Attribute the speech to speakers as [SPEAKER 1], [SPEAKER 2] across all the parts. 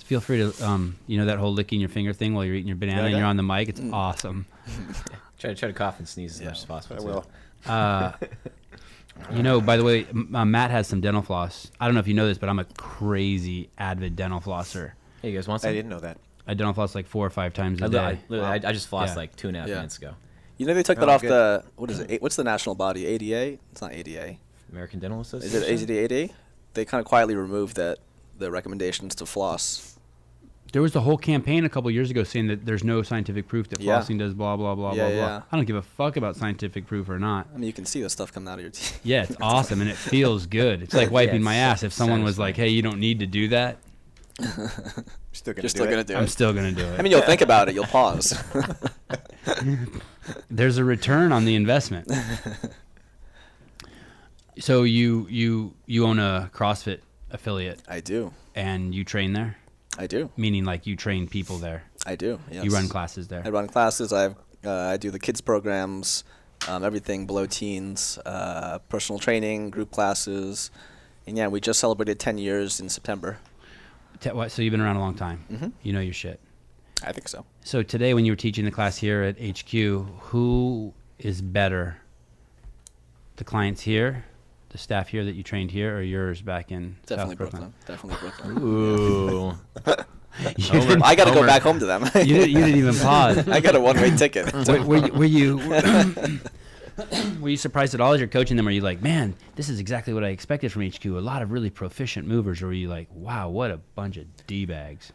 [SPEAKER 1] feel free to, um, you know, that whole licking your finger thing while you're eating your banana
[SPEAKER 2] Like
[SPEAKER 1] and you're
[SPEAKER 2] that?
[SPEAKER 1] on the mic.
[SPEAKER 3] Mm.
[SPEAKER 1] It's awesome.
[SPEAKER 4] Try to try to cough and sneeze as much as possible.
[SPEAKER 2] I
[SPEAKER 4] too.
[SPEAKER 2] will.
[SPEAKER 1] Uh, you know, by the way, m- uh, Matt has some dental floss. I don't know if you know this, but I'm a crazy avid dental flosser.
[SPEAKER 4] Hey, you guys want some?
[SPEAKER 2] I didn't know that.
[SPEAKER 1] I dental floss like four or five times a
[SPEAKER 4] I, li-
[SPEAKER 1] day.
[SPEAKER 4] I, literally- I, I just flossed
[SPEAKER 1] Yeah.
[SPEAKER 4] like two and a half
[SPEAKER 3] Yeah.
[SPEAKER 4] minutes ago.
[SPEAKER 3] You know they took that
[SPEAKER 2] Oh,
[SPEAKER 3] off
[SPEAKER 2] good.
[SPEAKER 3] the what is it? A- What's the national body? ADA? It's not ADA.
[SPEAKER 4] American Dental
[SPEAKER 3] Is
[SPEAKER 4] Association.
[SPEAKER 3] it ADA? They kind of quietly removed that the recommendations to floss.
[SPEAKER 1] there was a whole campaign a couple years ago saying that there's no scientific proof that
[SPEAKER 3] Yeah.
[SPEAKER 1] flossing does blah blah blah
[SPEAKER 3] Yeah,
[SPEAKER 1] blah
[SPEAKER 3] yeah.
[SPEAKER 1] blah. I don't give a fuck about scientific proof or not.
[SPEAKER 3] I mean, you can see the stuff coming out of your teeth.
[SPEAKER 1] Yeah, it's awesome and it feels good. It's like wiping
[SPEAKER 4] it's
[SPEAKER 1] my ass. If someone was like, "Hey, you don't need to do that,"
[SPEAKER 2] Still gonna
[SPEAKER 3] You're
[SPEAKER 2] do
[SPEAKER 3] still
[SPEAKER 2] it.
[SPEAKER 3] gonna do
[SPEAKER 1] I'm
[SPEAKER 3] it.
[SPEAKER 1] still gonna do it.
[SPEAKER 3] I mean, you'll think about it. You'll pause.
[SPEAKER 1] there's a return on the investment. so you you you own a CrossFit affiliate
[SPEAKER 3] I do.
[SPEAKER 1] and you train there,
[SPEAKER 3] I do.
[SPEAKER 1] meaning like you train people there.
[SPEAKER 3] I do. Yes.
[SPEAKER 1] You run classes there.
[SPEAKER 3] I run classes. I've uh, I do the kids programs, um, everything below teens, uh, personal training, group classes, and yeah, we just celebrated 10 years in September.
[SPEAKER 1] Te- what- So you've been around a long time.
[SPEAKER 3] Mm-hmm.
[SPEAKER 1] You know your shit.
[SPEAKER 3] I think so.
[SPEAKER 1] So today, when you were teaching the class here at HQ, who is better? The clients here, the staff here that you trained here, or yours back in South
[SPEAKER 3] Definitely
[SPEAKER 1] Brooklyn?
[SPEAKER 3] Brooklyn. Definitely Brooklyn.
[SPEAKER 4] Ooh.
[SPEAKER 1] You,
[SPEAKER 4] Homer.
[SPEAKER 1] didn't,
[SPEAKER 3] I got to go
[SPEAKER 4] Homer.
[SPEAKER 3] back home to them.
[SPEAKER 1] you, didn't, you didn't even pause.
[SPEAKER 3] I got a one-way ticket.
[SPEAKER 1] were, were, you- were you were you surprised at all as you're coaching them? Are you like, man, this is exactly what I expected from HQ? A lot of really proficient movers. Or were you like, wow, what a bunch of d bags?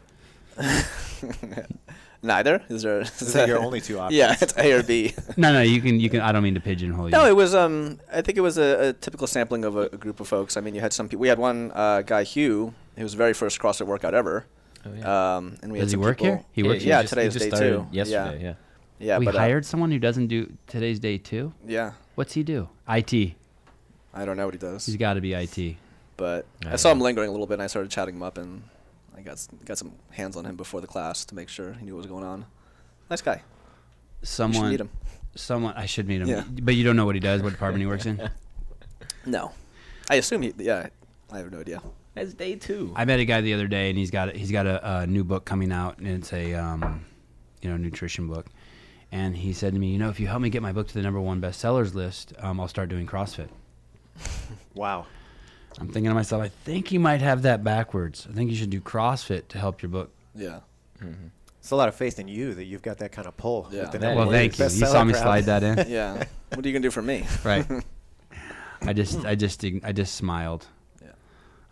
[SPEAKER 3] Neither is there.
[SPEAKER 2] This is like your only two options.
[SPEAKER 3] Yeah, it's A or B.
[SPEAKER 1] No, no, you can, you can. I don't mean to pigeonhole you.
[SPEAKER 3] No, it was. Um, I think it was a, a typical sampling of a, a group of folks. I mean, you had some people. We had one uh, guy, Hugh, who was very first CrossFit workout ever.
[SPEAKER 4] Oh, yeah.
[SPEAKER 3] Um, and we had
[SPEAKER 1] Does he
[SPEAKER 3] some
[SPEAKER 1] work
[SPEAKER 3] people-
[SPEAKER 1] here? He works.
[SPEAKER 3] yeah,
[SPEAKER 1] here.
[SPEAKER 4] just-
[SPEAKER 3] today's
[SPEAKER 4] just
[SPEAKER 3] day
[SPEAKER 4] started
[SPEAKER 3] two.
[SPEAKER 4] Yesterday, yeah.
[SPEAKER 3] Yeah,
[SPEAKER 1] we
[SPEAKER 3] but, uh,
[SPEAKER 1] Oh, hired someone who doesn't do today's day two.
[SPEAKER 3] yeah,
[SPEAKER 1] What's he do? IT.
[SPEAKER 3] I don't know what he does,
[SPEAKER 1] He's got to be IT.
[SPEAKER 3] but I
[SPEAKER 4] I
[SPEAKER 3] saw
[SPEAKER 4] know.
[SPEAKER 3] him lingering a little bit, and I started chatting him up, and I got s- got some hands on him before the class to make sure he knew what was going on. Nice guy. You
[SPEAKER 1] Someone.
[SPEAKER 3] should meet him.
[SPEAKER 1] Someone. I should meet him.
[SPEAKER 3] Yeah.
[SPEAKER 1] But you don't know what he does, what department he works in.
[SPEAKER 3] No, I assume he. Yeah, I have no idea.
[SPEAKER 4] That's day two.
[SPEAKER 1] I met a guy the other day, and he's got he's got a, a new book coming out, and it's a um, you know nutrition book. And he said to me, you know, if you help me get my book to the number one bestsellers list, um, I'll start doing CrossFit.
[SPEAKER 2] Wow.
[SPEAKER 1] I'm thinking to myself, I think you might have that backwards. I think you should do CrossFit to help your book.
[SPEAKER 3] Yeah.
[SPEAKER 2] It's a lot of faith in you that you've got that kind of pull.
[SPEAKER 3] Yeah.
[SPEAKER 2] with the
[SPEAKER 4] That-
[SPEAKER 2] number
[SPEAKER 1] Well,
[SPEAKER 2] one
[SPEAKER 1] thank you. You
[SPEAKER 2] bestseller
[SPEAKER 1] saw me
[SPEAKER 2] crowd.
[SPEAKER 1] slide that in,
[SPEAKER 3] Yeah. what are you gonna do for me?
[SPEAKER 1] right? I just, I just, ign- I just smiled,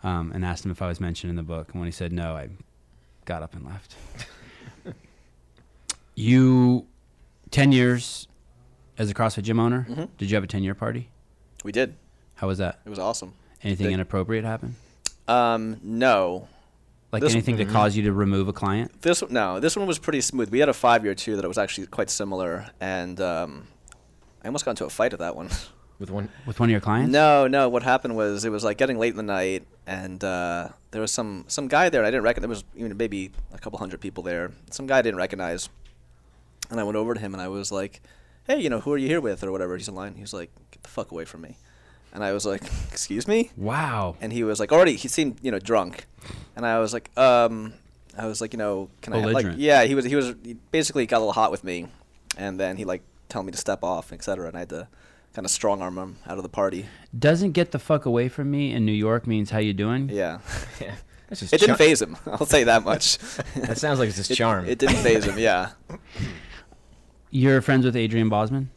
[SPEAKER 1] um, and asked him if I was mentioned in the book. And when he said no, I got up and left. you, ten years as a CrossFit gym owner.
[SPEAKER 3] Mm-hmm.
[SPEAKER 1] Did you have a ten-year party?
[SPEAKER 3] We did.
[SPEAKER 1] How was that?
[SPEAKER 3] It was awesome.
[SPEAKER 1] Anything
[SPEAKER 3] They-
[SPEAKER 1] inappropriate happen?
[SPEAKER 3] Um, no,
[SPEAKER 1] Like
[SPEAKER 3] This- Mm-hmm.
[SPEAKER 1] anything that caused you to remove a client?
[SPEAKER 3] this one- no, this one was pretty smooth. We had a five year too that was actually quite similar, and um, I almost got into a fight at that one.
[SPEAKER 4] With one.
[SPEAKER 1] With one of your clients?
[SPEAKER 3] no, no, what happened was it was like getting late in the night, and uh, there was some some guy there I didn't recognize. There was you know, maybe a couple hundred people there. Some guy I didn't recognize, and I went over to him and I was like, "Hey, you know, who are you here with?" or whatever. He's in line. He was like, "Get the fuck away from me," and I was like, "Excuse me."
[SPEAKER 1] Wow.
[SPEAKER 3] and he was like already he seemed you know drunk and i was like um i was like you know can i like
[SPEAKER 1] Belligerent.
[SPEAKER 3] yeah he was he was he basically got a little hot with me and then he like told me to step off etc and i had to kind of strong arm him out of the party
[SPEAKER 1] Doesn't get the fuck away from me in New York means how you doing?
[SPEAKER 3] yeah
[SPEAKER 4] Yeah. That's just
[SPEAKER 3] it didn't
[SPEAKER 4] char-
[SPEAKER 3] phase him i'll say that much
[SPEAKER 4] That sounds like it's just
[SPEAKER 3] it,
[SPEAKER 4] charm.
[SPEAKER 3] it didn't phase him yeah
[SPEAKER 1] You're friends with Adrian Bosman?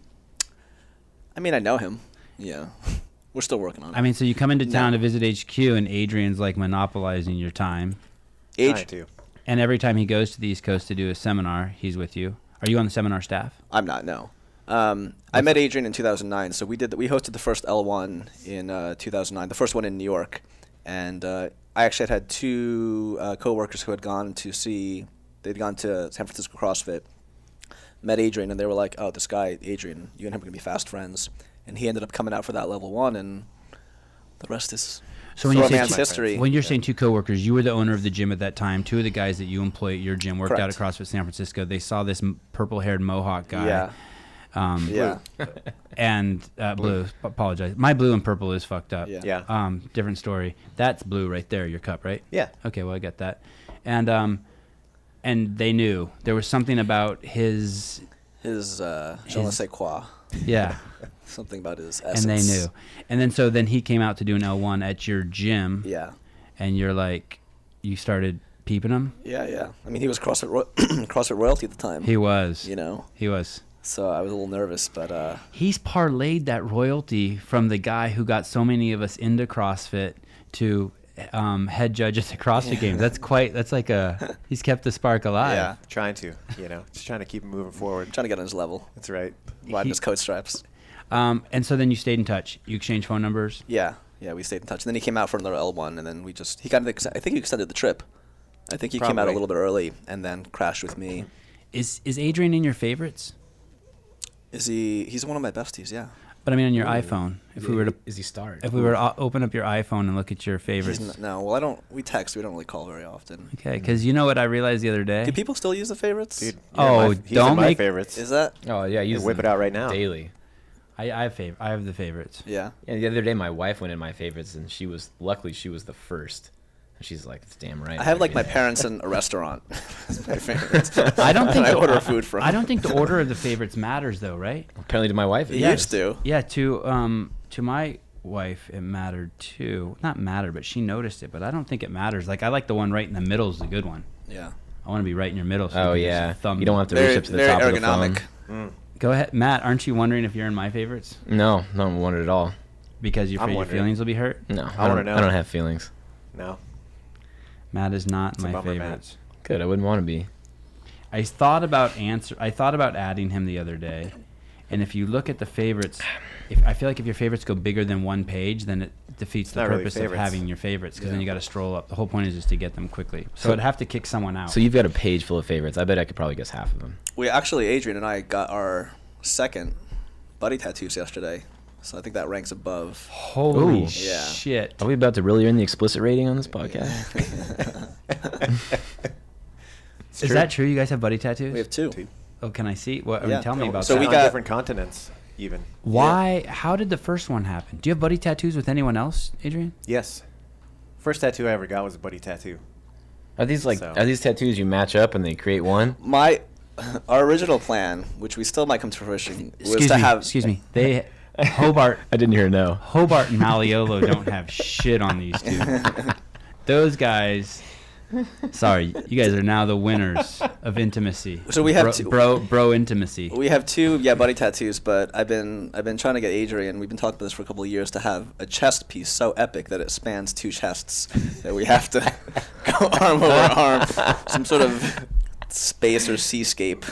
[SPEAKER 3] i mean i know him yeah we're still working on it
[SPEAKER 1] I mean, so you come into
[SPEAKER 3] No.
[SPEAKER 1] town to visit HQ, and Adrian's like monopolizing your time.
[SPEAKER 2] Trying
[SPEAKER 3] age
[SPEAKER 2] to.
[SPEAKER 1] And every time he goes to the East Coast to do a seminar, he's with you. Are you on the seminar staff?
[SPEAKER 3] i'm not no um, I met Adrian in 2009, so we did. The, we hosted the first L1 in uh, 2009, the first one in New York, and uh, I actually had had two uh, coworkers who had gone to see. They'd gone to San Francisco CrossFit, met Adrian, and they were like, "Oh, this guy, Adrian, you and him are gonna be fast friends." And he ended up coming out for that level one, and the rest is
[SPEAKER 1] So when you
[SPEAKER 3] Throw a
[SPEAKER 1] say
[SPEAKER 3] man's
[SPEAKER 1] two-
[SPEAKER 3] history.
[SPEAKER 1] When you're saying two coworkers, you were the owner of the gym at that time. Two of the guys that you employ at your gym worked out at
[SPEAKER 3] Correct.
[SPEAKER 1] CrossFit San Francisco. They saw this m- purple-haired mohawk guy.
[SPEAKER 3] yeah,
[SPEAKER 1] Um,
[SPEAKER 3] yeah,
[SPEAKER 1] And uh, blue. Apologize. My blue and purple is fucked up.
[SPEAKER 3] Yeah.
[SPEAKER 2] Yeah.
[SPEAKER 1] Um, different story. That's blue right there. Your cup, right?
[SPEAKER 2] Yeah.
[SPEAKER 1] Okay. Well, I get that. and um, and they knew there was something about his
[SPEAKER 3] His uh, je ne
[SPEAKER 1] His-
[SPEAKER 3] sais quoi.
[SPEAKER 1] yeah,
[SPEAKER 3] Something about his
[SPEAKER 1] and
[SPEAKER 3] essence.
[SPEAKER 1] they knew, and then so then he came out to do an L one at your gym,
[SPEAKER 3] Yeah.
[SPEAKER 1] and you're like, you started peeping him.
[SPEAKER 3] Yeah, yeah. I mean, he was CrossFit Ro- CrossFit royalty at the time.
[SPEAKER 1] He was,
[SPEAKER 3] you know,
[SPEAKER 1] he was.
[SPEAKER 3] so I was a little nervous, but uh,
[SPEAKER 1] He's parlayed that royalty from the guy who got so many of us into CrossFit to um, head judge at the CrossFit Games. That's quite. That's like a. He's kept the spark alive.
[SPEAKER 3] Yeah.
[SPEAKER 2] Trying to, you know, just trying to keep 'em moving forward.
[SPEAKER 3] I'm trying to get on his level,
[SPEAKER 2] That's right.
[SPEAKER 3] widen
[SPEAKER 1] He-
[SPEAKER 3] his coat straps.
[SPEAKER 1] Um, and so then you stayed in touch. You exchanged phone numbers.
[SPEAKER 3] Yeah, yeah. We stayed in touch. And then he came out for another L1, and then we just he kind of ex- I think he extended the trip. I think he came out a
[SPEAKER 2] Probably.
[SPEAKER 3] little bit early and then crashed with me.
[SPEAKER 1] Is is Adrian in your favorites?
[SPEAKER 3] Is he? He's one of my besties. Yeah.
[SPEAKER 1] But I mean, on your iPhone. If we were to
[SPEAKER 4] is he starred?
[SPEAKER 1] if we were to o- open up your iPhone and look at your favorites.
[SPEAKER 3] He's
[SPEAKER 1] Okay,
[SPEAKER 3] n- no. Well, I don't. We text. We don't really call very often.
[SPEAKER 1] 'cause okay, because you know what I realized the other day.
[SPEAKER 3] Do people still use the favorites?
[SPEAKER 2] Dude,
[SPEAKER 1] Oh,
[SPEAKER 2] you're in my, he's in
[SPEAKER 1] don't
[SPEAKER 2] my
[SPEAKER 1] make-
[SPEAKER 2] favorites.
[SPEAKER 3] Is that?
[SPEAKER 4] Oh yeah, you
[SPEAKER 2] whip it out right now.
[SPEAKER 4] daily.
[SPEAKER 1] I I have fav- I have the favorites.
[SPEAKER 3] Yeah.
[SPEAKER 4] And the other day, my wife went in my favorites, and she was luckily she was the first. And she's like, "It's damn right."
[SPEAKER 3] I have
[SPEAKER 4] better
[SPEAKER 3] like
[SPEAKER 4] get
[SPEAKER 3] my
[SPEAKER 4] it."
[SPEAKER 3] parents in a restaurant. That's my favorite.
[SPEAKER 1] I don't
[SPEAKER 3] That
[SPEAKER 1] think
[SPEAKER 3] I
[SPEAKER 1] the-
[SPEAKER 3] order food from.
[SPEAKER 1] I don't think the order of the favorites matters though, right?
[SPEAKER 4] Apparently, to my wife, it
[SPEAKER 3] Yeah.
[SPEAKER 4] is.
[SPEAKER 3] used to.
[SPEAKER 1] Yeah, to um to my wife it mattered too. Not mattered, but she noticed it. But I don't think it matters. Like I like the one right in the middle is the good one.
[SPEAKER 3] Yeah.
[SPEAKER 1] I want to be right in your middle. So you
[SPEAKER 4] Oh
[SPEAKER 1] can just
[SPEAKER 4] yeah,
[SPEAKER 1] thumb.
[SPEAKER 4] you don't have to reach
[SPEAKER 3] Very,
[SPEAKER 4] up to the
[SPEAKER 3] very
[SPEAKER 4] top of
[SPEAKER 3] ergonomic.
[SPEAKER 4] the phone.
[SPEAKER 2] Mm,
[SPEAKER 1] Go ahead, Matt. Aren't you wondering if you're in my favorites
[SPEAKER 4] No, not wanted at all.
[SPEAKER 1] because you're
[SPEAKER 2] I'm
[SPEAKER 1] afraid your
[SPEAKER 2] wondering.
[SPEAKER 1] feelings will be hurt?
[SPEAKER 4] No,
[SPEAKER 2] wanna
[SPEAKER 4] don't-
[SPEAKER 2] know.
[SPEAKER 4] I don't have feelings.
[SPEAKER 2] No.
[SPEAKER 1] Matt is not
[SPEAKER 2] a
[SPEAKER 1] my
[SPEAKER 2] bummer, Matt.
[SPEAKER 1] favorites.
[SPEAKER 4] Good, I wouldn't want to be.
[SPEAKER 1] I thought about answer. I thought about adding him the other day, and if you look at the favorites, if I feel like if your favorites go bigger than one page, then it defeats the
[SPEAKER 2] not really
[SPEAKER 1] purpose of
[SPEAKER 2] favorites.
[SPEAKER 1] having your favorites because then you got to stroll up. The whole point is just to get them quickly. So,
[SPEAKER 4] So-
[SPEAKER 1] I'd have to kick someone out.
[SPEAKER 4] So you've got a page full of favorites. I bet I could probably guess half of them.
[SPEAKER 3] We actually, Adrian and I got our second buddy tattoos yesterday, so I think that ranks above.
[SPEAKER 1] Holy
[SPEAKER 4] Ooh.
[SPEAKER 3] Yeah.
[SPEAKER 1] shit!
[SPEAKER 4] Are we about to really earn the explicit rating on this podcast?
[SPEAKER 1] is that true? You guys have buddy tattoos?
[SPEAKER 3] We have two.
[SPEAKER 2] Two.
[SPEAKER 1] Oh, can I see? What? I
[SPEAKER 3] Yeah.
[SPEAKER 1] mean, tell me about
[SPEAKER 3] So
[SPEAKER 2] So
[SPEAKER 1] that.
[SPEAKER 3] we
[SPEAKER 2] we
[SPEAKER 3] got-
[SPEAKER 2] got different continents, even.
[SPEAKER 1] Why? How did the first one happen? Do you have buddy tattoos with anyone else, Adrian?
[SPEAKER 2] Yes. First tattoo I ever got was a buddy tattoo.
[SPEAKER 4] Are these like
[SPEAKER 2] So-
[SPEAKER 4] are these tattoos you match up and they create one?
[SPEAKER 3] My, our original plan, which we still might come to fruition, was
[SPEAKER 1] Excuse
[SPEAKER 3] to
[SPEAKER 1] me.
[SPEAKER 3] have.
[SPEAKER 1] excuse me. They Hobart
[SPEAKER 4] I didn't hear no.
[SPEAKER 1] Hobart and Maliolo don't have shit on these two. Those guys. Sorry, you guys are now the winners of intimacy.
[SPEAKER 3] So we have
[SPEAKER 1] bro,
[SPEAKER 3] two-
[SPEAKER 1] bro bro intimacy.
[SPEAKER 3] We have two, yeah, buddy tattoos, but I've been I've been trying to get Adrian. We've been talking about this for a couple of years to have a chest piece so epic that it spans two chests that we have to go arm over arm, some sort of space or seascape.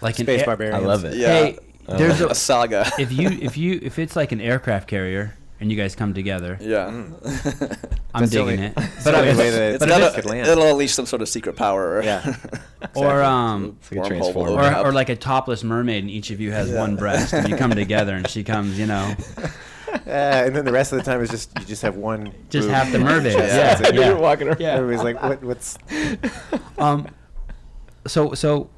[SPEAKER 1] like
[SPEAKER 2] Space
[SPEAKER 1] air-
[SPEAKER 2] barbarians.
[SPEAKER 4] I love it.
[SPEAKER 3] Yeah.
[SPEAKER 1] Hey,
[SPEAKER 4] Yeah.
[SPEAKER 1] there's a,
[SPEAKER 3] a saga.
[SPEAKER 1] if you if you if it's like an aircraft carrier and you guys come together,
[SPEAKER 3] yeah.
[SPEAKER 1] I'm
[SPEAKER 2] That's the
[SPEAKER 1] digging
[SPEAKER 2] only-
[SPEAKER 1] it.
[SPEAKER 2] that's
[SPEAKER 1] But
[SPEAKER 2] Mm. the
[SPEAKER 1] I-
[SPEAKER 2] only way that
[SPEAKER 3] It's
[SPEAKER 1] but
[SPEAKER 2] it
[SPEAKER 1] I
[SPEAKER 3] gotta-
[SPEAKER 2] could land.
[SPEAKER 3] it'll unleash some sort of secret power.
[SPEAKER 2] Yeah.
[SPEAKER 1] or um
[SPEAKER 4] like a
[SPEAKER 3] Wormhole
[SPEAKER 4] transformer.
[SPEAKER 3] will open
[SPEAKER 1] or,
[SPEAKER 3] up.
[SPEAKER 1] or like a topless mermaid and each of you has
[SPEAKER 3] Yeah.
[SPEAKER 1] one breast and you come together and she comes, you know,
[SPEAKER 2] Uh, and then the rest of the time is just you just have one.
[SPEAKER 1] just
[SPEAKER 2] boob.
[SPEAKER 1] half the mermaid.
[SPEAKER 2] Yeah.
[SPEAKER 1] yeah. yeah.
[SPEAKER 4] You're walking around.
[SPEAKER 2] Everybody's like, what, what's?
[SPEAKER 1] Um, so so.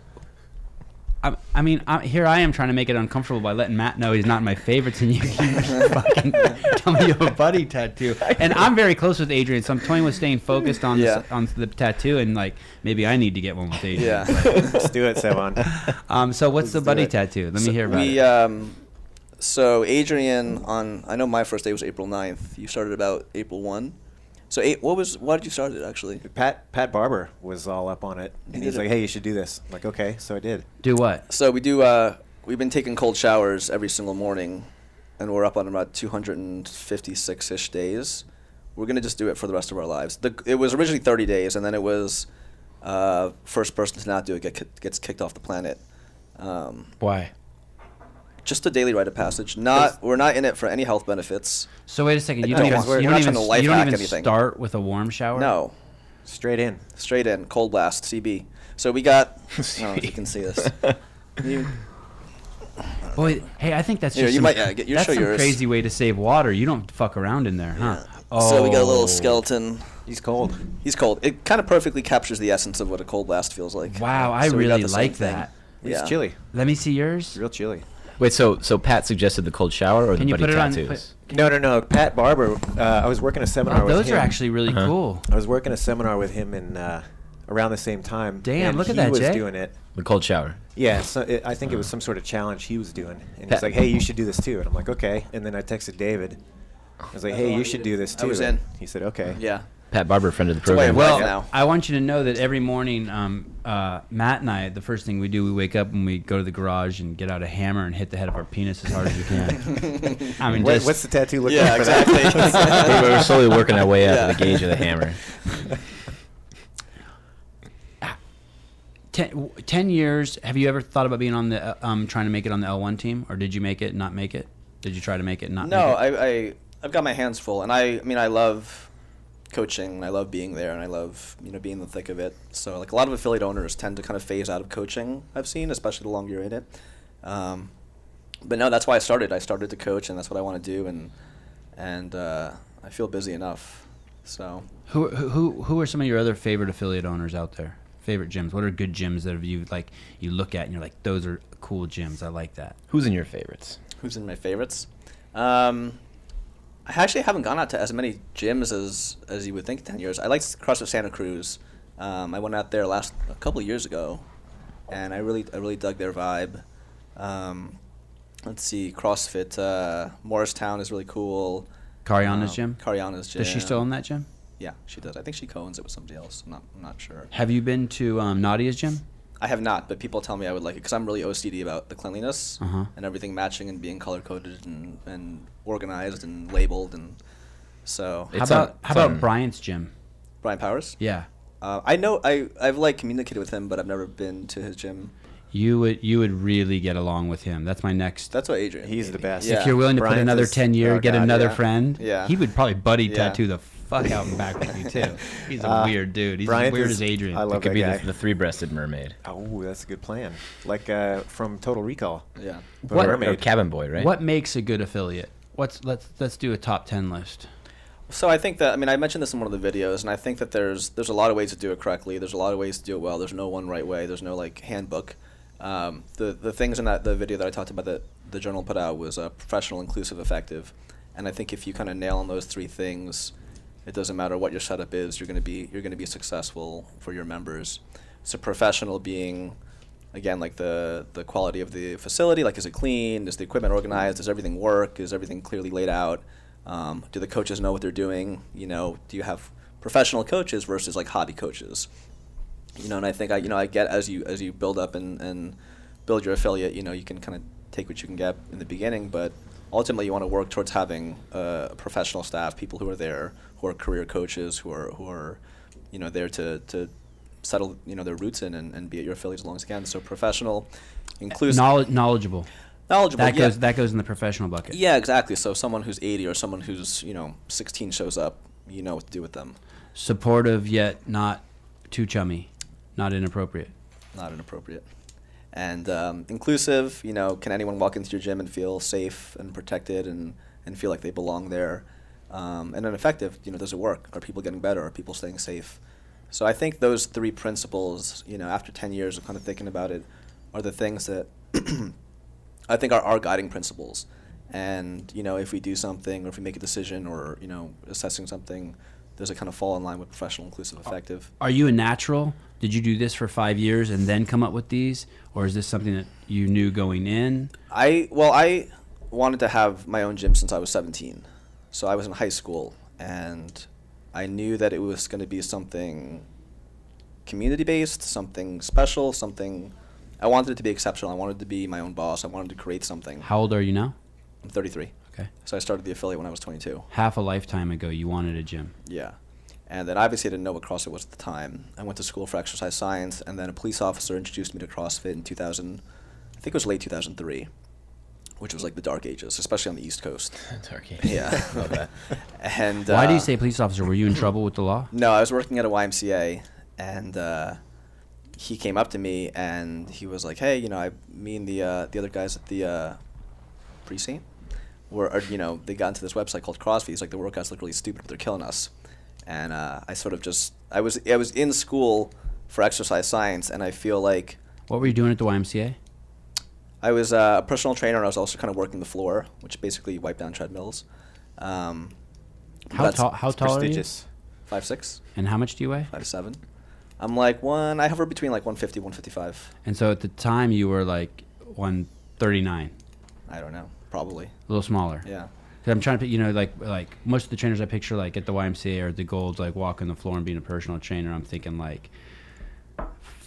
[SPEAKER 1] I, I mean, I, here I am trying to make it uncomfortable by letting Matt know he's not in my favorites, and you, you fucking tell me you have a buddy tattoo. And I'm very close with Adrian, so I'm toying with staying focused on
[SPEAKER 3] Yeah.
[SPEAKER 1] this, on the tattoo, and like maybe I need to get one with Adrian.
[SPEAKER 3] yeah.
[SPEAKER 2] Let's do it, Sevan.
[SPEAKER 1] Um. So what's the
[SPEAKER 2] Let's do
[SPEAKER 1] buddy
[SPEAKER 2] it.
[SPEAKER 1] tattoo? Let me hear about
[SPEAKER 3] we
[SPEAKER 1] it.
[SPEAKER 3] um so Adrian on I know my first day was April 9th. You started about April 1. So eight, what was why did you start it actually?
[SPEAKER 2] Pat Pat Barber was all up on it, and
[SPEAKER 3] did
[SPEAKER 2] he's
[SPEAKER 3] it.
[SPEAKER 2] like, "Hey, you should do this." I'm like, okay, so I did.
[SPEAKER 1] Do what?
[SPEAKER 3] So we do uh we've been taking cold showers every single morning and we're up on about 256ish days. We're going to just do it for the rest of our lives. The, it was originally 30 days and then it was uh, first person to not do it get, ki- gets kicked off the planet. Um,
[SPEAKER 4] Why?
[SPEAKER 3] just a daily rite of passage. Not we're not in it for any health benefits.
[SPEAKER 1] So wait a second. You
[SPEAKER 3] No,
[SPEAKER 1] don't even
[SPEAKER 3] we're- we're
[SPEAKER 1] you
[SPEAKER 3] not
[SPEAKER 1] don't even,
[SPEAKER 3] trying to life
[SPEAKER 1] you don't
[SPEAKER 3] hack
[SPEAKER 1] even
[SPEAKER 3] anything.
[SPEAKER 1] start with a warm shower.
[SPEAKER 3] No.
[SPEAKER 2] Straight in.
[SPEAKER 3] Straight in, cold blast, CB. So we got. I don't know if you can see this. You,
[SPEAKER 1] Boy, hey, I think that's
[SPEAKER 3] Here,
[SPEAKER 1] just
[SPEAKER 3] you
[SPEAKER 1] some,
[SPEAKER 3] might- yeah, get- you
[SPEAKER 1] that's
[SPEAKER 3] show
[SPEAKER 1] some
[SPEAKER 3] yours.
[SPEAKER 1] crazy way to save water. You don't fuck around in there, huh?
[SPEAKER 3] So we got a
[SPEAKER 1] Oh.
[SPEAKER 3] little skeleton.
[SPEAKER 2] He's cold.
[SPEAKER 3] He's cold. It kind of perfectly captures the essence of what a cold blast feels like.
[SPEAKER 1] Wow, I
[SPEAKER 3] So we got
[SPEAKER 1] really
[SPEAKER 3] the same
[SPEAKER 1] like
[SPEAKER 3] thing.
[SPEAKER 1] that.
[SPEAKER 2] It's
[SPEAKER 3] Yeah.
[SPEAKER 2] chilly.
[SPEAKER 1] Let me see yours.
[SPEAKER 2] It's real chilly.
[SPEAKER 4] Wait, so so Pat suggested the cold shower or
[SPEAKER 1] Can
[SPEAKER 4] the
[SPEAKER 1] you
[SPEAKER 4] buddy
[SPEAKER 1] put it on?
[SPEAKER 4] tattoos?
[SPEAKER 1] put-
[SPEAKER 2] No, no, no. Pat Barber. Uh, I was working a seminar.
[SPEAKER 1] Oh,
[SPEAKER 2] with
[SPEAKER 1] those
[SPEAKER 2] him.
[SPEAKER 1] are actually really
[SPEAKER 4] Uh-huh.
[SPEAKER 1] cool.
[SPEAKER 2] I was working a seminar with him in uh, around the same time.
[SPEAKER 1] Damn,
[SPEAKER 2] and
[SPEAKER 1] look at
[SPEAKER 2] he
[SPEAKER 1] that,
[SPEAKER 2] was
[SPEAKER 1] Jay.
[SPEAKER 2] doing it.
[SPEAKER 4] The cold shower.
[SPEAKER 2] Yeah, so it, I think it was
[SPEAKER 3] Uh-huh.
[SPEAKER 2] some sort of challenge he was doing, and he's
[SPEAKER 4] Pat-
[SPEAKER 2] like, "Hey, you should do this too." And I'm like, "Okay." And then I texted David. I was like, "Hey, you should do this
[SPEAKER 3] I
[SPEAKER 2] too."
[SPEAKER 3] was
[SPEAKER 2] And
[SPEAKER 3] in.
[SPEAKER 2] He said, "Okay."
[SPEAKER 3] Yeah.
[SPEAKER 4] Pat Barber, friend of the
[SPEAKER 3] a way
[SPEAKER 4] program.
[SPEAKER 3] of
[SPEAKER 4] Well,
[SPEAKER 1] Well,
[SPEAKER 3] now.
[SPEAKER 1] I want you to know that every morning, um, uh, Matt and I, the first thing we do, we wake up and we go to the garage and get out a hammer and hit the head of our penis as hard as we can. I mean,
[SPEAKER 2] What-
[SPEAKER 1] just,
[SPEAKER 2] what's the tattoo look
[SPEAKER 3] Yeah,
[SPEAKER 2] like? for that?
[SPEAKER 3] exactly.
[SPEAKER 4] we were slowly working our way up
[SPEAKER 3] Yeah.
[SPEAKER 4] to the gauge of the hammer.
[SPEAKER 1] ten, w- 10 years? Have you ever thought about being on the uh, um, trying to make it on the L1 team, or did you make it? Not make it? Did you try to make it? Not
[SPEAKER 3] No,
[SPEAKER 1] Make it?
[SPEAKER 3] I, I I've got my hands full, and I, I mean I love coaching, and I love being there, and I love you know being in the thick of it. So like a lot of affiliate owners tend to kind of phase out of coaching. I've seen, especially the longer you're in it. Um, but no, that's why I started. I started to coach, and that's what I want to do, and and uh, I feel busy enough. So
[SPEAKER 1] Who, who who are some of your other favorite affiliate owners out there? Favorite gyms? What are good gyms that have you like? You look at and you're like, those are cool gyms. I like that.
[SPEAKER 4] Who's in your favorites?
[SPEAKER 3] who's in my favorites? Um, I actually haven't gone out to as many gyms as as you would think. in Ten years. I liked CrossFit Santa Cruz. Um, I went out there last a couple of years ago, and I really I really dug their vibe. Um, let's see, CrossFit uh, Morristown is really cool.
[SPEAKER 1] Cariana's
[SPEAKER 3] Um,
[SPEAKER 1] gym.
[SPEAKER 3] Cariana's gym.
[SPEAKER 1] Does she still own that gym?
[SPEAKER 3] Yeah, she does. I think she co-owns it with somebody else. I'm not I'm not sure.
[SPEAKER 1] Have you been to um, Nadia's gym?
[SPEAKER 3] I have not, but people tell me I would like it because I'm really OCD about the cleanliness
[SPEAKER 1] Uh-huh.
[SPEAKER 3] and everything matching and being color coded and, and organized and labeled and so
[SPEAKER 1] How
[SPEAKER 4] It's
[SPEAKER 1] about
[SPEAKER 4] on-
[SPEAKER 1] how
[SPEAKER 4] it's
[SPEAKER 1] about
[SPEAKER 4] on-
[SPEAKER 1] Bryant's gym?
[SPEAKER 3] Brian Powers.
[SPEAKER 1] Yeah,
[SPEAKER 3] Uh, I know I I've like communicated with him, but I've never been to his gym.
[SPEAKER 1] you would you would really get along with him. That's my next.
[SPEAKER 3] That's what Adrian.
[SPEAKER 2] He's
[SPEAKER 3] gave
[SPEAKER 2] the
[SPEAKER 3] me.
[SPEAKER 2] best.
[SPEAKER 3] Yeah.
[SPEAKER 1] If you're willing to put
[SPEAKER 2] Bryant
[SPEAKER 1] another
[SPEAKER 2] is-
[SPEAKER 1] ten year,
[SPEAKER 2] oh,
[SPEAKER 1] get
[SPEAKER 2] God,
[SPEAKER 1] another
[SPEAKER 3] yeah.
[SPEAKER 1] friend.
[SPEAKER 3] Yeah.
[SPEAKER 1] he would probably buddy
[SPEAKER 3] Yeah.
[SPEAKER 1] tattoo the fuck out and back with you too. He's a
[SPEAKER 2] Uh,
[SPEAKER 1] weird dude. He's
[SPEAKER 2] Bryant
[SPEAKER 1] as weird
[SPEAKER 2] is-
[SPEAKER 1] as Adrian.
[SPEAKER 2] I love
[SPEAKER 4] Could
[SPEAKER 2] that
[SPEAKER 4] be
[SPEAKER 2] guy.
[SPEAKER 4] the, the three-breasted mermaid.
[SPEAKER 2] oh, that's a good plan. Like uh, from Total Recall.
[SPEAKER 3] Yeah.
[SPEAKER 2] The
[SPEAKER 1] What-
[SPEAKER 4] Or- Or
[SPEAKER 2] mermaid.
[SPEAKER 4] cabin boy, right?
[SPEAKER 1] What makes a good affiliate? What's let's let's do a top ten list.
[SPEAKER 3] So I think that I mean I mentioned this in one of the videos, and I think that there's there's a lot of ways to do it correctly. There's a lot of ways to do it well. There's no one right way. There's no like handbook. Um, the the things in that the video that I talked about that the journal put out was uh, professional, inclusive, effective, and I think if you kind of nail on those three things, it doesn't matter what your setup is. You're gonna be you're gonna be successful for your members. So professional being again like the the quality of the facility like is it clean is the equipment organized does everything work is everything clearly laid out um, do the coaches know what they're doing you know do you have professional coaches versus like hobby coaches you know and i think i you know i get as you as you build up and and build your affiliate you know you can kind of take what you can get in the beginning but ultimately you want to work towards having uh, professional staff people who are there who are career coaches who are who are you know there to to settle you know their roots in and, and be at your affiliate as long as you can so professional inclusive
[SPEAKER 1] Knowledge, knowledgeable.
[SPEAKER 3] knowledgeable
[SPEAKER 1] That
[SPEAKER 3] yeah.
[SPEAKER 1] goes that goes in the professional bucket.
[SPEAKER 3] yeah exactly so someone who's 80 or someone who's you know 16 shows up you know what to do with them
[SPEAKER 1] Supportive yet not too chummy, not inappropriate.
[SPEAKER 3] not inappropriate. And um, inclusive, you know, can anyone walk into your gym and feel safe and protected and, and feel like they belong there? Um, and then effective, you know, does it work? Are people getting better? Are people staying safe? So I think those three principles, you know, after 10 years of kind of thinking about it, are the things that I think are our guiding principles. And, you know, if we do something or if we make a decision or, you know, assessing something, does it kind of fall in line with professional, inclusive, effective?
[SPEAKER 1] Are you a natural? Did you do this for five years and then come up with these, or is this something that you knew going in?
[SPEAKER 3] I well, I wanted to have my own gym since I was 17. So I was in high school and I knew that it was going to be something community based, something special, something I wanted it to be exceptional. I wanted to be my own boss. I wanted to create something.
[SPEAKER 1] How old are you now?
[SPEAKER 3] I'm 33.
[SPEAKER 1] Okay.
[SPEAKER 3] So I started the affiliate when I was 22.
[SPEAKER 1] Half a lifetime ago, you wanted a gym.
[SPEAKER 3] Yeah. And then obviously I didn't know what CrossFit was at the time. I went to school for exercise science, and then a police officer introduced me to CrossFit in 2000, I think it was late 2003, which was like the dark ages, especially on the East Coast.
[SPEAKER 4] Turkey.
[SPEAKER 3] Yeah.
[SPEAKER 4] Love that.
[SPEAKER 3] and
[SPEAKER 1] Why do you
[SPEAKER 3] uh,
[SPEAKER 1] say police officer? Were you in trouble with the law?
[SPEAKER 3] No, I was working at a YMCA, and uh, he came up to me and he was like, "Hey, you know, I, me and the uh, the other guys at the uh, precinct were, or, you know, they got into this website called CrossFit. He's like, the workouts look really stupid, but they're killing us." And uh, I sort of just, I was, I was in school for exercise science, and I feel like
[SPEAKER 1] What were you doing at the YMCA?
[SPEAKER 3] I was uh, a personal trainer. and I was also kind of working the floor, which basically wiped down treadmills. Um,
[SPEAKER 1] How
[SPEAKER 3] that's
[SPEAKER 1] tall? How tall are you?
[SPEAKER 2] prestigious.
[SPEAKER 3] Five six,
[SPEAKER 1] And how much do you weigh?
[SPEAKER 3] five seven. I'm like one. I hover between like 150, 155.
[SPEAKER 1] And so at the time you were like 139,
[SPEAKER 3] I don't know. Probably.
[SPEAKER 1] a little smaller.
[SPEAKER 3] Yeah.
[SPEAKER 1] 'Cause I'm trying to, pic- you know, like like most of the trainers I picture like at the YMCA or the Golds, like walking the floor and being a personal trainer. I'm thinking like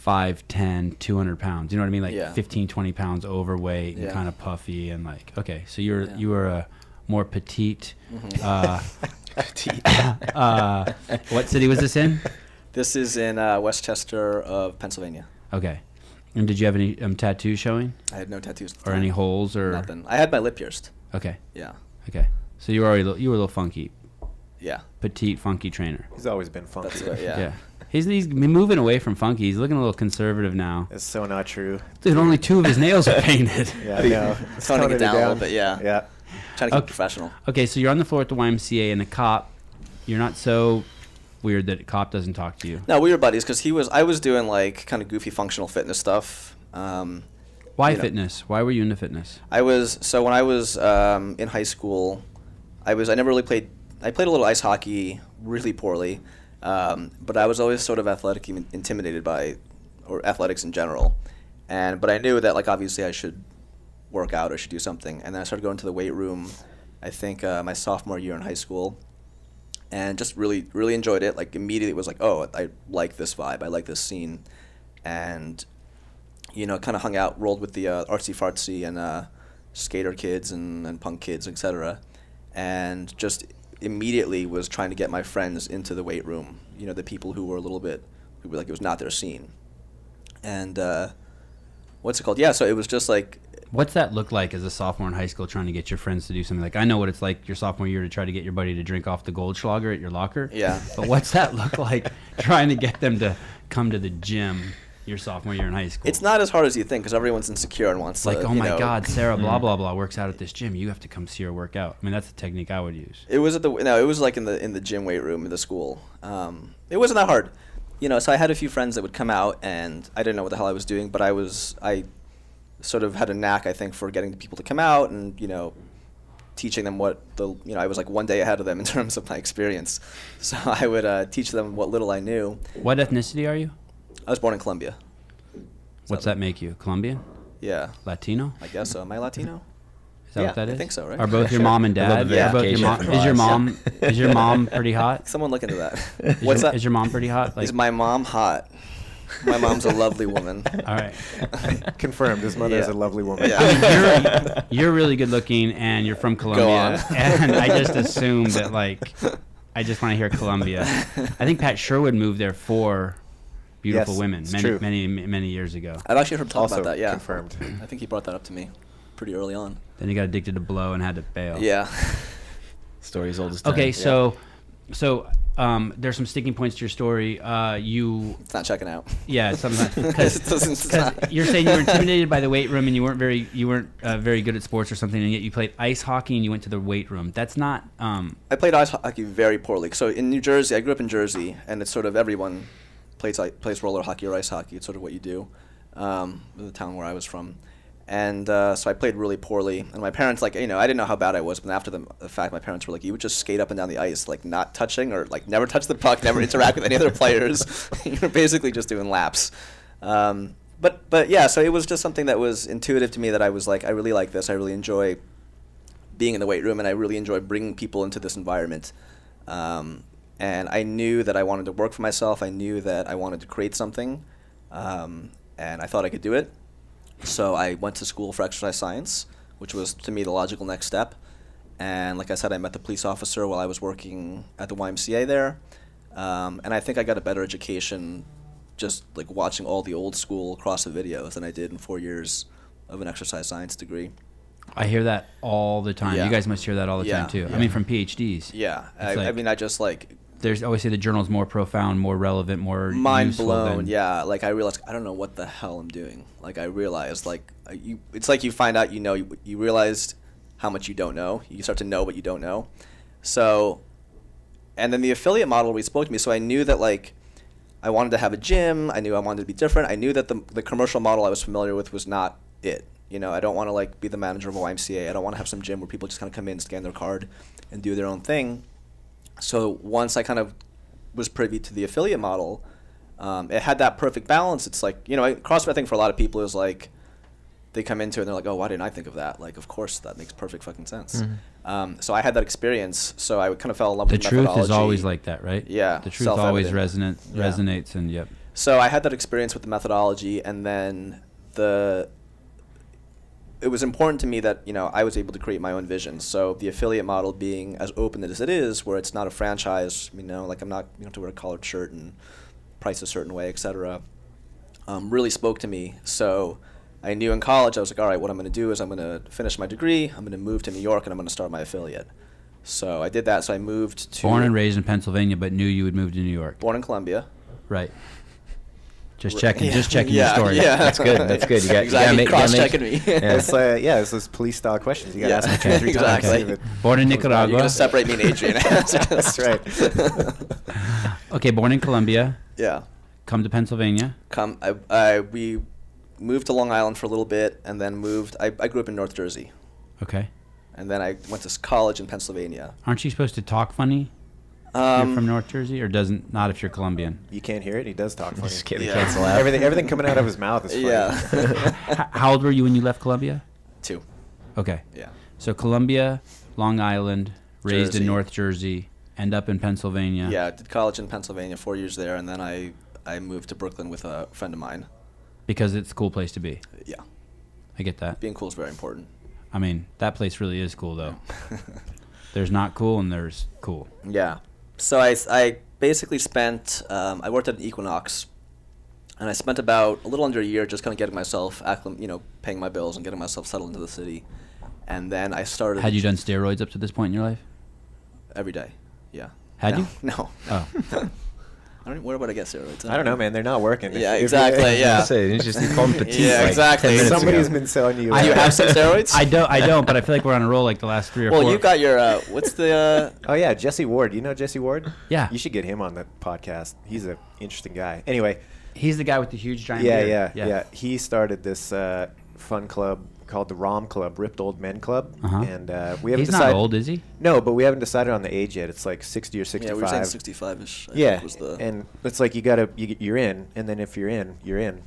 [SPEAKER 1] 5'10", 200 pounds. You know what I mean? Like
[SPEAKER 3] Yeah.
[SPEAKER 1] fifteen, twenty 15, 20 pounds overweight and
[SPEAKER 3] Yeah.
[SPEAKER 1] kind of puffy and like okay. So you're
[SPEAKER 3] Yeah.
[SPEAKER 1] you were a more petite.
[SPEAKER 2] Mm-hmm.
[SPEAKER 1] Uh, uh, what city was this in?
[SPEAKER 3] This is in uh, Westchester of Pennsylvania.
[SPEAKER 1] Okay. And did you have any um, tattoos showing
[SPEAKER 3] I had no tattoos. At the
[SPEAKER 1] or
[SPEAKER 3] time.
[SPEAKER 1] any holes or
[SPEAKER 3] Nothing. I had my lip pierced.
[SPEAKER 1] Okay.
[SPEAKER 3] Yeah.
[SPEAKER 1] Okay. So you were already a little- you were a little funky,
[SPEAKER 3] Yeah.
[SPEAKER 1] petite, funky trainer.
[SPEAKER 2] He's always been funky.
[SPEAKER 3] That's it. Yeah.
[SPEAKER 1] Yeah. He's, he's moving away from funky. He's looking a little conservative now.
[SPEAKER 2] That's so not true.
[SPEAKER 1] Dude, only two of his nails are painted.
[SPEAKER 2] Yeah, I know. It's
[SPEAKER 3] Toning it
[SPEAKER 2] toning
[SPEAKER 3] down a little bit, yeah.
[SPEAKER 2] Yeah.
[SPEAKER 3] Trying to keep
[SPEAKER 1] Okay.
[SPEAKER 3] professional.
[SPEAKER 1] Okay, so you're on the floor at the YMCA and a cop. You're not so weird that a cop doesn't talk to you.
[SPEAKER 3] No, we were buddies because he was. I was doing like kind of goofy functional fitness stuff. Um,
[SPEAKER 1] Why
[SPEAKER 3] You know.
[SPEAKER 1] fitness? Why were you into fitness?
[SPEAKER 3] I was so when I was um, in high school, I was I never really played. I played a little ice hockey really poorly, um, but I was always sort of athletic even intimidated by, or athletics in general, and but I knew that like obviously I should work out or should do something, and then I started going to the weight room. I think uh, my sophomore year in high school, and just really really enjoyed it. Like immediately was like, oh, I like this vibe. I like this scene, and you know, kind of hung out, rolled with the uh, artsy fartsy and uh, skater kids and, and punk kids, etc. And just immediately was trying to get my friends into the weight room. You know, the people who were a little bit, who were like, it was not their scene. And uh, what's it called? Yeah, so it was just like,
[SPEAKER 1] What's that look like as a sophomore in high school trying to get your friends to do something? Like, I know what it's like your sophomore year to try to get your buddy to drink off the Goldschlager at your locker.
[SPEAKER 3] Yeah.
[SPEAKER 1] But what's that look like trying to get them to come to the gym your sophomore year in high school?
[SPEAKER 3] it's not as hard as you think because everyone's insecure and wants
[SPEAKER 1] It's like,
[SPEAKER 3] to.
[SPEAKER 1] oh
[SPEAKER 3] you
[SPEAKER 1] my
[SPEAKER 3] know-
[SPEAKER 1] God, Sarah, blah, blah, blah, works out at this gym. You have to come see her work out. I mean, that's a technique I would use.
[SPEAKER 3] It was at the no. It was like in the in the gym weight room in the school. Um, it wasn't that hard, you know. So I had a few friends that would come out, and I didn't know what the hell I was doing, but I was I sort of had a knack, I think, for getting people to come out and you know teaching them what the you know I was like one day ahead of them in terms of my experience. So I would uh, teach them what little I knew.
[SPEAKER 1] What ethnicity are you?
[SPEAKER 3] I was born in Colombia.
[SPEAKER 1] What's that make you? Colombian?
[SPEAKER 3] Yeah,
[SPEAKER 1] Latino?
[SPEAKER 3] I guess so. Am I Latino?
[SPEAKER 1] Is that
[SPEAKER 3] Yeah,
[SPEAKER 1] what that
[SPEAKER 3] I
[SPEAKER 1] is?
[SPEAKER 3] think so, right?
[SPEAKER 1] Are both your mom and
[SPEAKER 4] A little
[SPEAKER 1] dad?
[SPEAKER 4] bit
[SPEAKER 1] are
[SPEAKER 3] of
[SPEAKER 1] both your
[SPEAKER 4] vacation
[SPEAKER 1] mom,
[SPEAKER 4] for
[SPEAKER 1] is your
[SPEAKER 4] us.
[SPEAKER 1] mom is your mom pretty hot? Is
[SPEAKER 3] Someone look into that.
[SPEAKER 1] your-
[SPEAKER 3] What's that?
[SPEAKER 1] Is your mom pretty hot? Like,
[SPEAKER 3] is my mom hot? My mom's a lovely woman.
[SPEAKER 1] all right.
[SPEAKER 2] Confirmed. His mother is
[SPEAKER 3] Yeah.
[SPEAKER 2] a lovely woman.
[SPEAKER 3] Yeah.
[SPEAKER 1] You're, you're really good looking, and you're from Colombia.
[SPEAKER 3] on.
[SPEAKER 1] And I just assume that like, I just want to hear Colombia. I think Pat Sherwood moved there for beautiful
[SPEAKER 2] Yes,
[SPEAKER 1] women
[SPEAKER 2] it's
[SPEAKER 1] many,
[SPEAKER 2] true.
[SPEAKER 1] many many years ago.
[SPEAKER 3] I've actually heard him talk
[SPEAKER 2] Also
[SPEAKER 3] about that. Yeah,
[SPEAKER 2] confirmed.
[SPEAKER 3] I think he brought that up to me pretty early on.
[SPEAKER 1] Then he got addicted to blow and had to bail.
[SPEAKER 3] Yeah.
[SPEAKER 1] Oh.
[SPEAKER 4] Stories old as time.
[SPEAKER 1] Okay, so so um, there's some sticking points to your story. Uh, you
[SPEAKER 3] It's not checking out.
[SPEAKER 1] yeah, sometimes
[SPEAKER 3] It doesn't- it's
[SPEAKER 1] because
[SPEAKER 3] not-
[SPEAKER 1] you're saying you were intimidated by the weight room and you weren't very you weren't uh, very good at sports or something, and yet you played ice hockey and you went to the weight room. That's not um,
[SPEAKER 3] I played ice hockey very poorly. So in New Jersey, I grew up in Jersey, and it's sort of everyone plays like, plays roller hockey or ice hockey. It's sort of what you do. Um, in the town where I was from, and uh, so I played really poorly. And my parents, like you know, I didn't know how bad I was, but after the, the fact, my parents were like, "You would just skate up and down the ice, like not touching or like never touch the puck, never interact with any other players. You're basically just doing laps." Um, but but yeah, so it was just something that was intuitive to me that I was like, I really like this. I really enjoy being in the weight room, and I really enjoy bringing people into this environment. Um, and I knew that I wanted to work for myself. I knew that I wanted to create something, um, and I thought I could do it. So I went to school for exercise science, which was to me the logical next step. And like I said, I met the police officer while I was working at the YMCA there. Um, and I think I got a better education just like watching all the old school CrossFit videos than I did in four years of an exercise science degree.
[SPEAKER 1] I hear that all the time.
[SPEAKER 3] Yeah.
[SPEAKER 1] You guys must hear that all the
[SPEAKER 3] Yeah,
[SPEAKER 1] time too.
[SPEAKER 3] yeah.
[SPEAKER 1] I mean, from PhDs.
[SPEAKER 3] Yeah, I,
[SPEAKER 1] It's
[SPEAKER 3] I
[SPEAKER 1] like-
[SPEAKER 3] mean, I just like
[SPEAKER 1] There's always say the journal's more profound, more relevant, more
[SPEAKER 3] mind
[SPEAKER 1] useful
[SPEAKER 3] blown.
[SPEAKER 1] than-
[SPEAKER 3] Yeah, like I realized I don't know what the hell I'm doing. Like I realized, like I- you, it's like you find out you know you, you realized how much you don't know. You start to know what you don't know. So, and then the affiliate model really spoke to me. So I knew that like I wanted to have a gym. I knew I wanted to be different. I knew that the the commercial model I was familiar with was not it. You know, I don't want to like be the manager of a YMCA. I don't want to have some gym where people just kind of come in, scan their card, and do their own thing. So once I kind of was privy to the affiliate model, um, it had that perfect balance. It's like you know, I- CrossFit. I think for a lot of people is like they come into it and they're like, oh, why didn't I think of that? Like, of course, that makes perfect fucking sense. Um, so I had that experience. So I kind of fell in love
[SPEAKER 1] Mm-hmm. The
[SPEAKER 3] with
[SPEAKER 1] truth is
[SPEAKER 3] methodology.
[SPEAKER 1] always like that, right?
[SPEAKER 3] Yeah,
[SPEAKER 1] The truth always resonant,
[SPEAKER 3] self-evident. Yeah.
[SPEAKER 1] resonates, and yep.
[SPEAKER 3] So I had that experience with the methodology, and then the. It was important to me that you know I was able to create my own vision. So the affiliate model being as open as it is, where it's not a franchise, you know, like I'm not you don't have to wear a collared shirt and price a certain way, etc. Um, really spoke to me. So I knew in college I was like, all right, what I'm going to do is I'm going to finish my degree, I'm going to move to New York, and I'm going to start my affiliate. So I did that. So I moved to
[SPEAKER 1] Born and raised in Pennsylvania, but knew you would move to New York.
[SPEAKER 3] born in Columbia.
[SPEAKER 1] Right. Just
[SPEAKER 3] Right.
[SPEAKER 1] checking.
[SPEAKER 3] Yeah.
[SPEAKER 1] Just checking
[SPEAKER 3] Yeah,
[SPEAKER 1] your story.
[SPEAKER 3] yeah.
[SPEAKER 4] That's good. That's good. You got
[SPEAKER 3] Exactly.
[SPEAKER 4] You gotta make- you gotta
[SPEAKER 3] Cross-checking
[SPEAKER 4] make-
[SPEAKER 3] me.
[SPEAKER 4] Yeah.
[SPEAKER 2] It's uh, yeah, it's those police style questions. You got to
[SPEAKER 3] Yeah.
[SPEAKER 2] ask me two, three times.
[SPEAKER 3] Exactly.
[SPEAKER 2] see if it-
[SPEAKER 1] Born in
[SPEAKER 3] You're
[SPEAKER 1] Nicaragua.
[SPEAKER 3] gonna separate me and Adrian.
[SPEAKER 2] That's right.
[SPEAKER 1] Okay, born in Colombia.
[SPEAKER 3] yeah.
[SPEAKER 1] Come to Pennsylvania.
[SPEAKER 3] Come. I, I. We moved to Long Island for a little bit, and then moved. I, I grew up in North Jersey,
[SPEAKER 1] Okay.
[SPEAKER 3] and then I went to s- college in Pennsylvania.
[SPEAKER 1] Aren't you supposed to talk funny? if
[SPEAKER 3] Um,
[SPEAKER 1] you're from North Jersey, or doesn't not if you're Colombian.
[SPEAKER 2] You can't hear it. He does talk funny.
[SPEAKER 4] Just kidding.
[SPEAKER 3] Yeah.
[SPEAKER 4] Cancel out.
[SPEAKER 2] Everything, everything coming out of his mouth is funny.
[SPEAKER 3] yeah.
[SPEAKER 1] H- how old were you when you left Colombia?
[SPEAKER 3] Two.
[SPEAKER 1] Okay.
[SPEAKER 3] Yeah.
[SPEAKER 1] So Colombia, Long Island, raised in
[SPEAKER 3] Jersey.
[SPEAKER 1] North Jersey, end up in Pennsylvania.
[SPEAKER 3] Yeah. I did college in Pennsylvania, four years there, and then I I moved to Brooklyn with a friend of mine.
[SPEAKER 1] Because it's a cool place to be.
[SPEAKER 3] Yeah.
[SPEAKER 1] I get that.
[SPEAKER 3] Being cool is very important.
[SPEAKER 1] I mean, that place really is cool though. there's not cool and there's cool.
[SPEAKER 3] Yeah. So I, I basically spent, um, I worked at Equinox, and I spent about a little under a year just kind of getting myself, acclim- you know, paying my bills and getting myself settled into the city. And then I started.
[SPEAKER 1] Had you done steroids up to this point in your life?
[SPEAKER 3] Every day. Yeah.
[SPEAKER 1] Had
[SPEAKER 3] No,
[SPEAKER 1] you?
[SPEAKER 3] No.
[SPEAKER 1] Oh.
[SPEAKER 3] I don't, where would I get steroids?
[SPEAKER 2] I don't know, man. They're not working.
[SPEAKER 3] Yeah, exactly, yeah.
[SPEAKER 4] So you just call them petite.
[SPEAKER 3] Yeah,
[SPEAKER 4] like,
[SPEAKER 3] exactly.
[SPEAKER 4] 10 minutes
[SPEAKER 2] Somebody's
[SPEAKER 4] ago.
[SPEAKER 2] been selling you.
[SPEAKER 3] Do you
[SPEAKER 2] uh,
[SPEAKER 3] have some steroids?
[SPEAKER 1] I don't. I don't. But I feel like we're on a roll like the last three or
[SPEAKER 3] Well,
[SPEAKER 1] four.
[SPEAKER 3] you got your, uh, what's the. Uh,
[SPEAKER 2] Oh yeah, Jesse Ward. You know Jesse Ward?
[SPEAKER 1] Yeah.
[SPEAKER 2] You should get him on the podcast. He's an interesting guy. Anyway,
[SPEAKER 1] He's the guy with the huge giant.
[SPEAKER 2] yeah,
[SPEAKER 1] beard.
[SPEAKER 2] yeah, yeah, He started this uh, fun club called the Rom Club, Ripped Old Men Club,
[SPEAKER 1] Uh-huh.
[SPEAKER 2] and uh, we haven't
[SPEAKER 1] He's
[SPEAKER 2] decided.
[SPEAKER 1] not old, is he?
[SPEAKER 2] No, but we haven't decided on the age yet. It's like sixty or
[SPEAKER 3] yeah,
[SPEAKER 2] sixty-five.
[SPEAKER 3] we were saying 65 ish.
[SPEAKER 2] yeah,
[SPEAKER 3] Was the,
[SPEAKER 2] and it's like you gotta you, you're in, and then if you're in, you're in.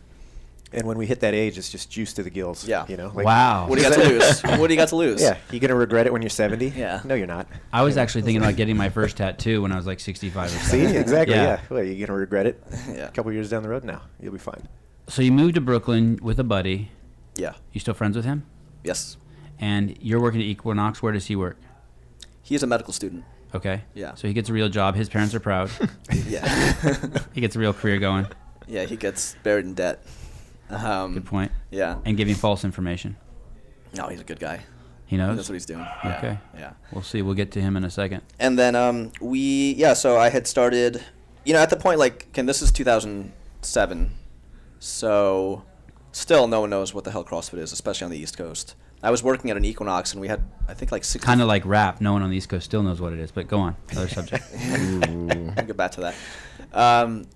[SPEAKER 2] And when we hit that age, it's just juice to the gills.
[SPEAKER 3] Yeah.
[SPEAKER 2] You know. like-
[SPEAKER 1] Wow.
[SPEAKER 3] what do you got to lose? What do you got to lose?
[SPEAKER 2] Yeah. You gonna regret it when you're seventy?
[SPEAKER 3] Yeah.
[SPEAKER 2] No, you're not.
[SPEAKER 1] I was actually thinking about getting my first tattoo when I was like 65 or
[SPEAKER 2] See,
[SPEAKER 1] something.
[SPEAKER 2] exactly. Yeah. Well, you're gonna regret it.
[SPEAKER 3] Yeah.
[SPEAKER 2] A couple years down the road now, you'll be fine.
[SPEAKER 1] So you moved to Brooklyn with a buddy.
[SPEAKER 3] Yeah.
[SPEAKER 1] You still friends with him?
[SPEAKER 3] Yes.
[SPEAKER 1] And you're working at Equinox. Where does he work?
[SPEAKER 3] He's a medical student.
[SPEAKER 1] Okay.
[SPEAKER 3] Yeah.
[SPEAKER 1] So he gets a real job. His parents are proud.
[SPEAKER 3] Yeah.
[SPEAKER 1] he gets a real career going.
[SPEAKER 3] Yeah, he gets buried in debt. Um,
[SPEAKER 1] Good point.
[SPEAKER 3] Yeah.
[SPEAKER 1] And giving false information.
[SPEAKER 3] No, he's a good guy.
[SPEAKER 1] He knows.
[SPEAKER 3] That's what he's doing. Yeah,
[SPEAKER 1] Okay.
[SPEAKER 3] Yeah.
[SPEAKER 1] We'll see. We'll get to him in a second.
[SPEAKER 3] And then um, we, yeah, so I had started, you know, at the point, like, Ken, this is 2007. So still no one knows what the hell CrossFit is, especially on the East Coast. I was working at an Equinox and we had, I think, like 60.
[SPEAKER 1] Kind of like rap. No one on the East Coast still knows what it is. But go on. Other subject.
[SPEAKER 3] We'll get back to that. Um,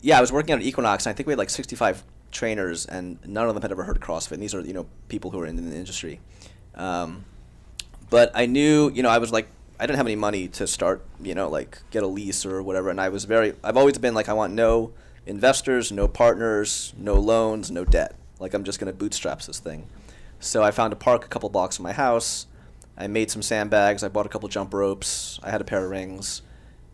[SPEAKER 3] yeah, I was working at Equinox, and I think we had like 65 trainers, and none of them had ever heard of CrossFit. And these are, you know, people who are in, the industry. Um, but I knew, you know, I was like, I didn't have any money to start, you know, like get a lease or whatever. And I was very, I've always been like, I want no investors, no partners, no loans, no debt. Like, I'm just going to bootstrap this thing. So I found a park a couple blocks from my house. I made some sandbags. I bought a couple jump ropes. I had a pair of rings.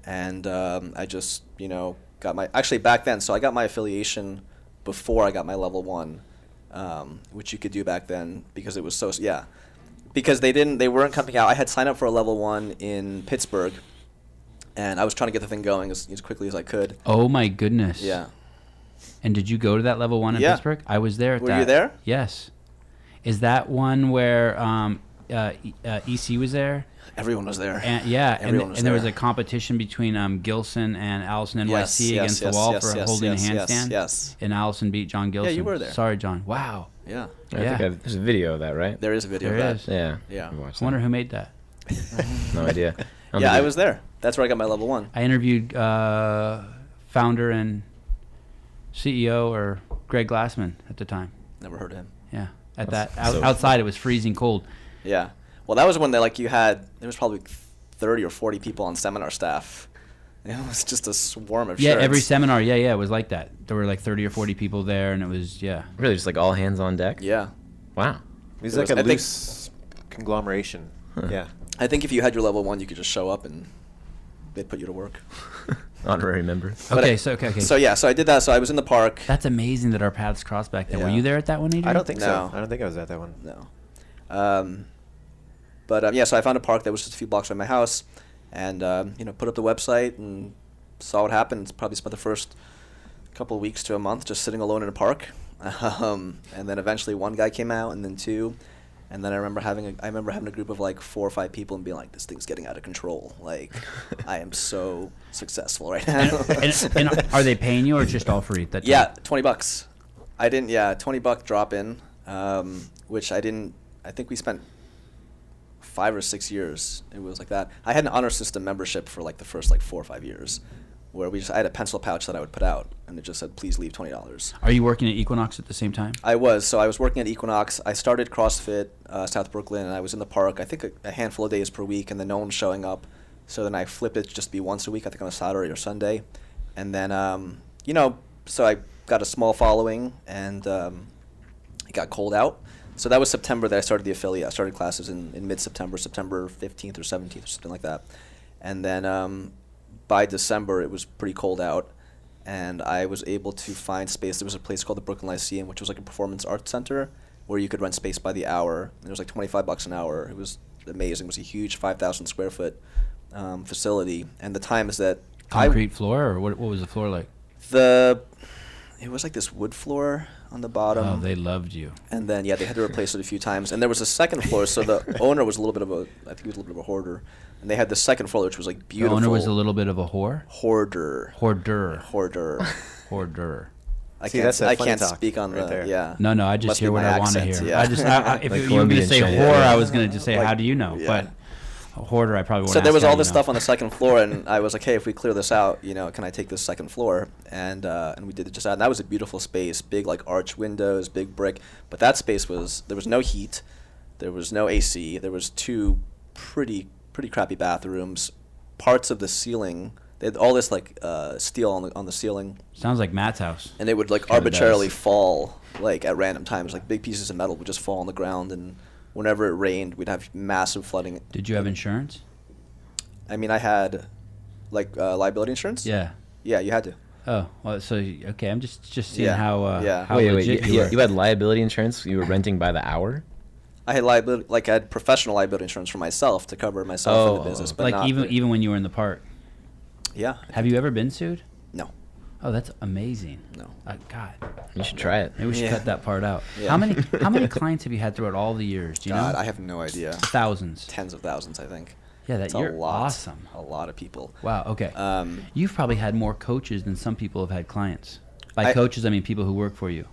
[SPEAKER 3] And um, I just, you know, got my, actually back then, so I got my affiliation before I got my level one, um, which you could do back then because it was so, yeah because they didn't they weren't coming out. I had signed up for a level one in Pittsburgh, and I was trying to get the thing going as, as quickly as I could.
[SPEAKER 1] Oh my goodness.
[SPEAKER 3] Yeah,
[SPEAKER 1] And did you go to that level one in
[SPEAKER 3] Yeah.
[SPEAKER 1] Pittsburgh? I was there. At
[SPEAKER 3] Were you
[SPEAKER 1] that.
[SPEAKER 3] there?
[SPEAKER 1] Yes. Is that one where um, uh, E- uh, EC was there?
[SPEAKER 3] everyone was there.
[SPEAKER 1] And, yeah, and,
[SPEAKER 3] Everyone was
[SPEAKER 1] and there was
[SPEAKER 3] there.
[SPEAKER 1] a competition between um, Gilson and Allison NYC
[SPEAKER 3] Yes, yes,
[SPEAKER 1] against
[SPEAKER 3] yes,
[SPEAKER 1] the wall
[SPEAKER 3] yes,
[SPEAKER 1] for
[SPEAKER 3] yes,
[SPEAKER 1] holding
[SPEAKER 3] yes,
[SPEAKER 1] a
[SPEAKER 3] yes,
[SPEAKER 1] handstand.
[SPEAKER 3] yes.
[SPEAKER 1] And Allison beat John Gilson.
[SPEAKER 3] you were there.
[SPEAKER 1] Sorry, John. Wow.
[SPEAKER 3] yeah,
[SPEAKER 4] I
[SPEAKER 1] Yeah.
[SPEAKER 4] think I've, there's a video of that, right?
[SPEAKER 3] there is a video
[SPEAKER 1] There
[SPEAKER 3] of that.
[SPEAKER 1] is.
[SPEAKER 4] Yeah.
[SPEAKER 3] Yeah.
[SPEAKER 4] I watched
[SPEAKER 1] I wonder
[SPEAKER 4] that.
[SPEAKER 1] who made that.
[SPEAKER 4] No idea. don't
[SPEAKER 3] Yeah,
[SPEAKER 4] think
[SPEAKER 3] I
[SPEAKER 4] it-
[SPEAKER 3] was there. That's where I got my level one.
[SPEAKER 1] I interviewed uh, founder and CEO E or Greg Glassman at the time.
[SPEAKER 3] Never heard of him.
[SPEAKER 1] yeah. At
[SPEAKER 4] That's
[SPEAKER 1] that out,
[SPEAKER 4] so-
[SPEAKER 1] outside, it was freezing cold.
[SPEAKER 3] Yeah. Well, that was when they like you had there was probably thirty or forty people on seminar staff. It was just a swarm of
[SPEAKER 1] Yeah, every
[SPEAKER 3] shirts.
[SPEAKER 1] seminar, yeah, yeah, it was like that. There were like thirty or forty people there, and it was yeah.
[SPEAKER 4] Really, just like all hands on deck.
[SPEAKER 3] Yeah.
[SPEAKER 4] Wow.
[SPEAKER 2] It's
[SPEAKER 3] It
[SPEAKER 2] like
[SPEAKER 3] was- I
[SPEAKER 2] a
[SPEAKER 3] think-
[SPEAKER 2] loose conglomeration. Yeah.
[SPEAKER 3] I think if you had your level one, you could just show up and they'd put you to work.
[SPEAKER 4] Honorary member.
[SPEAKER 3] But
[SPEAKER 1] Okay,
[SPEAKER 3] I-
[SPEAKER 1] so okay, okay.
[SPEAKER 3] So yeah, so I did that. So I was in the park.
[SPEAKER 1] That's amazing that our paths crossed back then. Were
[SPEAKER 3] Yeah.
[SPEAKER 1] you there at that one, Adrian?
[SPEAKER 2] I don't think so.
[SPEAKER 3] No.
[SPEAKER 2] I don't think I was at that one.
[SPEAKER 3] No. Um, but um, yeah, so I found a park that was just a few blocks from my house, and um, you know, put up the website and saw what happened. Probably spent the first couple of weeks to a month just sitting alone in a park, um, and then eventually one guy came out, and then two, and then I remember having a, I remember having a group of like four or five people and being like, this thing's getting out of control. Like, I am so successful right now.
[SPEAKER 1] and, and are they paying you or it's just all free? at That time?
[SPEAKER 3] Yeah, twenty bucks. I didn't. Yeah, twenty buck drop in, um, which I didn't. I think we spent five or six years. It was like that. I had an honor system membership for like the first like four or five years, where we just I had a pencil pouch that I would put out, and it just said, "Please leave twenty dollars."
[SPEAKER 1] Are you working at Equinox at the same time?
[SPEAKER 3] I was so I was working at Equinox. I started CrossFit uh, South Brooklyn, and I was in the park. I think a, a handful of days per week, and then no one's showing up. So then I flipped it to just be once a week. I think on a Saturday or Sunday, and then um, you know, so I got a small following, and um, it got cold out. So that was September that I started the affiliate. I started classes in, in mid September, September 15th or 17th or something like that. And then um, by December, it was pretty cold out. And I was able to find space. There was a place called the Brooklyn Lyceum, which was like a performance arts center where you could rent space by the hour. And it was like 25 bucks an hour. It was amazing. It was a huge 5,000 square foot um, facility. And the times that I,
[SPEAKER 1] Concrete floor or what? What was the floor like?
[SPEAKER 3] the, it was like this wood floor on the bottom
[SPEAKER 1] oh, they loved you.
[SPEAKER 3] and then yeah, they had to replace it a few times. And there was a second floor, so the owner was a little bit of a, I think he was a little bit of a hoarder. And they had the second floor, which was like
[SPEAKER 1] The
[SPEAKER 3] beautiful.
[SPEAKER 1] owner was a little bit of a whore.
[SPEAKER 3] hoarder,
[SPEAKER 1] Hoarder.
[SPEAKER 3] hoarder.
[SPEAKER 1] Hoarder.
[SPEAKER 3] I
[SPEAKER 2] See,
[SPEAKER 3] can't,
[SPEAKER 2] that's that
[SPEAKER 3] I
[SPEAKER 2] funny
[SPEAKER 3] can't
[SPEAKER 2] talk
[SPEAKER 3] speak on
[SPEAKER 2] right
[SPEAKER 3] the
[SPEAKER 2] there.
[SPEAKER 3] yeah.
[SPEAKER 1] No, no, I just
[SPEAKER 3] Must be
[SPEAKER 1] hear what
[SPEAKER 3] my
[SPEAKER 1] I want to
[SPEAKER 3] accent,
[SPEAKER 1] hear.
[SPEAKER 3] yeah.
[SPEAKER 1] I just, I, I, if
[SPEAKER 4] Like
[SPEAKER 1] you were going to
[SPEAKER 4] Colombian
[SPEAKER 1] say
[SPEAKER 4] shit,
[SPEAKER 1] whore,
[SPEAKER 4] yeah.
[SPEAKER 1] I was going to just say,
[SPEAKER 3] Like-
[SPEAKER 1] how do you know?
[SPEAKER 3] yeah.
[SPEAKER 1] But a hoarder, I probably wouldn't.
[SPEAKER 3] so there
[SPEAKER 1] ask
[SPEAKER 3] was
[SPEAKER 1] how
[SPEAKER 3] all
[SPEAKER 1] you
[SPEAKER 3] this
[SPEAKER 1] know.
[SPEAKER 3] stuff on the second floor, and I was like, "Hey, if we clear this out, you know, can I take this second floor?" And uh, and we did it just out. And that was a beautiful space, big like arch windows, big brick. But that space was there was no heat, there was no AC, there was two pretty pretty crappy bathrooms, parts of the ceiling. They had all this like uh, steel on the on the ceiling,
[SPEAKER 1] Sounds like Matt's house.
[SPEAKER 3] and they would like
[SPEAKER 4] Kinda
[SPEAKER 3] arbitrarily
[SPEAKER 4] does.
[SPEAKER 3] fall like at random times. Like big pieces of metal would just fall on the ground, and whenever it rained, we'd have massive flooding.
[SPEAKER 1] Did you have insurance?
[SPEAKER 3] I mean, I had like uh, liability insurance.
[SPEAKER 1] Yeah.
[SPEAKER 3] Yeah, you had to.
[SPEAKER 1] Oh, well, so you- okay. I'm just just seeing
[SPEAKER 3] Yeah.
[SPEAKER 1] how uh,
[SPEAKER 3] Yeah.
[SPEAKER 1] how
[SPEAKER 4] wait, wait,
[SPEAKER 1] legit
[SPEAKER 4] you,
[SPEAKER 1] you
[SPEAKER 4] you-
[SPEAKER 1] were.
[SPEAKER 4] you had liability insurance. You were renting by the hour.
[SPEAKER 3] I had liability, like I had professional liability insurance for myself to cover myself and
[SPEAKER 4] Oh,
[SPEAKER 3] the business, but
[SPEAKER 1] like
[SPEAKER 3] not
[SPEAKER 1] even even when you were in the park.
[SPEAKER 3] yeah.
[SPEAKER 1] Have you ever been sued?
[SPEAKER 3] No,
[SPEAKER 1] Oh, that's amazing.
[SPEAKER 3] no.
[SPEAKER 1] Uh, God.
[SPEAKER 4] You should try it.
[SPEAKER 1] Maybe we should
[SPEAKER 3] Yeah.
[SPEAKER 1] cut that part out.
[SPEAKER 3] Yeah.
[SPEAKER 1] How many how many clients have you had throughout all the years? Do you
[SPEAKER 3] God,
[SPEAKER 1] know?
[SPEAKER 3] I have no idea.
[SPEAKER 1] Thousands.
[SPEAKER 3] Tens of thousands, I think.
[SPEAKER 1] Yeah, that
[SPEAKER 3] It's
[SPEAKER 1] you're
[SPEAKER 3] a lot.
[SPEAKER 1] awesome.
[SPEAKER 3] A lot of people.
[SPEAKER 1] Wow. Okay.
[SPEAKER 3] Um,
[SPEAKER 1] You've probably had more coaches than some people have had clients. By
[SPEAKER 3] I-
[SPEAKER 1] coaches, I mean people who work for you.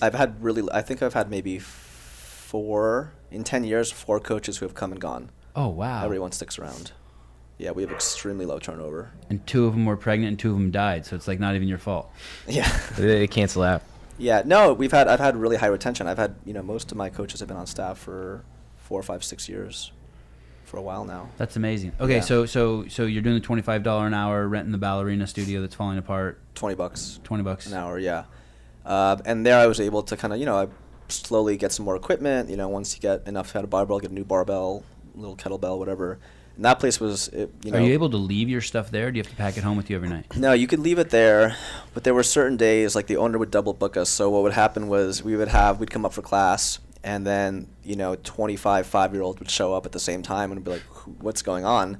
[SPEAKER 3] I've had really. I think I've had maybe f- four in ten years. Four coaches who have come and gone.
[SPEAKER 1] Oh wow.
[SPEAKER 3] Everyone sticks around. Yeah, we have extremely low turnover.
[SPEAKER 1] And two of them were pregnant, and two of them died. So it's like not even your fault.
[SPEAKER 3] Yeah.
[SPEAKER 4] They they cancel out.
[SPEAKER 3] Yeah, no, we've had I've had really high retention. I've had you know most of my coaches have been on staff for four, five, six years, for a while now.
[SPEAKER 1] That's amazing. Okay,
[SPEAKER 3] Yeah.
[SPEAKER 1] so so so you're doing the twenty five dollar an hour, renting the ballerina studio that's falling apart,
[SPEAKER 3] Twenty bucks
[SPEAKER 1] twenty bucks.
[SPEAKER 3] an hour, yeah. Uh, and there I was able to kind of you know I slowly get some more equipment. You know, once you get enough out of barbell, get a new barbell, little kettlebell, whatever. And that place was it, you know.
[SPEAKER 1] Are you able to leave your stuff there? Or do you have to pack it home with you every night?
[SPEAKER 3] No, you could leave it there, but there were certain days like the owner would double book us. So what would happen was we would have we'd come up for class, and then you know 25 five year olds would show up at the same time and be like, "Who- "What's going on?"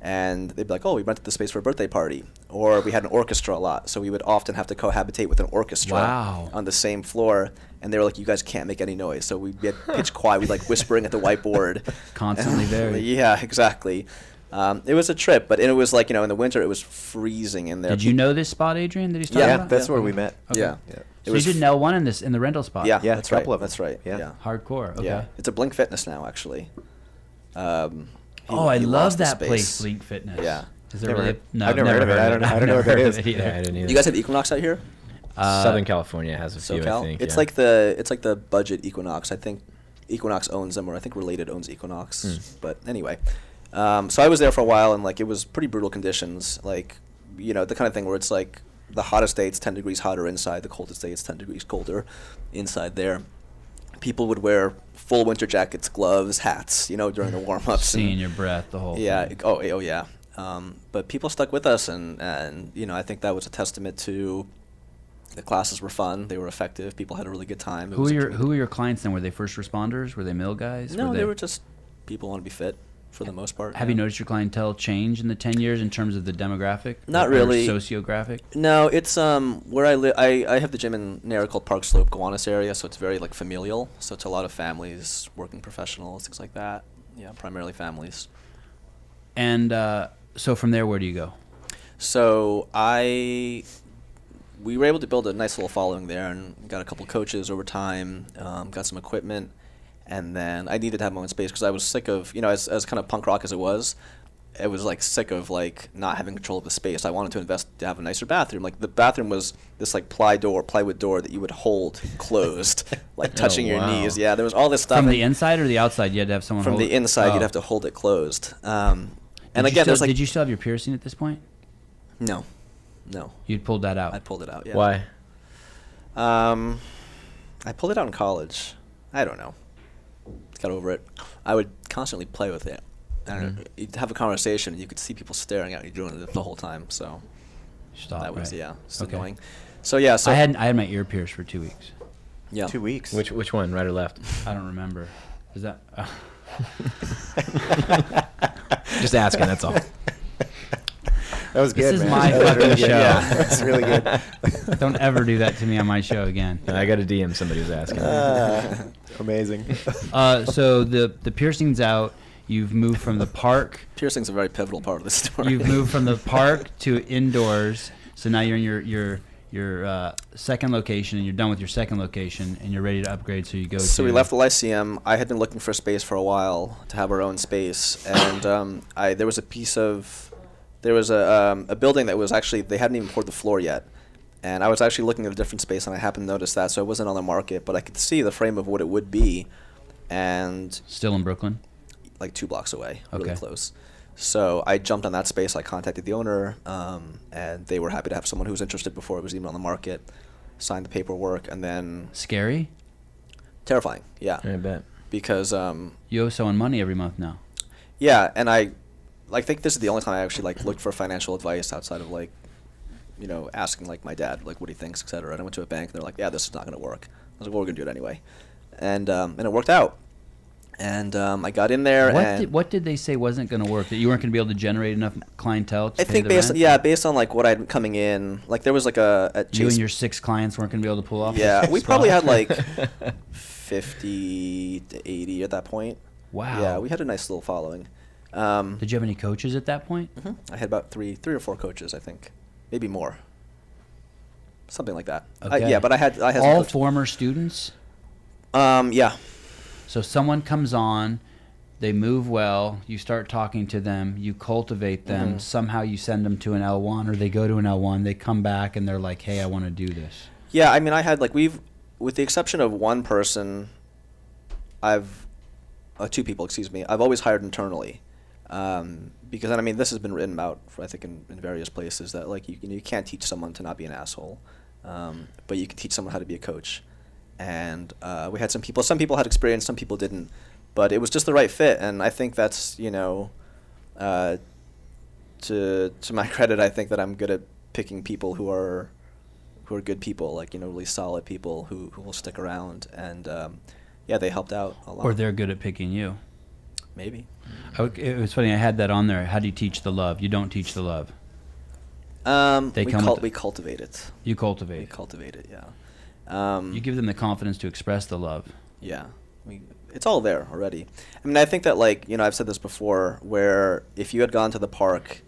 [SPEAKER 3] And they'd be like, "Oh, we rented the space for a birthday party," or we had an orchestra a lot, so we would often have to cohabitate with an orchestra
[SPEAKER 1] Wow.
[SPEAKER 3] on the same floor. And they were like, "You guys can't make any noise," so we'd get pitch quiet. We'd like whispering at the whiteboard.
[SPEAKER 1] Constantly there.
[SPEAKER 3] Yeah, exactly. Um, it was a trip, but it was like you know in the winter it was freezing in there.
[SPEAKER 1] Did you know this spot, Adrian? That he's talking
[SPEAKER 3] Yeah,
[SPEAKER 1] about?
[SPEAKER 2] that's
[SPEAKER 3] yeah.
[SPEAKER 2] where we met.
[SPEAKER 1] Okay.
[SPEAKER 3] Yeah,
[SPEAKER 2] Yeah.
[SPEAKER 3] It
[SPEAKER 1] So
[SPEAKER 3] was
[SPEAKER 1] you did L one in this in the rental spot.
[SPEAKER 3] Yeah,
[SPEAKER 2] Yeah,
[SPEAKER 3] that's
[SPEAKER 2] a
[SPEAKER 3] right.
[SPEAKER 2] couple of 'em.
[SPEAKER 3] That's right.
[SPEAKER 2] Yeah.
[SPEAKER 3] Yeah,
[SPEAKER 1] Hardcore. Okay.
[SPEAKER 3] yeah. It's a Blink Fitness now, actually. Um, he-
[SPEAKER 1] Oh, I
[SPEAKER 3] he
[SPEAKER 1] love
[SPEAKER 3] lost the
[SPEAKER 1] that place,
[SPEAKER 3] space.
[SPEAKER 1] League Fitness.
[SPEAKER 3] Yeah.
[SPEAKER 1] Is there
[SPEAKER 2] Never
[SPEAKER 1] really?
[SPEAKER 2] heard- I've never heard of it. I don't- I don't know
[SPEAKER 1] never
[SPEAKER 2] what that
[SPEAKER 1] heard
[SPEAKER 2] is.
[SPEAKER 1] either.
[SPEAKER 4] Yeah, I didn't either.
[SPEAKER 3] You guys have Equinox out here?
[SPEAKER 1] Uh,
[SPEAKER 4] Southern California has a few. I
[SPEAKER 3] SoCal.
[SPEAKER 4] think
[SPEAKER 3] it's
[SPEAKER 4] yeah.
[SPEAKER 3] like the it's like the budget Equinox. I think Equinox owns them, or I think Related owns Equinox.
[SPEAKER 4] Hmm.
[SPEAKER 3] But anyway, um, so I was there for a while, and like it was pretty brutal conditions. Like you know the kind of thing where it's like the hottest day it's 10 degrees hotter inside, the coldest day it's 10 degrees colder inside there. People would wear full winter jackets, gloves, hats, you know, during the warm ups.
[SPEAKER 1] seeing your breath the whole
[SPEAKER 3] Yeah.
[SPEAKER 1] thing.
[SPEAKER 3] it- Oh, oh yeah. Um, but people stuck with us, and and you know, I think that was a testament to the classes were fun. They were effective. People had a really good time. It
[SPEAKER 1] Who
[SPEAKER 3] was
[SPEAKER 1] were
[SPEAKER 3] a
[SPEAKER 1] your
[SPEAKER 3] community.
[SPEAKER 1] Who were your clients then? Were they first responders? Were they mill guys?
[SPEAKER 3] No,
[SPEAKER 1] they,
[SPEAKER 3] they were just people want to be fit for the most part.
[SPEAKER 1] Have
[SPEAKER 3] yeah.
[SPEAKER 1] you noticed your clientele change in the ten years in terms of the demographic?
[SPEAKER 3] Not
[SPEAKER 1] Or
[SPEAKER 3] really.
[SPEAKER 1] Sociographic.
[SPEAKER 3] No, it's um where I live. I, I have the gym in an area called Park Slope, Gowanus area, so it's very like familial. So it's a lot of families, working professionals, things like that. Yeah, primarily families.
[SPEAKER 1] And uh, so from there, where do you go?
[SPEAKER 3] So I, we were able to build a nice little following there, and got a couple coaches over time, um, got some equipment, and then I needed to have my own space because I was sick of you know as as kind of punk rock as it was, it was like sick of like not having control of the space. I wanted to invest to have a nicer bathroom. Like the bathroom was this like ply door, plywood door that you would hold closed, like touching your
[SPEAKER 4] wow.
[SPEAKER 3] knees. Yeah, there was all this stuff.
[SPEAKER 1] Oh, From the
[SPEAKER 3] and
[SPEAKER 1] inside or the outside? You had to have someone
[SPEAKER 3] from
[SPEAKER 1] hold
[SPEAKER 3] the inside,
[SPEAKER 1] Oh.
[SPEAKER 3] you'd have to hold it closed. Um,
[SPEAKER 1] Did
[SPEAKER 3] and
[SPEAKER 1] you still,
[SPEAKER 3] again, there's like
[SPEAKER 1] did you still have your piercing at this point?
[SPEAKER 3] no, no.
[SPEAKER 1] You'd pulled that out.
[SPEAKER 3] I pulled it out. Yeah.
[SPEAKER 4] why?
[SPEAKER 3] Um, I pulled it out in college. I don't know. Got over it. I would constantly play with it.
[SPEAKER 1] Mm-hmm.
[SPEAKER 3] And you'd have a conversation, and you could see people staring at you doing it the whole time. So
[SPEAKER 1] Stop.
[SPEAKER 3] that
[SPEAKER 1] Oh,
[SPEAKER 3] was
[SPEAKER 1] right.
[SPEAKER 3] yeah, it's
[SPEAKER 1] Okay.
[SPEAKER 3] annoying. So yeah, so
[SPEAKER 1] I had I had my ear pierced for two weeks.
[SPEAKER 3] yeah.
[SPEAKER 2] Two weeks.
[SPEAKER 4] Which which one? Right or left?
[SPEAKER 1] I don't remember. Is that?
[SPEAKER 4] Just asking. That's all.
[SPEAKER 2] That was
[SPEAKER 1] This
[SPEAKER 2] good.
[SPEAKER 1] is
[SPEAKER 2] man.
[SPEAKER 1] my
[SPEAKER 2] That was
[SPEAKER 1] fucking
[SPEAKER 2] really good.
[SPEAKER 1] show.
[SPEAKER 2] Yeah, that's really good.
[SPEAKER 1] don't ever do that to me on my show again.
[SPEAKER 4] I got a DM. Somebody was asking.
[SPEAKER 2] Ah, amazing.
[SPEAKER 1] Uh, so the the piercing's out. You've moved from the park.
[SPEAKER 3] Piercing's a very pivotal part of the story.
[SPEAKER 1] You've moved from the park to indoors. So now you're in your your your uh, second location, and you're done with your second location, and you're ready to upgrade. So you go.
[SPEAKER 3] So
[SPEAKER 1] to,
[SPEAKER 3] we left the Lyceum. I had been looking for space for a while to have our own space, and um, I there was a piece of there was a um, a building that was actually they hadn't even poured the floor yet, and I was actually looking at a different space, and I happened to notice that, so it wasn't on the market, but I could see the frame of what it would be, and
[SPEAKER 1] Still in Brooklyn.
[SPEAKER 3] like two blocks away,
[SPEAKER 1] Okay.
[SPEAKER 3] really close. So I jumped on that space. I contacted the owner, um, and they were happy to have someone who was interested before it was even on the market. Signed the paperwork, and then
[SPEAKER 1] Scary.
[SPEAKER 3] terrifying. Yeah,
[SPEAKER 4] I bet.
[SPEAKER 3] because um,
[SPEAKER 1] You owe someone money every month now.
[SPEAKER 3] Yeah, and I, I think this is the only time I actually like looked for financial advice outside of like, you know, asking like my dad like what he thinks, et cetera. And I went to a bank and they're like, yeah, this is not going to work. I was like, well, we're going to do it anyway, and um, and it worked out. And um, I got in there
[SPEAKER 1] What
[SPEAKER 3] and
[SPEAKER 1] did, what did they say wasn't going to work? That you weren't going to be able to generate enough clientele to
[SPEAKER 3] I
[SPEAKER 1] pay the
[SPEAKER 3] think based on,
[SPEAKER 1] rent?
[SPEAKER 3] yeah based on like what I'd been coming in like there was like a, a
[SPEAKER 1] You
[SPEAKER 3] Chase-
[SPEAKER 1] and your six clients weren't going to be able to pull off. the
[SPEAKER 3] yeah
[SPEAKER 1] six
[SPEAKER 3] we probably
[SPEAKER 1] spot?
[SPEAKER 3] had like fifty to eighty at that point.
[SPEAKER 1] Wow.
[SPEAKER 3] Yeah, we had a nice little following. Um,
[SPEAKER 1] Did you have any coaches at that point?
[SPEAKER 3] I had about three, three or four coaches, I think, maybe more, something like that. I-
[SPEAKER 1] Okay.
[SPEAKER 3] yeah, but I had, I had some
[SPEAKER 1] All
[SPEAKER 3] coach-
[SPEAKER 1] former students.
[SPEAKER 3] Um, yeah,
[SPEAKER 1] So someone comes on, they move well, you start talking to them, you cultivate them, somehow you send them to an L1 or they go to an L1, they come back and they're like, "Hey, I want to do this."
[SPEAKER 3] yeah. I mean, I had like we've, with the exception of one person, I've, uh, two people, excuse me. I've always hired internally, um, because and I mean this has been written about, I think, in, in various places that like you, you know you can't teach someone to not be an asshole, um, but you can teach someone how to be a coach. and uh, we had some people. Some people had experience, some people didn't, but it was just the right fit. And I think that's you know, uh, to to my credit, I think that I'm good at picking people who are who are good people, like you know, really solid people who who will stick around. And um, yeah, they helped out a lot.
[SPEAKER 1] Or they're good at picking you.
[SPEAKER 3] maybe.
[SPEAKER 1] I w it was funny. I had that on there. How do you teach the love? You don't teach the love.
[SPEAKER 3] Um,
[SPEAKER 1] They
[SPEAKER 3] we
[SPEAKER 1] come
[SPEAKER 3] cul-
[SPEAKER 1] with-
[SPEAKER 3] we cultivate it.
[SPEAKER 1] You
[SPEAKER 3] We
[SPEAKER 1] cultivate.
[SPEAKER 3] cultivate it. Yeah. Um,
[SPEAKER 1] You give them the confidence to express the love.
[SPEAKER 3] Yeah, we, it's all there already. I mean, I think that like you know I've said this before, where if you had gone to the park,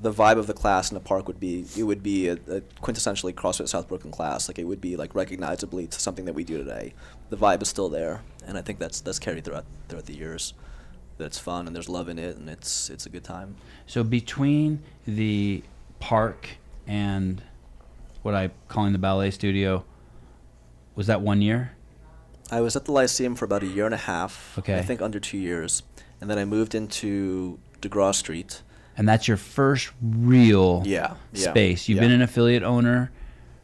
[SPEAKER 3] the vibe of the class in the park would be it would be a, a quintessentially CrossFit South Brooklyn class. Like it would be like recognizably to something that we do today. The vibe is still there, and I think that's that's carried throughout throughout the years. That it's fun and there's love in it, and it's it's a good time.
[SPEAKER 1] So between the park and what I calling the ballet studio. Was that one year?
[SPEAKER 3] I was at the Lyceum for about a year and a half.
[SPEAKER 1] Okay.
[SPEAKER 3] I think under two years, and then I moved into DeGraw Street.
[SPEAKER 1] And that's your first real
[SPEAKER 3] Yeah, yeah,
[SPEAKER 1] space. You've
[SPEAKER 3] yeah.
[SPEAKER 1] been an affiliate owner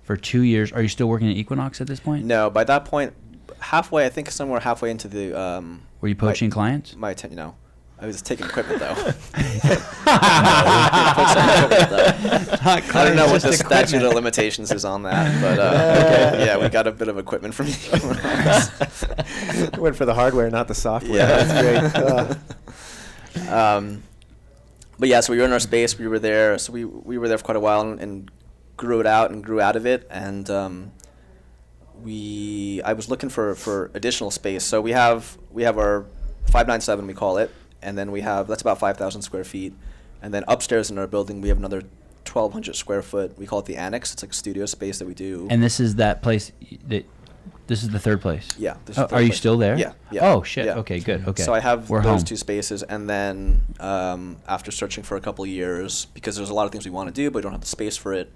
[SPEAKER 1] for two years. Are you still working at Equinox at this point?
[SPEAKER 3] No, by that point, halfway, I think somewhere halfway into the um,
[SPEAKER 1] Were you poaching
[SPEAKER 3] my,
[SPEAKER 1] clients?
[SPEAKER 3] my atten- no, I was taking equipment though. I was taking equipment, though. I don't know what the statute of limitations is on that, but uh,
[SPEAKER 2] Okay.
[SPEAKER 3] yeah, we got a bit of equipment from
[SPEAKER 2] Went for the hardware, not the software.
[SPEAKER 3] Yeah,
[SPEAKER 2] That's great. Uh,
[SPEAKER 3] um, but yeah, so we were in our space. We were there. So we we were there for quite a while and, and grew it out and grew out of it. And um, we I was looking for for additional space. So we have we have our five nine seven we call it, and then we have that's about five thousand square feet, and then upstairs in our building we have another. 1200 square foot we call it the annex it's like a studio space that we do
[SPEAKER 1] And this is that place y- that this is the third place.
[SPEAKER 3] Yeah, this is
[SPEAKER 1] Oh,
[SPEAKER 3] the third
[SPEAKER 1] are you
[SPEAKER 3] place.
[SPEAKER 1] still there?
[SPEAKER 3] Yeah, yeah,
[SPEAKER 1] Oh shit.
[SPEAKER 3] yeah.
[SPEAKER 1] Okay, good. Okay.
[SPEAKER 3] So I have
[SPEAKER 1] We're
[SPEAKER 3] those
[SPEAKER 1] home.
[SPEAKER 3] two spaces, and then um, after searching for a couple of years, because there's a lot of things we want to do, but we don't have the space for it.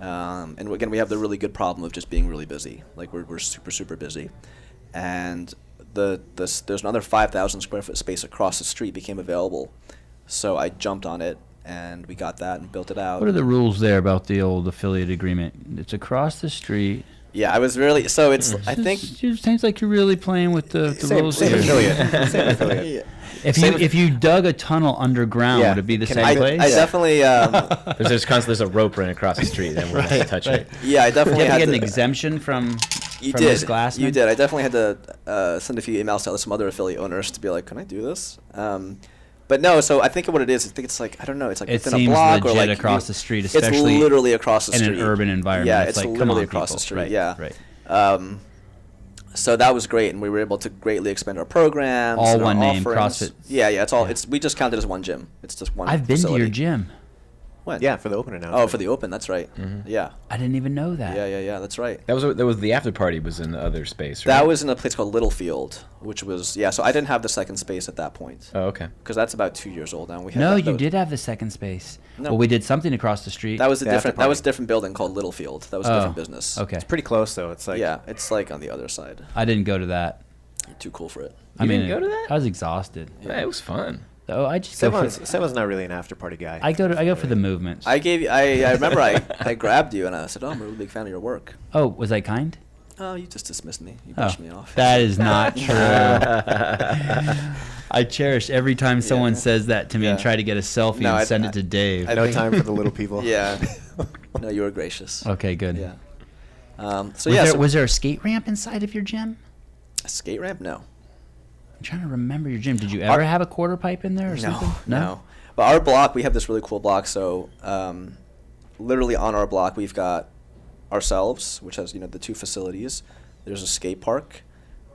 [SPEAKER 3] Um, and again, we have the really good problem of just being really busy. Like we're, we're super super busy, and the this there's another five thousand square foot space across the street became available, so I jumped on it and we got that and built it out.
[SPEAKER 1] What are the rules there about the old affiliate agreement? It's across the street.
[SPEAKER 3] yeah, I was really so it's I
[SPEAKER 1] This
[SPEAKER 3] think
[SPEAKER 1] is- it seems like you're really playing with the, the
[SPEAKER 2] same,
[SPEAKER 1] rules
[SPEAKER 2] same
[SPEAKER 1] here.
[SPEAKER 2] affiliate. Same affiliate.
[SPEAKER 3] Yeah.
[SPEAKER 1] If you
[SPEAKER 3] Same-
[SPEAKER 1] if you dug a tunnel underground,
[SPEAKER 2] Yeah.
[SPEAKER 1] would it be the
[SPEAKER 2] Can
[SPEAKER 1] same
[SPEAKER 3] I,
[SPEAKER 1] place?
[SPEAKER 3] I definitely um,
[SPEAKER 4] There's there's, const- there's a rope running across the street, and we're not
[SPEAKER 2] Right,
[SPEAKER 4] touching
[SPEAKER 2] right.
[SPEAKER 4] it.
[SPEAKER 3] yeah I
[SPEAKER 1] Did
[SPEAKER 3] definitely
[SPEAKER 1] you have
[SPEAKER 3] had
[SPEAKER 1] to get an
[SPEAKER 3] to-
[SPEAKER 1] exemption from
[SPEAKER 3] You
[SPEAKER 1] from
[SPEAKER 3] did.
[SPEAKER 1] Miss Glassman?
[SPEAKER 3] You did. I definitely had to uh, send a few emails to some other affiliate owners to be like, "Can I do this?" Um, but no. So I think what it is, I think it's like I don't know. It's like
[SPEAKER 1] It
[SPEAKER 3] within
[SPEAKER 1] seems
[SPEAKER 3] a block or
[SPEAKER 1] legit
[SPEAKER 3] like
[SPEAKER 1] across
[SPEAKER 3] you-
[SPEAKER 1] the street,
[SPEAKER 3] It's
[SPEAKER 1] especially
[SPEAKER 3] literally across the
[SPEAKER 1] in an
[SPEAKER 3] street
[SPEAKER 1] urban environment.
[SPEAKER 3] Yeah,
[SPEAKER 1] It's
[SPEAKER 3] it's
[SPEAKER 1] like, come
[SPEAKER 3] literally
[SPEAKER 1] on,
[SPEAKER 3] across the
[SPEAKER 1] people.
[SPEAKER 3] street.
[SPEAKER 1] Right,
[SPEAKER 3] yeah,
[SPEAKER 1] right.
[SPEAKER 3] Um, so that was great, and we were able to greatly expand our programs.
[SPEAKER 1] All
[SPEAKER 3] and our
[SPEAKER 1] one name,
[SPEAKER 3] offerings.
[SPEAKER 1] CrossFit.
[SPEAKER 3] Yeah, yeah. It's all.
[SPEAKER 1] Yeah.
[SPEAKER 3] It's we just counted as one gym. It's just one.
[SPEAKER 1] I've been to your
[SPEAKER 3] facility.
[SPEAKER 1] gym.
[SPEAKER 3] When?
[SPEAKER 2] yeah, for the open announcement.
[SPEAKER 3] Oh, for the open. That's right.
[SPEAKER 1] Mm-hmm.
[SPEAKER 3] Yeah.
[SPEAKER 1] I didn't even know that.
[SPEAKER 3] Yeah, yeah, yeah. That's right.
[SPEAKER 4] That was that was the after party was in the other space. Right?
[SPEAKER 3] That was in a place called Littlefield, which was yeah. So I didn't have the second space at that point
[SPEAKER 4] Oh, okay.
[SPEAKER 3] because that's about two years old now. We had
[SPEAKER 1] No,
[SPEAKER 3] that, that
[SPEAKER 1] you
[SPEAKER 3] was-
[SPEAKER 1] did have the second space.
[SPEAKER 3] No.
[SPEAKER 1] Well, we did something across the street.
[SPEAKER 3] That was a
[SPEAKER 2] The after
[SPEAKER 3] different. That was a
[SPEAKER 2] party.
[SPEAKER 3] different building called Littlefield. That was a
[SPEAKER 1] Oh,
[SPEAKER 3] different business.
[SPEAKER 1] okay.
[SPEAKER 2] It's pretty close though. It's like
[SPEAKER 3] yeah, it's like on the other side.
[SPEAKER 1] I didn't go to that.
[SPEAKER 3] Too cool for it.
[SPEAKER 1] I
[SPEAKER 4] You
[SPEAKER 1] mean,
[SPEAKER 4] didn't go to that?
[SPEAKER 1] I was exhausted.
[SPEAKER 4] Yeah, it was fun.
[SPEAKER 1] Oh, I just go for,
[SPEAKER 2] Sevan's, Sevan's not really an after party guy.
[SPEAKER 1] I go to I go for the movements.
[SPEAKER 3] I gave. you- I I remember I, I grabbed you and I said, "Oh, I'm a really big fan of your work."
[SPEAKER 1] oh, was I kind?
[SPEAKER 3] Oh, you just dismissed me. You
[SPEAKER 1] Oh,
[SPEAKER 3] brushed me off.
[SPEAKER 1] that is not true. I cherish every time someone
[SPEAKER 3] Yeah.
[SPEAKER 1] says that to me and
[SPEAKER 3] Yeah.
[SPEAKER 1] try to get a selfie
[SPEAKER 3] No,
[SPEAKER 1] and
[SPEAKER 3] I-
[SPEAKER 1] send
[SPEAKER 3] I-
[SPEAKER 1] it to Dave.
[SPEAKER 3] I
[SPEAKER 2] no
[SPEAKER 3] think-
[SPEAKER 2] time for the little people.
[SPEAKER 3] Yeah. No, you were gracious.
[SPEAKER 1] okay, good.
[SPEAKER 3] Yeah. Um, so
[SPEAKER 1] was,
[SPEAKER 3] yeah.
[SPEAKER 1] there,
[SPEAKER 3] so-
[SPEAKER 1] was there a skate ramp inside of your gym?
[SPEAKER 3] a skate ramp? No.
[SPEAKER 1] I'm trying to remember your gym. Did you ever have a quarter pipe in there or something?
[SPEAKER 3] No, no, But our block, we have this really cool block. So, um, literally on our block, we've got ourselves, which has you know the two facilities. There's a skate park.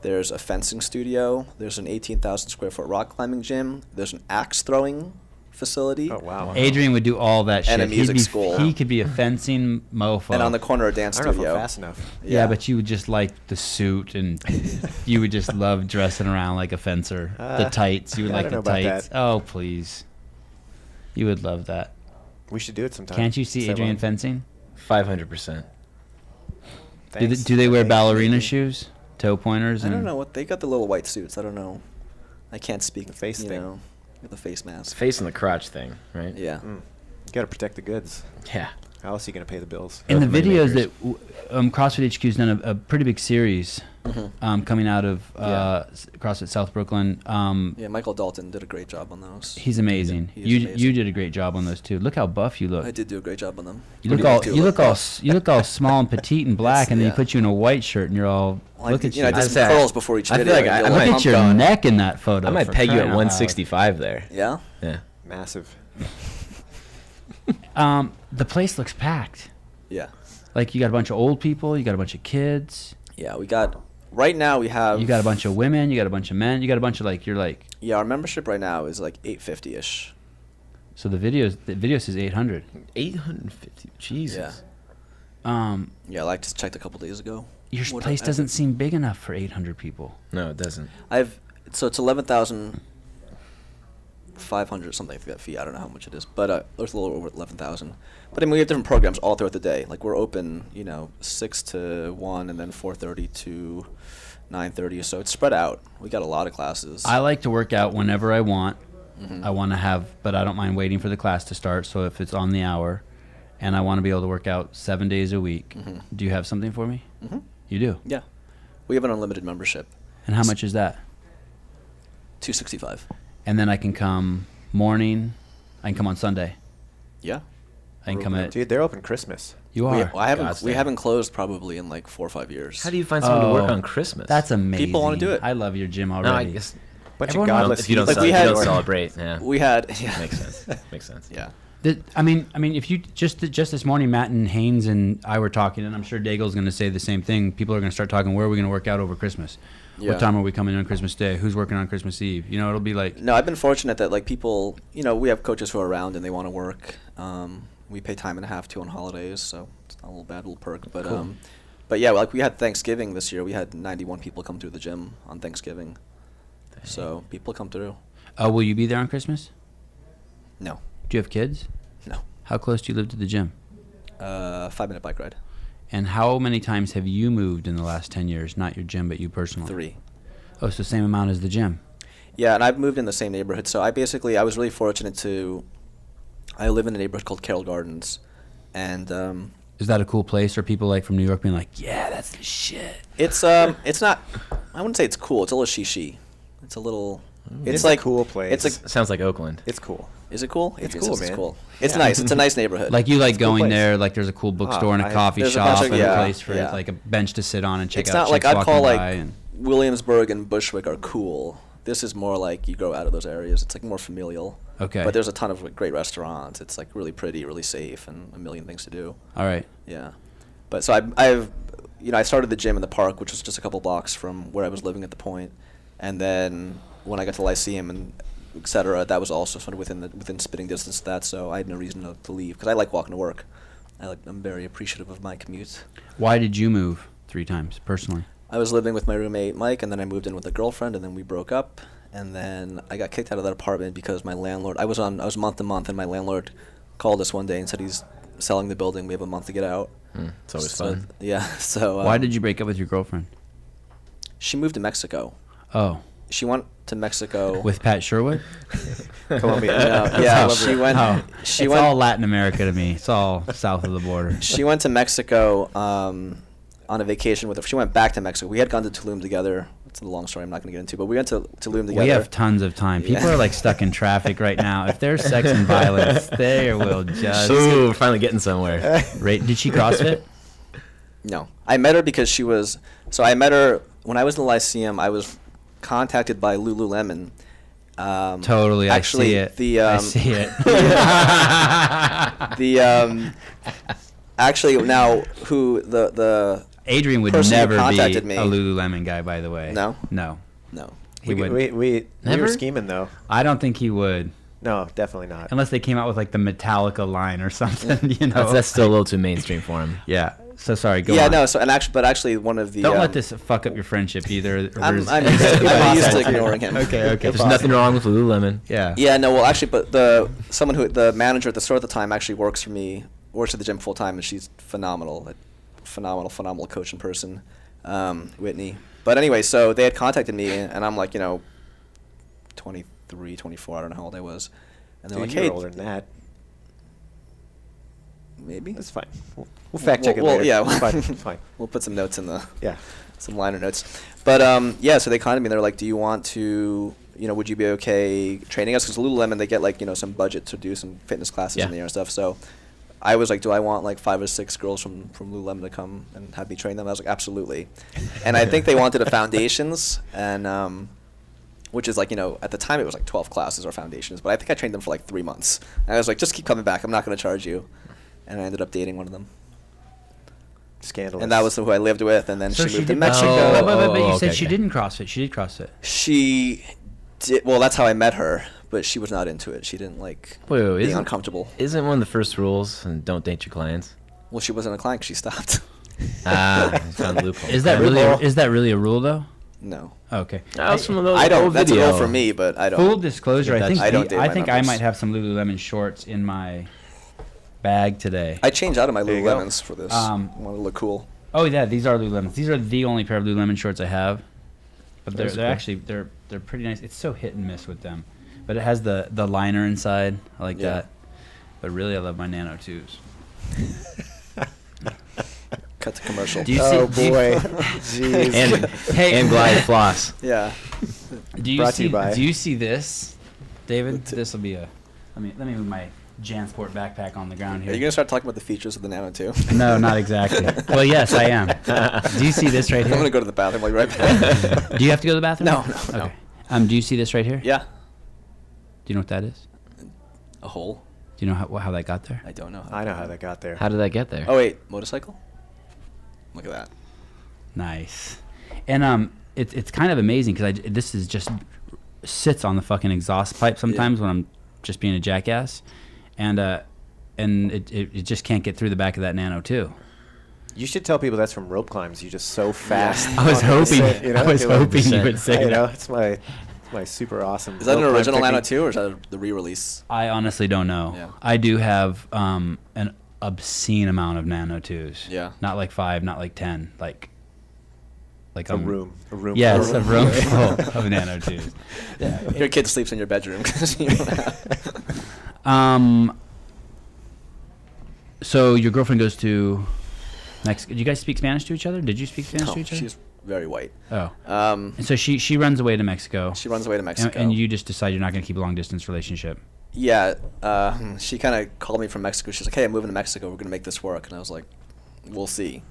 [SPEAKER 3] There's a fencing studio. There's an 18,000 square foot rock climbing gym. There's an axe throwing facility.
[SPEAKER 2] Oh wow.
[SPEAKER 1] Adrian would do all that shit.
[SPEAKER 3] Uh-huh. And a
[SPEAKER 1] He'd
[SPEAKER 3] music
[SPEAKER 1] be-
[SPEAKER 3] school.
[SPEAKER 1] He could be a fencing mofo.
[SPEAKER 3] And on the corner, a dance
[SPEAKER 2] I don't know if
[SPEAKER 3] studio.
[SPEAKER 2] I'm fast enough.
[SPEAKER 1] yeah. but you would just like the suit, and you would just love dressing around like a fencer. the
[SPEAKER 2] Uh,
[SPEAKER 1] tights, you would
[SPEAKER 2] I
[SPEAKER 1] like
[SPEAKER 2] don't
[SPEAKER 1] the
[SPEAKER 2] know about
[SPEAKER 1] tights.
[SPEAKER 2] that.
[SPEAKER 1] Oh, please, you would love that.
[SPEAKER 2] We should do it
[SPEAKER 3] Uh,
[SPEAKER 2] sometime.
[SPEAKER 1] Can't you see
[SPEAKER 2] Sevan.
[SPEAKER 1] Adrian fencing?
[SPEAKER 4] Five hundred percent.
[SPEAKER 1] Do they,
[SPEAKER 2] Thanks.
[SPEAKER 1] do they wear
[SPEAKER 2] Thanks.
[SPEAKER 1] ballerina shoes, toe pointers?
[SPEAKER 3] I
[SPEAKER 1] And
[SPEAKER 3] don't know what they got the little white suits. I don't know. I can't speak.
[SPEAKER 2] The face
[SPEAKER 3] you
[SPEAKER 2] thing.
[SPEAKER 3] know, with the face
[SPEAKER 4] It's
[SPEAKER 3] mask.
[SPEAKER 4] face in the crotch thing, right?
[SPEAKER 3] Yeah.
[SPEAKER 2] Mm. You got to protect the goods.
[SPEAKER 4] Yeah.
[SPEAKER 2] How else are you going to pay the bills?
[SPEAKER 1] In the
[SPEAKER 4] Money
[SPEAKER 1] videos
[SPEAKER 4] makers.
[SPEAKER 1] that w- um, CrossFit HQ's done a, a pretty big series
[SPEAKER 3] Mm-hmm.
[SPEAKER 1] um, coming out of uh, s- CrossFit South Brooklyn. Um,
[SPEAKER 3] Yeah. Michael Dalton did a great job on those.
[SPEAKER 1] He's amazing.
[SPEAKER 3] He is
[SPEAKER 1] you
[SPEAKER 3] amazing.
[SPEAKER 1] you did a great job on those too. Look how buff you look.
[SPEAKER 3] I did do a great job on them.
[SPEAKER 1] You
[SPEAKER 3] What
[SPEAKER 1] look
[SPEAKER 3] do
[SPEAKER 1] all
[SPEAKER 3] do
[SPEAKER 1] you
[SPEAKER 3] with
[SPEAKER 1] look all
[SPEAKER 3] them?
[SPEAKER 1] s- you look all small and petite and black, and then
[SPEAKER 3] yeah.
[SPEAKER 1] they put you in a white shirt, and you're all
[SPEAKER 3] Like,
[SPEAKER 1] look at
[SPEAKER 3] you
[SPEAKER 1] you.
[SPEAKER 3] know, I did
[SPEAKER 4] I'd
[SPEAKER 3] some
[SPEAKER 4] say I-
[SPEAKER 3] curls before each
[SPEAKER 4] I feel
[SPEAKER 3] video.
[SPEAKER 4] like
[SPEAKER 3] and "Oh,
[SPEAKER 4] I-
[SPEAKER 3] did a
[SPEAKER 4] I
[SPEAKER 1] look
[SPEAKER 3] lot of
[SPEAKER 4] might
[SPEAKER 1] at
[SPEAKER 4] pump
[SPEAKER 1] your
[SPEAKER 4] going.
[SPEAKER 1] neck in that photo.
[SPEAKER 4] I might
[SPEAKER 1] for
[SPEAKER 4] peg you
[SPEAKER 1] crying
[SPEAKER 4] at
[SPEAKER 1] out loud.
[SPEAKER 4] 165 there.
[SPEAKER 3] Yeah.
[SPEAKER 4] Yeah.
[SPEAKER 2] Massive.
[SPEAKER 1] Um, the place looks packed.
[SPEAKER 3] Yeah.
[SPEAKER 1] Like you got a bunch of old people, you got a bunch of kids,
[SPEAKER 3] Yeah. We got right now we have
[SPEAKER 1] you got a bunch of women, you got a bunch of men, you got a bunch of like you're like.
[SPEAKER 3] Yeah, our membership right now is like eight fifty ish.
[SPEAKER 1] So the videos the video says 800.
[SPEAKER 4] Eight hundred and fifty. Jesus.
[SPEAKER 1] Um,
[SPEAKER 3] Yeah, like just checked a couple days ago.
[SPEAKER 1] your
[SPEAKER 3] What
[SPEAKER 1] place
[SPEAKER 3] I-
[SPEAKER 1] doesn't seem big enough for 800 people.
[SPEAKER 4] No, it doesn't.
[SPEAKER 3] I've so it's eleven thousand 500 something fee- fee. I don't know how much it is, but uh, there's a little over 11,000. But I mean, we have different programs all throughout the day. Like we're open, you know, six to one, and then 4:30 to 9:30. So it's spread out. We got a lot of classes.
[SPEAKER 1] I like to work out whenever I want. I want to have, but I don't mind waiting for the class to start. So if it's on the hour, and I want to be able to work out seven days a week, do you have something for me? Mm-hmm. You do.
[SPEAKER 3] yeah, we have an unlimited membership,
[SPEAKER 1] And how much is that?
[SPEAKER 3] 265.
[SPEAKER 1] And then I can come morning. I can come on Sunday.
[SPEAKER 3] Yeah,
[SPEAKER 1] I can come at.
[SPEAKER 2] Dude, they're open Christmas.
[SPEAKER 1] You
[SPEAKER 3] we,
[SPEAKER 1] are.
[SPEAKER 3] I haven't
[SPEAKER 4] God's
[SPEAKER 3] we
[SPEAKER 4] damn.
[SPEAKER 3] haven't closed probably in like four or five years.
[SPEAKER 4] How do you find someone to work
[SPEAKER 1] Oh,
[SPEAKER 4] on Christmas?
[SPEAKER 1] That's amazing.
[SPEAKER 3] wanna do it.
[SPEAKER 1] I love your gym already.
[SPEAKER 4] no, I guess
[SPEAKER 2] Bunch
[SPEAKER 1] Everyone
[SPEAKER 2] of
[SPEAKER 1] wants-
[SPEAKER 4] Well,
[SPEAKER 2] godless
[SPEAKER 4] if you don't,
[SPEAKER 3] Like,
[SPEAKER 4] cel-
[SPEAKER 3] we
[SPEAKER 4] if you
[SPEAKER 3] had-
[SPEAKER 4] don't celebrate, yeah,
[SPEAKER 3] we had yeah.
[SPEAKER 4] makes sense. Makes sense.
[SPEAKER 3] yeah.
[SPEAKER 1] The, I mean, I mean, if you just just this morning, Matt and Haynes and I were talking, and I'm sure Daigle's going to say the same thing. People are going to start talking. Where are we going to work out over Christmas?
[SPEAKER 3] Yeah.
[SPEAKER 1] What time are we coming on Christmas Day? Who's working on Christmas Eve? You know, it'll be like
[SPEAKER 3] No, I've been fortunate that like people, you know, we have coaches who are around and they want to work. Um, we pay time and a half too on holidays, so it's not a little bad little perk. But um, but yeah, like we had Thanksgiving this year. We had 91 people come through the gym on Thanksgiving. So people come through.
[SPEAKER 1] Oh, will you be there on Christmas?
[SPEAKER 3] No,
[SPEAKER 1] Do you have kids?
[SPEAKER 3] no,
[SPEAKER 1] How close do you live to the gym?
[SPEAKER 3] uh, five minute bike ride.
[SPEAKER 1] And how many times have you moved in the last 10 years? Not your gym, but you personally.
[SPEAKER 3] Three.
[SPEAKER 1] Oh, so same amount as the gym.
[SPEAKER 3] Yeah, and I've moved in the same neighborhood. So I basically I was really fortunate to. I live in a neighborhood called Carroll Gardens, and um,
[SPEAKER 1] Is that a cool place? Or people like from New York being like, yeah, that's the shit.
[SPEAKER 3] It's um, it's not. I wouldn't say it's cool. It's a little shishi. It's a little. It's,
[SPEAKER 2] Mm, It's a
[SPEAKER 3] like
[SPEAKER 2] cool place.
[SPEAKER 3] It's like.
[SPEAKER 4] Sounds like Oakland.
[SPEAKER 2] It's cool.
[SPEAKER 3] Is it cool?
[SPEAKER 2] It's
[SPEAKER 3] It
[SPEAKER 2] cool,
[SPEAKER 3] is, It's
[SPEAKER 2] man.
[SPEAKER 3] cool. It's
[SPEAKER 2] Yeah.
[SPEAKER 3] nice. It's a nice neighborhood.
[SPEAKER 1] Like you like
[SPEAKER 2] cool
[SPEAKER 1] going
[SPEAKER 2] place.
[SPEAKER 1] there, like there's a cool bookstore and a
[SPEAKER 2] I-
[SPEAKER 1] coffee
[SPEAKER 3] there's a
[SPEAKER 1] shop
[SPEAKER 3] bunch of-
[SPEAKER 1] and
[SPEAKER 3] yeah,
[SPEAKER 1] a place for
[SPEAKER 3] yeah.
[SPEAKER 1] like a bench to sit on and check
[SPEAKER 3] it's
[SPEAKER 1] out
[SPEAKER 3] not like
[SPEAKER 1] chicks
[SPEAKER 3] I'd call
[SPEAKER 1] walking
[SPEAKER 3] like
[SPEAKER 1] by and-
[SPEAKER 3] Williamsburg and Bushwick are cool. This is more like you grow out of those areas. It's like more familial.
[SPEAKER 1] Okay.
[SPEAKER 3] But there's a ton of like, great restaurants. It's like really pretty, really safe, and a million things to do.
[SPEAKER 1] All right.
[SPEAKER 3] Yeah. But so I've, I've, you know, I started the gym in the park, which was just a couple blocks from where I was living at the point, and then when I got to Lyceum and et cetera, that was also sort of within the within spitting distance of that. So I had no reason to, to leave because I like walking to work. I like, I'm very appreciative of my commute.
[SPEAKER 1] Why did you move three times personally?
[SPEAKER 3] I was living with my roommate Mike, and then I moved in with a girlfriend, and then we broke up, and then I got kicked out of that apartment because my landlord. I was on. I was month to month, and my landlord called us one day and said he's selling the building. We have a month to get out.
[SPEAKER 4] Hmm. It's always
[SPEAKER 3] So-
[SPEAKER 4] fun.
[SPEAKER 3] Yeah. So
[SPEAKER 1] Why
[SPEAKER 3] um,
[SPEAKER 1] did you break up with your girlfriend?
[SPEAKER 3] She moved to Mexico.
[SPEAKER 1] Oh,
[SPEAKER 3] She went to Mexico.
[SPEAKER 1] with Pat Sherwood?
[SPEAKER 2] Colombia.
[SPEAKER 3] No, yeah, she went.
[SPEAKER 1] Oh,
[SPEAKER 3] She
[SPEAKER 1] it's
[SPEAKER 3] went.
[SPEAKER 1] all Latin America to me. It's all south of the border.
[SPEAKER 3] she went to Mexico um, on a vacation with her. She went back to Mexico. We had gone to Tulum together. It's a long story. I'm not going to get into, but we went to Tulum together.
[SPEAKER 1] We have tons of time. People
[SPEAKER 3] Yeah.
[SPEAKER 1] are like stuck in traffic right now. If there's sex and violence, they will just.
[SPEAKER 4] Ooh, we're finally getting somewhere.
[SPEAKER 1] Right? Did she CrossFit?
[SPEAKER 3] No, I met her because she was. So I met her when I was in the Lyceum. I was contacted by Lululemon. Um,
[SPEAKER 1] Totally.
[SPEAKER 3] Actually,
[SPEAKER 1] I see it.
[SPEAKER 3] the um,
[SPEAKER 1] I see it.
[SPEAKER 3] the um, actually now who the the
[SPEAKER 1] Adrian would
[SPEAKER 3] person who
[SPEAKER 1] never be a
[SPEAKER 3] contacted me-
[SPEAKER 1] Lululemon guy, by the way.
[SPEAKER 3] No?
[SPEAKER 1] No.
[SPEAKER 3] no
[SPEAKER 1] He
[SPEAKER 2] we,
[SPEAKER 1] would.
[SPEAKER 2] we, we, we were
[SPEAKER 1] Never?
[SPEAKER 2] scheming though.
[SPEAKER 1] I don't think he would.
[SPEAKER 2] No, definitely not.
[SPEAKER 1] Unless they came out with like the Metallica line or something, you know?
[SPEAKER 4] That's, that's still a little too mainstream for him.
[SPEAKER 1] yeah. So sorry. Go
[SPEAKER 3] yeah
[SPEAKER 1] on.
[SPEAKER 3] no so and actually but actually one of the
[SPEAKER 1] Don't
[SPEAKER 3] um,
[SPEAKER 1] let this fuck up your friendship either. or
[SPEAKER 3] I'm-
[SPEAKER 1] is-
[SPEAKER 3] I'm used to- I'm used to
[SPEAKER 1] Okay.
[SPEAKER 3] ignoring him.
[SPEAKER 1] Okay, okay.
[SPEAKER 4] There's nothing wrong with Lululemon.
[SPEAKER 1] Yeah.
[SPEAKER 3] Yeah, no, well, actually, but the someone who the manager at the store at the time actually works for me, works at the gym full time, and she's phenomenal, like, phenomenal, phenomenal coach in person, um, Whitney. But anyway, so they had contacted me, and I'm like, you know, 23, 24, I don't know how old I was, and
[SPEAKER 2] Dude,
[SPEAKER 3] they're
[SPEAKER 2] you were
[SPEAKER 3] like,
[SPEAKER 2] older
[SPEAKER 3] hey,
[SPEAKER 2] than that.
[SPEAKER 3] maybe
[SPEAKER 2] It's fine. We'll, we'll fact check
[SPEAKER 3] Well, well,
[SPEAKER 2] it later.
[SPEAKER 3] yeah.
[SPEAKER 2] it's fine. It's fine.
[SPEAKER 3] we'll put some notes in the
[SPEAKER 2] Yeah.
[SPEAKER 3] some liner notes. But um, yeah, so they contacted me. They're like, "Do you want to? You know, would you be okay training us? Because Lululemon, they get like you know some budget to do some fitness classes
[SPEAKER 4] Yeah.
[SPEAKER 3] in the year and stuff. So I was like, "Do I want like five or six girls from from Lululemon to come and have me train them? I was like, "Absolutely." and I think they wanted a foundations and. Um, which is like you know at the time it was like 12 classes or foundations but i think i trained them for like three months and i was like just keep coming back i'm not going to charge you and i ended up dating one of them
[SPEAKER 2] Scandalous.
[SPEAKER 3] and that was who i lived with and then
[SPEAKER 1] So
[SPEAKER 3] she
[SPEAKER 1] she
[SPEAKER 3] moved to
[SPEAKER 1] did
[SPEAKER 3] mexico
[SPEAKER 4] Oh,
[SPEAKER 1] But, but, but, but you
[SPEAKER 4] oh,
[SPEAKER 1] said
[SPEAKER 4] okay,
[SPEAKER 1] she
[SPEAKER 4] okay.
[SPEAKER 1] didn't CrossFit. She did CrossFit.
[SPEAKER 3] She did well. That's how I met her, but she was not into it. She didn't like
[SPEAKER 4] Wait, wait,
[SPEAKER 3] being
[SPEAKER 4] isn't-
[SPEAKER 3] uncomfortable.
[SPEAKER 4] Isn't one of the first rules and don't date your clients?
[SPEAKER 3] Well, she wasn't a client. 'cause She stopped.
[SPEAKER 4] Ah, I found a loophole.
[SPEAKER 1] Is that
[SPEAKER 4] Okay.
[SPEAKER 1] really
[SPEAKER 2] Loophole.
[SPEAKER 1] is that really a rule though?
[SPEAKER 3] No,
[SPEAKER 1] Okay.
[SPEAKER 4] That was from
[SPEAKER 1] Oh,
[SPEAKER 4] those
[SPEAKER 3] I don't.
[SPEAKER 4] old
[SPEAKER 3] That's a
[SPEAKER 4] video.
[SPEAKER 3] no for me, but I
[SPEAKER 1] Full
[SPEAKER 3] don't.
[SPEAKER 1] disclosure, I
[SPEAKER 4] That's-
[SPEAKER 1] think
[SPEAKER 3] I
[SPEAKER 1] I,
[SPEAKER 3] don't
[SPEAKER 1] the,
[SPEAKER 3] date
[SPEAKER 1] I
[SPEAKER 3] my
[SPEAKER 1] think I
[SPEAKER 3] numbers.
[SPEAKER 1] might have some Lululemon shorts in my bag today.
[SPEAKER 3] I changed out of my
[SPEAKER 2] There you go.
[SPEAKER 3] Lululemons for this.
[SPEAKER 1] Um,
[SPEAKER 3] I want to look cool.
[SPEAKER 1] oh yeah, these are Lululemons. These are the only pair of Lululemon shorts I have, but they're
[SPEAKER 4] Those are
[SPEAKER 1] they're
[SPEAKER 4] cool.
[SPEAKER 1] actually they're they're pretty nice. It's so hit and miss with them, but it has the the liner inside. I like
[SPEAKER 3] Yeah.
[SPEAKER 1] that. But really, I love my Nano Twos.
[SPEAKER 3] Cut to commercial. Uh,
[SPEAKER 1] Do you
[SPEAKER 2] oh
[SPEAKER 1] see- do you-
[SPEAKER 2] boy, jeez.
[SPEAKER 4] and
[SPEAKER 1] Hey.
[SPEAKER 4] and glide floss.
[SPEAKER 3] yeah.
[SPEAKER 1] Do you
[SPEAKER 2] Brought to
[SPEAKER 1] see
[SPEAKER 2] you by-
[SPEAKER 1] Do you see this, David?
[SPEAKER 3] T-
[SPEAKER 1] This will be a. Let me let me move my JanSport backpack on the ground
[SPEAKER 3] Are
[SPEAKER 1] here.
[SPEAKER 3] you gonna start talking about the features of the Nano too?
[SPEAKER 1] no, not exactly. well, yes, I am. Do you see this right
[SPEAKER 3] I'm gonna
[SPEAKER 1] here?
[SPEAKER 3] go to the bathroom. I'll be right back.
[SPEAKER 1] Do you have to go to the bathroom?
[SPEAKER 3] No, no, no.
[SPEAKER 1] Okay. Um, do you see this right here?
[SPEAKER 3] yeah.
[SPEAKER 1] Do you know what that is?
[SPEAKER 3] A hole.
[SPEAKER 1] Do you know how, wh- how that got there?
[SPEAKER 3] I don't know. How
[SPEAKER 2] I know how that got there.
[SPEAKER 4] How did that get there?
[SPEAKER 3] Oh wait, motorcycle. Look at that.
[SPEAKER 1] Nice. And um, it's it's kind of amazing because I j- this is just sits on the fucking exhaust pipe sometimes when I'm just being a jackass, and uh, and it, it it just can't get through the back of that Nano too.
[SPEAKER 2] You should tell people that's from rope climbs. You're just so fast.
[SPEAKER 1] I was
[SPEAKER 2] on the
[SPEAKER 1] hoping-
[SPEAKER 2] set,
[SPEAKER 1] I was
[SPEAKER 2] you're like,
[SPEAKER 1] hoping you would say
[SPEAKER 2] You know,
[SPEAKER 1] that.
[SPEAKER 2] it's my, it's my super awesome.
[SPEAKER 3] Is that an
[SPEAKER 2] rope climb
[SPEAKER 3] original Nano
[SPEAKER 2] technique.
[SPEAKER 3] too, or is that the re-release?
[SPEAKER 1] I honestly don't know.
[SPEAKER 3] Yeah.
[SPEAKER 1] I do have um, an obscene amount of nano twos.
[SPEAKER 3] Yeah.
[SPEAKER 1] Not like five, not like ten, like like
[SPEAKER 2] A room, a room.
[SPEAKER 1] Mm. Yeah,
[SPEAKER 2] full
[SPEAKER 1] it's
[SPEAKER 2] of-
[SPEAKER 1] a room full of nano twos.
[SPEAKER 3] Your kid sleeps in your bedroom 'cause you don't have-
[SPEAKER 1] Um. So your girlfriend goes to Mexico. Do you guys speak Spanish to each other? Did you speak Spanish
[SPEAKER 3] No,
[SPEAKER 1] to each other?
[SPEAKER 3] she's very white.
[SPEAKER 1] Oh,
[SPEAKER 3] Um,
[SPEAKER 1] and so she she runs away to Mexico,
[SPEAKER 3] she runs away to Mexico.
[SPEAKER 1] and, and you just decide you're not going to keep a long distance relationship.
[SPEAKER 3] Yeah, uh, she kind of called me from Mexico. She's like, "Hey, I'm moving to Mexico. We're gonna make this work." And I was like, "We'll see."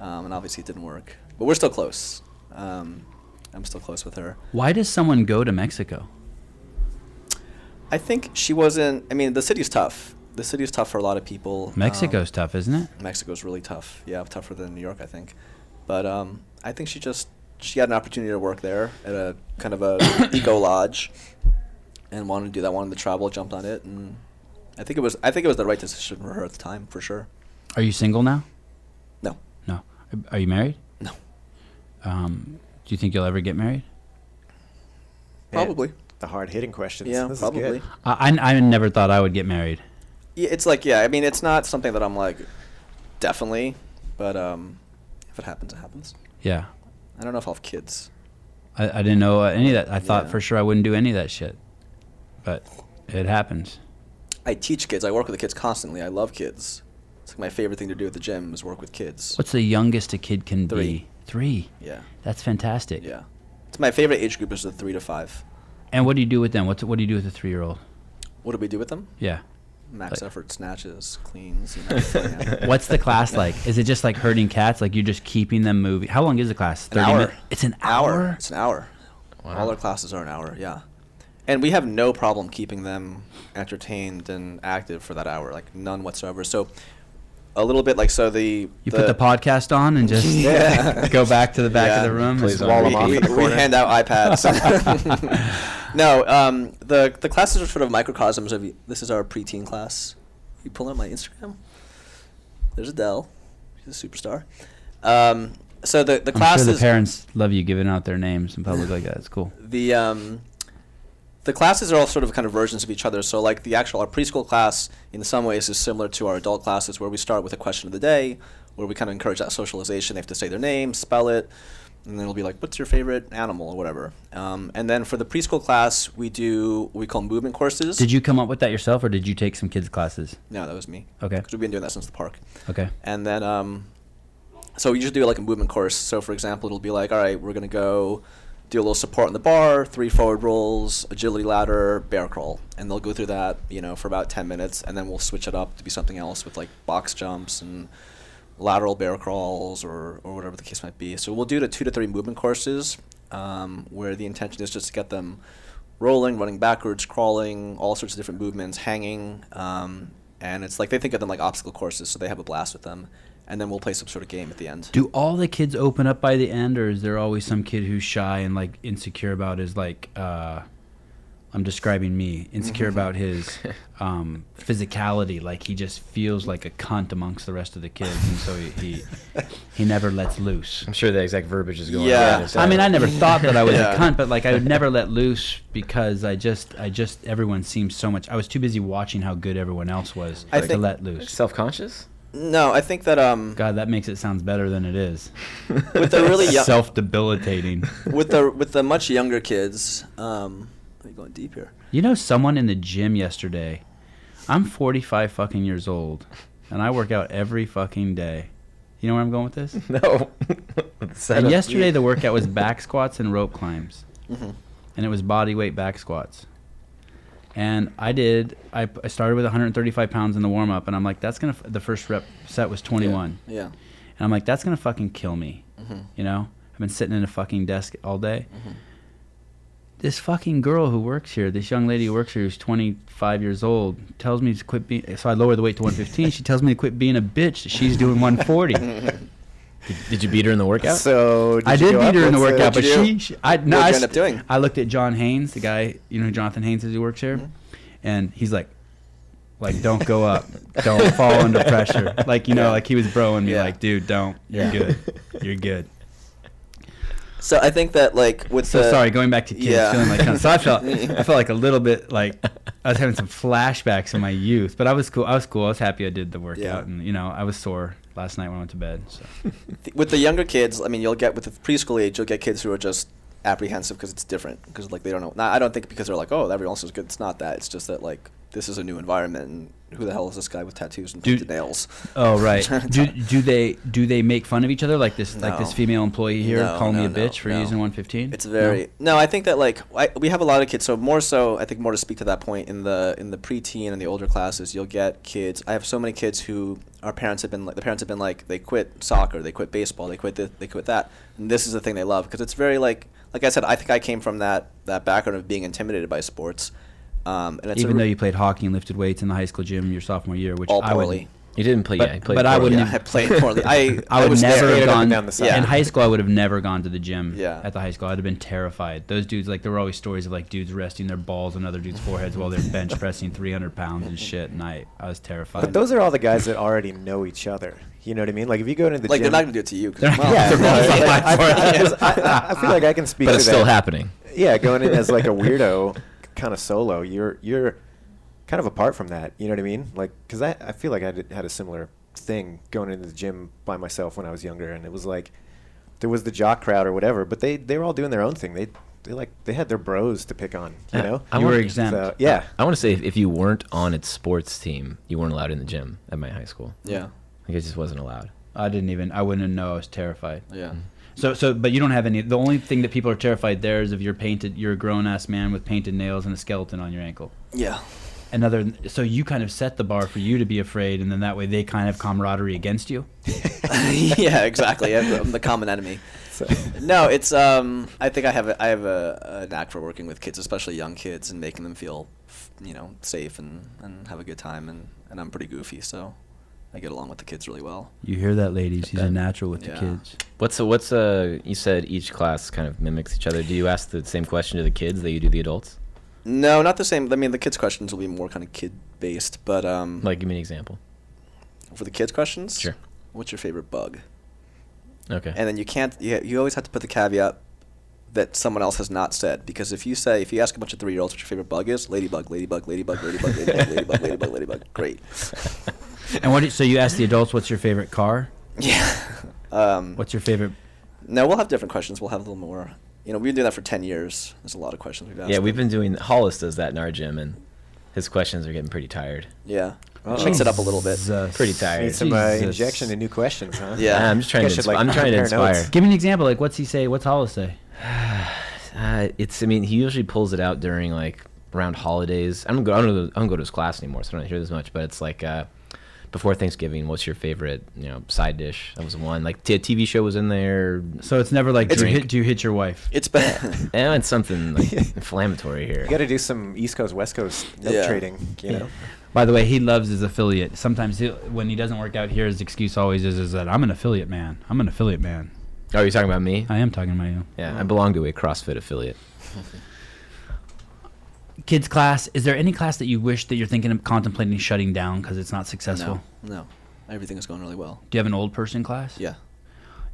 [SPEAKER 3] Um, and obviously, it didn't work. But we're still close. Um, I'm still close with her.
[SPEAKER 1] Why does someone go to Mexico?
[SPEAKER 3] I think she wasn't. I mean, the city's tough. The city's tough for a lot of people. Um,
[SPEAKER 1] Mexico's tough, isn't it?
[SPEAKER 3] Mexico's really tough. Yeah, tougher than New York, I think. But um, I think she just she had an opportunity to work there at a kind of a eco lodge, and wanted to do that. Wanted to travel, jumped on it, and I think it was I think it was the right decision for her at the time for sure.
[SPEAKER 1] Are you single now?
[SPEAKER 3] No,
[SPEAKER 1] No. Are- Are you married?
[SPEAKER 3] no,
[SPEAKER 1] Um, do you think you'll ever get married?
[SPEAKER 2] Man,
[SPEAKER 3] probably.
[SPEAKER 2] The hard hitting questions.
[SPEAKER 3] Yeah,
[SPEAKER 2] This is good.
[SPEAKER 3] probably.
[SPEAKER 1] I, I, I never thought I would get married.
[SPEAKER 3] Yeah, it's like yeah. I mean, it's not something that I'm like definitely, but um, if it happens, it happens.
[SPEAKER 1] Yeah.
[SPEAKER 3] I don't know if I'll have kids.
[SPEAKER 1] I, I didn't know any of that. I thought
[SPEAKER 3] Yeah.
[SPEAKER 1] for sure I wouldn't do any of that shit. But it happens.
[SPEAKER 3] I teach kids. I work with the kids constantly. I love kids. It's like my favorite thing to do at the gym is work with kids.
[SPEAKER 1] What's the youngest a kid can be?
[SPEAKER 3] Three.
[SPEAKER 1] Three.
[SPEAKER 3] Yeah.
[SPEAKER 1] That's fantastic.
[SPEAKER 3] Yeah. It's my favorite age group is the three to five.
[SPEAKER 1] And what do you do with them? What's, what do you do with a three year old?
[SPEAKER 3] What do we do with them?
[SPEAKER 1] Yeah.
[SPEAKER 3] Max
[SPEAKER 1] Like-
[SPEAKER 3] effort snatches, cleans. You know,
[SPEAKER 1] What's the class like? Is it just like herding cats? Like you're just keepling them moving? How long is the class?
[SPEAKER 3] An hour.
[SPEAKER 1] minutes? It's an hour?
[SPEAKER 3] It's an hour. All
[SPEAKER 4] Wow.
[SPEAKER 3] our classes are an hour. Yeah. And we have no problem keeping them entertained and active for that hour, like none whatsoever. So, a little bit like so the
[SPEAKER 1] You put the podcast on and just
[SPEAKER 3] Yeah.
[SPEAKER 1] go back to the back of
[SPEAKER 3] Yeah.
[SPEAKER 1] the room.
[SPEAKER 4] Please
[SPEAKER 1] and-
[SPEAKER 4] don't. Wall
[SPEAKER 3] we,
[SPEAKER 2] 'em off
[SPEAKER 3] we-
[SPEAKER 2] in the
[SPEAKER 3] we
[SPEAKER 2] corner.
[SPEAKER 3] hand out iPads. no, um, the the classes are sort of microcosms of this is our preteen class. You pull up my Instagram. There's Adele, she's a superstar. Um, so the the
[SPEAKER 1] I'm sure
[SPEAKER 3] classes
[SPEAKER 1] the parents love you giving out their names in public like that. It's cool.
[SPEAKER 3] the um, the classes are all sort of kind of versions of each other. So like the actual our preschool class in some ways is similar to our adult classes where we start with a question of the day, where we kind of encourage that socialization. They have to say their name, spell it, and then it'll be like, "What's your favorite animal?" or whatever. Um, and then for the preschool class, we do what we call movement courses.
[SPEAKER 1] Did you come up with that yourself, or did you take some kids' classes?
[SPEAKER 3] No, that was me.
[SPEAKER 1] Okay.
[SPEAKER 3] Because we've been doing that since the park.
[SPEAKER 1] Okay.
[SPEAKER 3] And then, um, so we usually do like a movement course. So, for example, it'll be like, all right, we're going to go do a little support on the bar, three forward rolls, agility ladder, bear crawl. And they'll go through that, you know, for about 10 minutes. And then we'll switch it up to be something else with like box jumps and lateral bear crawls or, or whatever the case might be. So, we'll do the two to three movement courses um, where the intention is just to get them rolling, running backwards, crawling, all sorts of different movements, hanging. Um, and it's like they think of them like obstacle courses, so they have a blast with them. And then we'll play some sort of game at the end.
[SPEAKER 1] Do all the kids open up by the end, or is there always some kid who's shy and like insecure about his like uh, I'm describing me, insecure about his um, physicality. Like he just feels like a cunt amongst the rest of the kids, and so he he, he never lets loose.
[SPEAKER 4] I'm sure the exact verbiage is going.
[SPEAKER 3] Yeah.
[SPEAKER 4] on inside.
[SPEAKER 1] I mean, I never thought that I was
[SPEAKER 3] Yeah.
[SPEAKER 1] a cunt, but like I would never let loose because I just, I just, everyone seemed so much. I was too busy watching how good everyone else was
[SPEAKER 3] I
[SPEAKER 1] to
[SPEAKER 3] think-
[SPEAKER 1] let loose.
[SPEAKER 4] self-conscious.
[SPEAKER 3] No, I think that um
[SPEAKER 1] God, that makes it sounds better than it is.
[SPEAKER 3] with the really young
[SPEAKER 1] Self-debilitating.
[SPEAKER 3] with the with the much younger kids, um are you going deep here?
[SPEAKER 1] You know, someone in the gym yesterday. I'm 45 fucking years old, and I work out every fucking day. You know where I'm going with this?
[SPEAKER 4] No. Set
[SPEAKER 1] And
[SPEAKER 4] up.
[SPEAKER 1] yesterday the workout was back squats and rope climbs,
[SPEAKER 3] Mhm.
[SPEAKER 1] and it was body weight back squats. And I did. I, I started with 135 pounds in the warm up, and I'm like, that's gonna. F-. The first rep set was 21,
[SPEAKER 3] Yeah.
[SPEAKER 1] and I'm like, that's gonna fucking kill me.
[SPEAKER 3] Mhm.
[SPEAKER 1] You know, I've been sitting in a fucking desk all day.
[SPEAKER 3] Mm-hmm.
[SPEAKER 1] This fucking girl who works here, this young lady who works here, who's 25 years old, tells me to quit being. So I lower the weight to 115. she tells me to quit being a bitch. that She's doing 140.
[SPEAKER 4] Did you beat her in the workout?
[SPEAKER 2] So did
[SPEAKER 1] I
[SPEAKER 2] you
[SPEAKER 1] did
[SPEAKER 2] go
[SPEAKER 1] beat
[SPEAKER 2] up?
[SPEAKER 1] her in the
[SPEAKER 2] What's
[SPEAKER 1] workout,
[SPEAKER 3] What'd
[SPEAKER 1] but
[SPEAKER 3] you
[SPEAKER 1] she,
[SPEAKER 3] do?
[SPEAKER 1] she I no,
[SPEAKER 3] What'd
[SPEAKER 1] I
[SPEAKER 3] you
[SPEAKER 1] s-
[SPEAKER 3] end up doing?
[SPEAKER 1] I looked at John Haynes, the guy you know, who Jonathan Haynes is who works here,
[SPEAKER 3] Mm-hmm.
[SPEAKER 1] and he's like, like don't go up, don't fall under pressure, like you know, like he was broing me,
[SPEAKER 3] Yeah.
[SPEAKER 1] like dude, don't, you're
[SPEAKER 3] Yeah.
[SPEAKER 1] good, you're good.
[SPEAKER 3] So I think that like with
[SPEAKER 1] So
[SPEAKER 3] the
[SPEAKER 1] sorry, going back to kids
[SPEAKER 3] yeah.
[SPEAKER 1] feeling like kind of, so I felt I felt like a little bit like I was having some flashbacks in my youth, but I was cool. I was cool. I was happy I did the workout,
[SPEAKER 3] Yeah.
[SPEAKER 1] and you know I was sore last night when I went to bed. So
[SPEAKER 3] th- with the younger kids, I mean, you'll get with the preschool age, you'll get kids who are just apprehensive because it's different because like they don't know. Now, I don't think because they're like, oh, everyone else is good. It's not that. It's just that like this is a new environment, and who the hell is this guy with tattoos and
[SPEAKER 1] Dude-
[SPEAKER 3] painted nails?
[SPEAKER 1] oh right, do, do they do they make fun of each other like this like this
[SPEAKER 3] No.
[SPEAKER 1] female employee here
[SPEAKER 3] No,
[SPEAKER 1] calling me
[SPEAKER 3] no,
[SPEAKER 1] a
[SPEAKER 3] no,
[SPEAKER 1] bitch for
[SPEAKER 3] no.
[SPEAKER 1] using 115?
[SPEAKER 3] It's very no? I think that like I, we have a lot of kids. So more so, I think more to speak to that point in the in the preteen and the older classes, you'll get kids. I have so many kids who our parents have been like the parents have been like they quit soccer, they quit baseball, they quit this, they quit that, and this is the thing they love because it's very like like I said, I think I came from that that background of being intimidated by sports. Um, and it's a
[SPEAKER 1] Even
[SPEAKER 3] re-
[SPEAKER 1] though you played hockey and lifted weights in the high school gym your sophomore year, which
[SPEAKER 3] all
[SPEAKER 1] I
[SPEAKER 3] poorly,
[SPEAKER 1] would,
[SPEAKER 4] You didn't play.
[SPEAKER 1] But-
[SPEAKER 4] yeah, you played
[SPEAKER 1] but I
[SPEAKER 4] pro,
[SPEAKER 1] wouldn't
[SPEAKER 4] yeah.
[SPEAKER 3] yeah, I played poorly. I
[SPEAKER 1] I would
[SPEAKER 3] was
[SPEAKER 1] never
[SPEAKER 3] there.
[SPEAKER 1] have
[SPEAKER 2] Straight up
[SPEAKER 1] gone
[SPEAKER 2] and down the side.
[SPEAKER 1] in
[SPEAKER 3] Yeah.
[SPEAKER 1] high school. I would have never gone to the gym.
[SPEAKER 3] Yeah.
[SPEAKER 1] At the high school, I'd have been terrified. Those dudes, like, there were always stories of like dudes resting their balls on other dudes' foreheads while they're bench pressing 300 pounds and shit. And I, I was terrified.
[SPEAKER 2] But those are all the guys that already know each other. You know what I mean? Like if you go into the
[SPEAKER 3] Like
[SPEAKER 2] gym,
[SPEAKER 3] they're not gonna do it to you. 'cause-
[SPEAKER 1] They're not-
[SPEAKER 3] well,
[SPEAKER 2] Yeah,
[SPEAKER 1] They're
[SPEAKER 2] no,
[SPEAKER 1] all fine
[SPEAKER 2] like, I,
[SPEAKER 1] for it.
[SPEAKER 2] I- 'cause I- I feel like I can speak.
[SPEAKER 4] But
[SPEAKER 2] to
[SPEAKER 4] it's
[SPEAKER 2] that.
[SPEAKER 4] still happening.
[SPEAKER 2] Yeah, going in as like a weirdo, kind of solo. You're you're kind of apart from that. You know what I mean? Like, because I I feel like I did, had a similar thing going into the gym by myself when I was younger, and it was like there was the jock crowd or whatever, but they they were all doing their own thing. They they like they had their bros to pick on. You
[SPEAKER 4] Yeah,
[SPEAKER 2] know?
[SPEAKER 4] I
[SPEAKER 1] you were
[SPEAKER 4] want-
[SPEAKER 1] exempt.
[SPEAKER 2] So, yeah.
[SPEAKER 4] I want to say if, if you weren't on its sports team, you weren't allowed in the gym at my high school.
[SPEAKER 3] yeah,
[SPEAKER 4] Like it just wasn't allowed.
[SPEAKER 1] I didn't even. I wouldn't know. I was terrified.
[SPEAKER 3] yeah.
[SPEAKER 1] So, so, but you don't have any. The only thing that people are terrified there is if you're painted. You're a grown ass man with painted nails and a skeleton on your ankle.
[SPEAKER 3] Yeah.
[SPEAKER 1] Another. So you kind of set the bar for you to be afraid, and then that way they kind of camaraderie against you.
[SPEAKER 3] yeah, exactly. I'm the- I'm the common enemy.
[SPEAKER 2] So-
[SPEAKER 3] No, it's um. I think I have a, I have a, a knack for working with kids, especially young kids, and making them feel, you know, safe and, and have a good time. And, and I'm pretty goofy, so I get along with the kids really well.
[SPEAKER 1] You hear that, ladies? He's a natural with
[SPEAKER 3] Yeah.
[SPEAKER 1] the kids.
[SPEAKER 4] What's a, what's a? You said each class kind of mimics each other. Do you ask the same question to the kids that you do the adults?
[SPEAKER 3] No, not the same. I mean, the kids' questions will be more kind of kid based, but um,
[SPEAKER 4] Like, give me an example.
[SPEAKER 3] for the kids' questions,
[SPEAKER 4] Sure.
[SPEAKER 3] What's your favorite bug?
[SPEAKER 4] Okay.
[SPEAKER 3] And then you can't. You, you always have to put the caveat that someone else has not said because if you say if you ask a bunch of three year olds what your favorite bug is, ladybug, ladybug, ladybug, ladybug, ladybug, ladybug, ladybug, ladybug, great.
[SPEAKER 1] And what? do- So you ask the adults, "What's your favorite car?
[SPEAKER 3] Yeah. Um,
[SPEAKER 1] What's your favorite?"
[SPEAKER 3] no, we'll have different questions. We'll have a little more. You know, we've been doing that for ten years. There's a lot of questions we've asked.
[SPEAKER 4] yeah, we've
[SPEAKER 3] them.
[SPEAKER 4] been doing. Hollis does that in our gym, and his questions are getting pretty tired.
[SPEAKER 3] Yeah.
[SPEAKER 4] Oh.
[SPEAKER 2] Uh-oh.
[SPEAKER 3] Mix it up a little bit.
[SPEAKER 1] Jesus.
[SPEAKER 4] Pretty tired.
[SPEAKER 2] Need some uh,
[SPEAKER 1] Jesus.
[SPEAKER 2] injection and new questions, huh?
[SPEAKER 3] Yeah.
[SPEAKER 4] I'm just trying
[SPEAKER 2] Guess
[SPEAKER 4] to.
[SPEAKER 2] should,
[SPEAKER 4] Insp-
[SPEAKER 2] like,
[SPEAKER 4] I'm trying to
[SPEAKER 2] compare notes.
[SPEAKER 4] inspire.
[SPEAKER 1] Give me an example. Like, what's he say? What's Hollis say?
[SPEAKER 4] Uh, it's. I mean, he usually pulls it out during like around holidays. I don't go. I don't, go- I don't go to his class anymore, so I don't hear this much. But it's like uh, before Thanksgiving. What's your favorite? You know, side dish. That was one. Like t- a TV show was in there.
[SPEAKER 1] So it's never like, do you,
[SPEAKER 4] Drink.
[SPEAKER 1] hit, do you hit your wife?
[SPEAKER 3] It's been.
[SPEAKER 4] And it's something like inflammatory here.
[SPEAKER 2] You got to do some East Coast West Coast note
[SPEAKER 3] Yeah.
[SPEAKER 2] trading. You know.
[SPEAKER 1] By the way, he loves his affiliate. Sometimes he, when he doesn't work out here, his excuse always is, is that I'm an affiliate man. I'm an affiliate man.
[SPEAKER 4] Oh, you're talking about me?
[SPEAKER 1] I am talking about you.
[SPEAKER 4] Yeah, I belong to a CrossFit affiliate.
[SPEAKER 1] kids class. Is there any class that you wish that you're thinking of contemplating shutting down because it's not successful?
[SPEAKER 3] No, no, everything is going really well.
[SPEAKER 1] Do you have an old person class?
[SPEAKER 3] Yeah.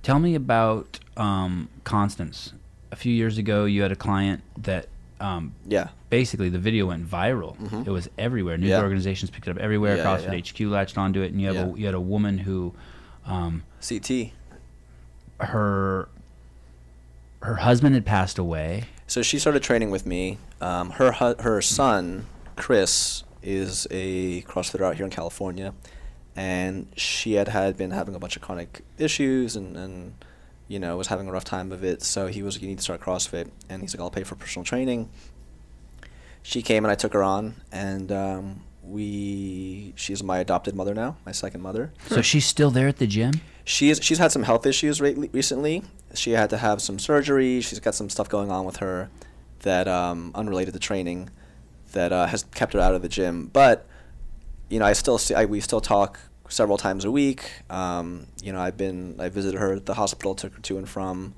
[SPEAKER 1] Tell me about um, Constance. A few years ago, you had a client that um,
[SPEAKER 3] Yeah.
[SPEAKER 1] basically the video went viral. It was everywhere. News
[SPEAKER 3] Mm-hmm. Yeah.
[SPEAKER 1] organizations picked it up everywhere.
[SPEAKER 3] Yeah, yeah,
[SPEAKER 1] CrossFit
[SPEAKER 3] yeah.
[SPEAKER 1] HQ latched onto it, and you have
[SPEAKER 3] Yeah.
[SPEAKER 1] a, you had a woman who um,
[SPEAKER 3] CT.
[SPEAKER 1] her her husband had passed away.
[SPEAKER 3] So she started training with me. Um, her hu- her son Chris is a CrossFitter out here in California, and she had had been having a bunch of chronic issues and and you know was having a rough time of it. So he was you need to start CrossFit, and he's like I'll pay for personal training. She came and I took her on, and um, we she's my adopted mother now, my second mother.
[SPEAKER 1] So she's still there at the gym.
[SPEAKER 3] She is, she's had some health issues re- recently. She had to have some surgery. She's got some stuff going on with her that um, unrelated to training that uh, has kept her out of the gym. But you know, I still see I, we still talk several times a week. Um, you know, I've been I visited her at the hospital, took her to and from,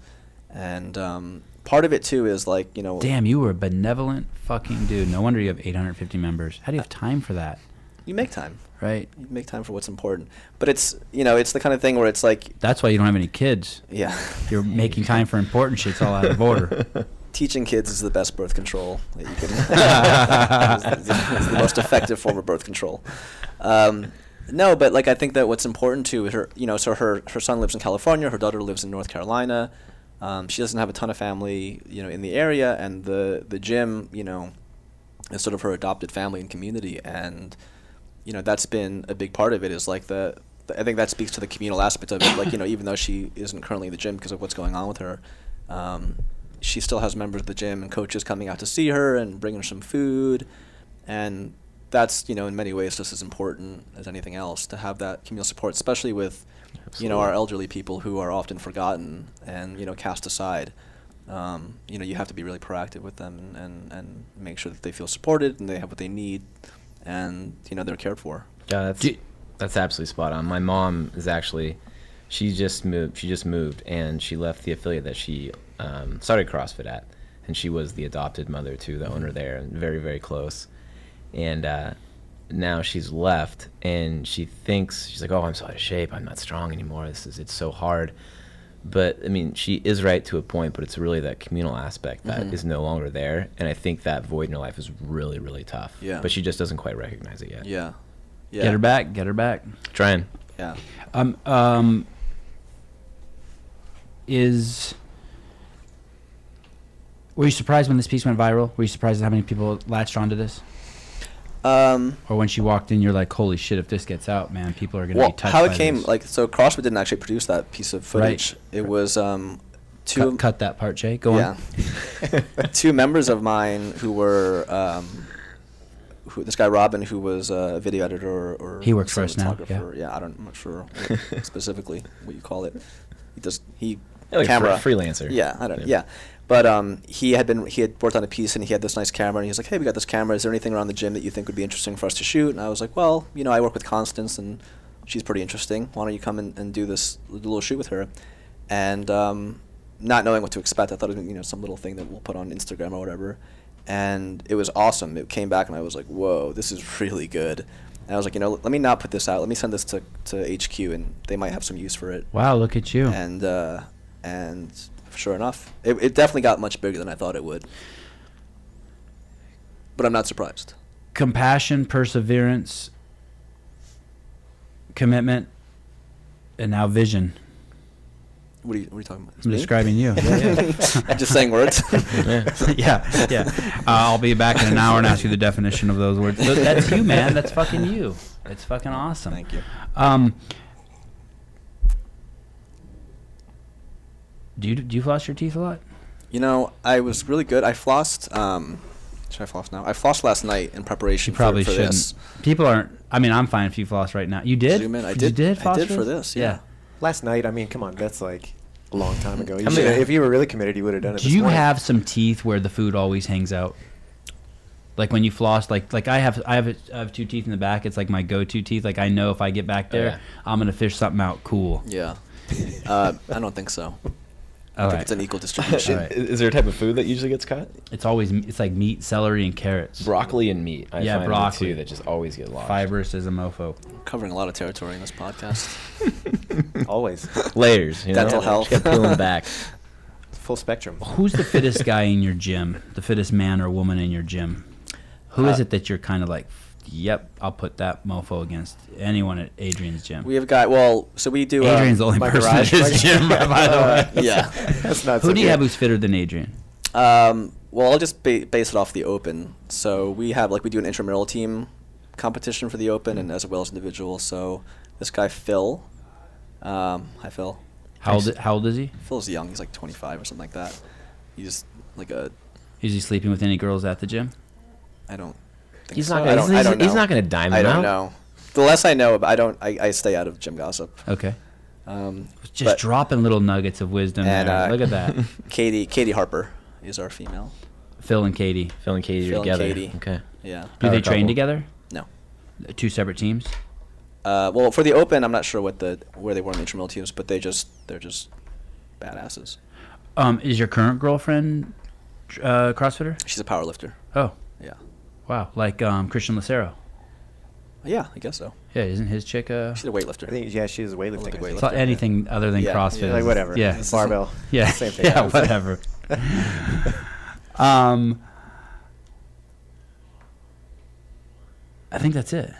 [SPEAKER 3] and um, part of it too is like you know
[SPEAKER 1] Damn, you were a benevolent fucking dude. No wonder you have 850 members. How do you have time for that?
[SPEAKER 3] you make time,
[SPEAKER 1] Right.
[SPEAKER 3] you make time for what's important. But it's you know it's the kind of thing where it's like
[SPEAKER 1] That's why you don't have any kids.
[SPEAKER 3] yeah,
[SPEAKER 1] You're making time for important shit's all out of order.
[SPEAKER 3] teaching kids is the best birth control that you can. it's, the, it's the most effective form of birth control. Um, no, but like I think that what's important to her, you know, so her her son lives in California, her daughter lives in North Carolina. Um, she doesn't have a ton of family, you know, in the area, and the the gym, you know, is sort of her adopted family and community, and you know that's been a big part of it. Is like the, the I think that speaks to the communal aspect of it. Like you know, even though she isn't currently in the gym because of what's going on with her, um, she still has members of the gym and coaches coming out to see her and bringing her some food, and that's you know in many ways just as important as anything else to have that communal support, especially with you know our elderly people who are often forgotten and you know cast aside um, you know you have to be really proactive with them and, and, and make sure that they feel supported and they have what they need and you know they're cared for
[SPEAKER 4] Yeah, that's
[SPEAKER 1] Do-
[SPEAKER 4] that's absolutely spot on. My mom is actually, she just moved. She just moved, and she left the affiliate that she um, started CrossFit at, and she was the adopted mother to the
[SPEAKER 3] Mm-hmm.
[SPEAKER 4] owner there, and very very close. And uh, now she's left, and she thinks she's like, "Oh, I'm so out of shape. I'm not strong anymore. This is it's so hard." But I mean, she is right to a point, but it's really that communal aspect that is
[SPEAKER 3] Mm-hmm.
[SPEAKER 4] no longer there, and I think that void in her life is really really tough.
[SPEAKER 3] Yeah.
[SPEAKER 4] But she just doesn't quite recognize it yet.
[SPEAKER 3] yeah yeah
[SPEAKER 1] Get her back. Get her back.
[SPEAKER 4] Trying.
[SPEAKER 3] yeah
[SPEAKER 1] Um, um, is were you surprised when this piece went viral? Were you surprised at how many people latched onto this?
[SPEAKER 3] um,
[SPEAKER 1] Or when she walked in, you're like, "Holy shit! If this gets out, man, people are gonna
[SPEAKER 3] well
[SPEAKER 1] be touched."
[SPEAKER 3] how
[SPEAKER 1] by
[SPEAKER 3] it came
[SPEAKER 1] this.
[SPEAKER 3] like so crossfit didn't actually produce that piece of footage it was um, two
[SPEAKER 1] cut, cut that part, Jay. Go
[SPEAKER 3] yeah
[SPEAKER 1] on.
[SPEAKER 3] two members of mine who were um, who, this guy Robin, who was a video editor or
[SPEAKER 1] He works for us now, yeah.
[SPEAKER 3] cinematographer. Yeah, I don't, I'm not sure what specifically what you call it. He does he
[SPEAKER 4] Like Oh, a
[SPEAKER 3] camera
[SPEAKER 4] fre- freelancer.
[SPEAKER 3] Yeah, I don't. Yeah.
[SPEAKER 4] Yeah.
[SPEAKER 3] But um, he had been he had worked on a piece and he had this nice camera and he was like, hey, we got this camera. Is there anything around the gym that you think would be interesting for us to shoot? And I was like, well, you know, I work with Constance and she's pretty interesting. Why don't you come and, and do this little shoot with her? And um, not knowing what to expect, I thought it was you know some little thing that we'll put on Instagram or whatever. And it was awesome. It came back and I was like, whoa, this is really good. And I was like, you know, let me not put this out. Let me send this to, to HQ and they might have some use for it
[SPEAKER 1] Wow, look at you.
[SPEAKER 3] and uh, and sure enough, it, it definitely got much bigger than I thought it would. But I'm not surprised.
[SPEAKER 1] compassion, perseverance, commitment, and now vision.
[SPEAKER 3] What are you, what are you talking about? It's
[SPEAKER 1] I'm
[SPEAKER 3] me?
[SPEAKER 1] describing you.
[SPEAKER 3] I'm just saying words.
[SPEAKER 1] yeah, yeah. Uh, I'll be back in an hour and ask you the definition of those words. Th- That's you, man. That's fucking you. That's fucking awesome.
[SPEAKER 3] Thank you.
[SPEAKER 1] Um, do you do you floss your teeth a lot?
[SPEAKER 3] You know, I was really good. I flossed. Um, should I floss now? I flossed last night in preparation.
[SPEAKER 1] You probably
[SPEAKER 3] for, for
[SPEAKER 1] shouldn't.
[SPEAKER 3] This.
[SPEAKER 1] People aren't. I mean, I'm fine if you floss right now. You did.
[SPEAKER 3] Zoom in. I
[SPEAKER 1] You
[SPEAKER 3] did- I
[SPEAKER 1] floss
[SPEAKER 3] did for
[SPEAKER 1] yours?
[SPEAKER 3] this, yeah.
[SPEAKER 2] Last night, I mean, come on, that's like a long time ago. You
[SPEAKER 4] I mean-
[SPEAKER 2] should, if you were really committed, you would have done it.
[SPEAKER 1] Do
[SPEAKER 2] this
[SPEAKER 1] you
[SPEAKER 2] morning.
[SPEAKER 1] have some teeth where the food always hangs out? Like when you floss, like like I have I have I have two teeth in the back. It's like my go-to teeth. Like I know if I get back there,
[SPEAKER 4] yeah.
[SPEAKER 1] I'm gonna fish something out cool.
[SPEAKER 3] Yeah. Uh, I don't think so. I
[SPEAKER 1] All
[SPEAKER 3] think
[SPEAKER 1] right.
[SPEAKER 3] it's an equal distribution.
[SPEAKER 1] All right.
[SPEAKER 4] Is there a type of food that usually gets cut?
[SPEAKER 1] It's always m- it's like meat, celery, and carrots.
[SPEAKER 4] Broccoli and meat. I
[SPEAKER 1] Yeah,
[SPEAKER 4] find broccoli.
[SPEAKER 1] broccoli.
[SPEAKER 4] that just always get lost.
[SPEAKER 1] Fibrous as a mofo.
[SPEAKER 3] Covering a lot of territory in this podcast.
[SPEAKER 2] Always.
[SPEAKER 4] Layers. You know?
[SPEAKER 3] Dental health.
[SPEAKER 4] Just kept peeling back.
[SPEAKER 2] Full spectrum.
[SPEAKER 1] Who's the fittest guy in your gym? The fittest man or woman in your gym? Who is
[SPEAKER 3] Uh,
[SPEAKER 1] it that you're kind of like, yep, I'll put that mofo against anyone at Adrian's gym?
[SPEAKER 3] We have got well, so we do. uh,
[SPEAKER 1] Adrian's the only
[SPEAKER 2] my
[SPEAKER 1] person at
[SPEAKER 2] garage,
[SPEAKER 1] his
[SPEAKER 2] my-
[SPEAKER 1] gym, by the way.
[SPEAKER 3] Yeah.
[SPEAKER 2] That's not
[SPEAKER 1] Who
[SPEAKER 2] so
[SPEAKER 1] do you have
[SPEAKER 2] good.
[SPEAKER 1] who's fitter than Adrian?
[SPEAKER 3] Um, well, I'll just ba- base it off the Open. So we have like we do an intramural team competition for the Open, and as well as individual. So this guy Phil, um, hi Phil.
[SPEAKER 1] How old, how old is he?
[SPEAKER 3] Phil's young. He's like 25 or something like that. He's like a
[SPEAKER 1] Is he sleeping with any girls at the gym?
[SPEAKER 3] I don't. Think
[SPEAKER 4] He's
[SPEAKER 3] so.
[SPEAKER 4] not
[SPEAKER 3] I
[SPEAKER 4] gonna-
[SPEAKER 3] don't,
[SPEAKER 4] he's-
[SPEAKER 3] I don't
[SPEAKER 4] he's
[SPEAKER 3] know.
[SPEAKER 4] not gonna dime
[SPEAKER 3] I
[SPEAKER 4] him
[SPEAKER 3] don't
[SPEAKER 4] out.
[SPEAKER 3] know. The less I know, but I don't. I, I stay out of gym gossip.
[SPEAKER 1] Okay.
[SPEAKER 3] Um,
[SPEAKER 1] Just
[SPEAKER 3] but
[SPEAKER 1] dropping little nuggets of wisdom
[SPEAKER 3] And,
[SPEAKER 1] there.
[SPEAKER 3] uh,
[SPEAKER 1] Look at that.
[SPEAKER 3] Katie Katie Harper is our female.
[SPEAKER 1] Phil and Katie.
[SPEAKER 4] Phil and Katie are
[SPEAKER 3] Phil and
[SPEAKER 4] together.
[SPEAKER 3] Katie.
[SPEAKER 4] Okay.
[SPEAKER 3] Yeah.
[SPEAKER 1] Do
[SPEAKER 4] Power
[SPEAKER 1] they train
[SPEAKER 4] couple.
[SPEAKER 1] together?
[SPEAKER 3] No.
[SPEAKER 1] Two separate teams?
[SPEAKER 3] Uh, well, for the Open, I'm not sure what the where they were in the intramural teams, but they just they're just badasses.
[SPEAKER 1] Um, is your current girlfriend uh, CrossFitter?
[SPEAKER 3] She's a power lifter.
[SPEAKER 1] Oh,
[SPEAKER 3] Yeah.
[SPEAKER 1] wow. Like um, Christian Lucero.
[SPEAKER 3] Yeah, I guess so.
[SPEAKER 1] Yeah, isn't his chick a.
[SPEAKER 3] She's a weightlifter.
[SPEAKER 2] I think, yeah, she's a weightlifting.
[SPEAKER 3] Olympic
[SPEAKER 2] I think.
[SPEAKER 3] weightlifter.
[SPEAKER 1] So anything other than
[SPEAKER 3] Yeah.
[SPEAKER 1] CrossFit.
[SPEAKER 2] Like
[SPEAKER 1] is-
[SPEAKER 2] whatever.
[SPEAKER 1] Yeah.
[SPEAKER 2] Barbell.
[SPEAKER 1] Yeah.
[SPEAKER 2] Same thing.
[SPEAKER 1] Yeah, whatever. um, I think that's it.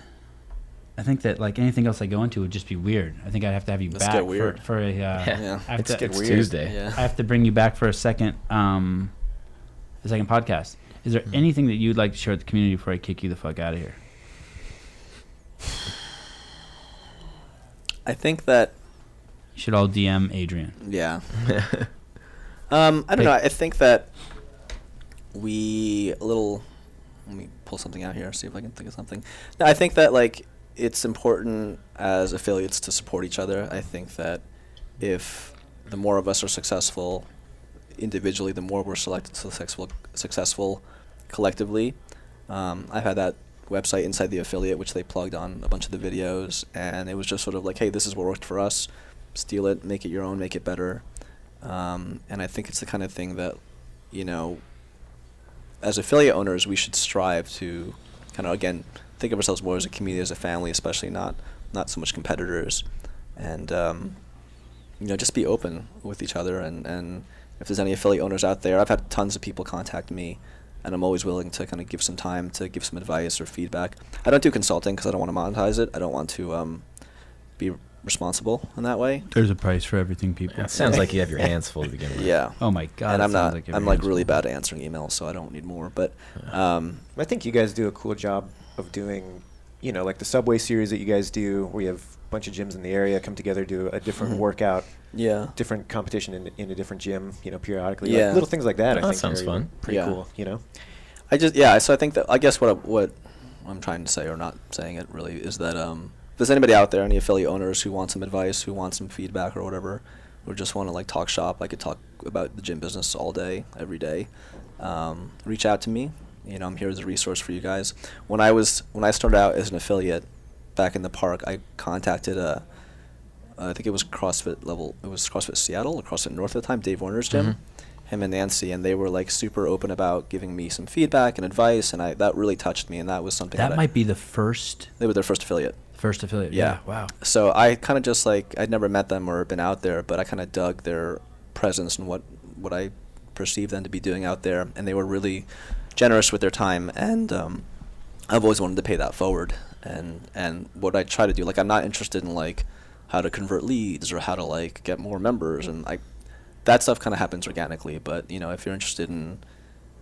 [SPEAKER 1] I think that like anything else I go into would just be weird. I think I'd have to have you
[SPEAKER 3] Let's
[SPEAKER 1] back
[SPEAKER 3] get
[SPEAKER 1] for-
[SPEAKER 3] weird.
[SPEAKER 1] for, a. Uh,
[SPEAKER 4] Yeah.
[SPEAKER 1] I, have
[SPEAKER 2] Let's
[SPEAKER 1] to,
[SPEAKER 2] get
[SPEAKER 4] It's
[SPEAKER 2] Weird.
[SPEAKER 4] Tuesday.
[SPEAKER 1] I
[SPEAKER 3] yeah.
[SPEAKER 1] have to bring you back for a second, um, a second podcast. Is there anything that you'd like to share with the community before I kick you the fuck out of here?
[SPEAKER 3] I think that
[SPEAKER 1] You should all DM Adrian.
[SPEAKER 3] yeah. um, I don't know. I think that we a little. Let me pull something out here. See if I can think of something. No, I think that like it's important as affiliates to support each other. I think that if the more of us are successful individually, the more we're selected to successful successful collectively. Um, I've had that website inside the affiliate, which they plugged on a bunch of the videos, and it was just sort of like, hey, this is what worked for us. Steal it, make it your own, make it better. Um, and I think it's the kind of thing that, you know, as affiliate owners, we should strive to kind of again think of ourselves more as a community, as a family, especially not not so much competitors, and um, you know just be open with each other. And, and if there's any affiliate owners out there, I've had tons of people contact me, and I'm always willing to kind of give some time to give some advice or feedback. I don't do consulting because I don't want to monetize it. I don't want to um, be responsible in that way.
[SPEAKER 1] There's a price for everything, people.
[SPEAKER 4] That sounds like you have your hands full to begin with.
[SPEAKER 3] Yeah.
[SPEAKER 1] Oh my god!
[SPEAKER 3] and
[SPEAKER 1] it
[SPEAKER 3] I'm
[SPEAKER 1] sounds
[SPEAKER 3] not.
[SPEAKER 1] you're
[SPEAKER 3] I'm like
[SPEAKER 1] handsome.
[SPEAKER 3] really bad at answering emails, so I don't need more. But um,
[SPEAKER 2] I think you guys do a cool job of doing, you know, like the subway series that you guys do, where you have a bunch of gyms in the area come together, do a different
[SPEAKER 1] Mm-hmm.
[SPEAKER 2] workout,
[SPEAKER 3] yeah,
[SPEAKER 2] different competition in, in a different gym, you know, periodically. Like,
[SPEAKER 3] Yeah.
[SPEAKER 2] little things like that. I
[SPEAKER 4] That
[SPEAKER 2] think
[SPEAKER 4] sounds
[SPEAKER 2] are
[SPEAKER 4] fun.
[SPEAKER 2] Pretty
[SPEAKER 3] Yeah.
[SPEAKER 2] cool. You know,
[SPEAKER 3] I just yeah. So I think that I guess what I, what I'm trying to say or not saying it really is that um, if there's anybody out there, any affiliate owners who want some advice, who want some feedback or whatever, or just want to like talk shop, I could talk about the gym business all day, every day. Um, reach out to me. You know, I'm here as a resource for you guys. When I was when I started out as an affiliate back in the park, I contacted a I think it was CrossFit level. It was CrossFit Seattle or CrossFit North at the time. Dave Warner's gym, him and Nancy, and they were like super open about giving me some feedback and advice, and I that really touched me, and that was something that,
[SPEAKER 1] That
[SPEAKER 3] I-
[SPEAKER 1] might be the first
[SPEAKER 3] they were their first affiliate.
[SPEAKER 1] first affiliate.
[SPEAKER 3] Yeah.
[SPEAKER 1] Wow.
[SPEAKER 3] So I kind of just like I'd never met them or been out there, but I kind of dug their presence and what what I perceived them to be doing out there, and they were really generous with their time, and um, I've always wanted to pay that forward, and and what I try to do, like I'm not interested in like how to convert leads or how to like get more members, and I that stuff kind of happens organically, but you know if you're interested in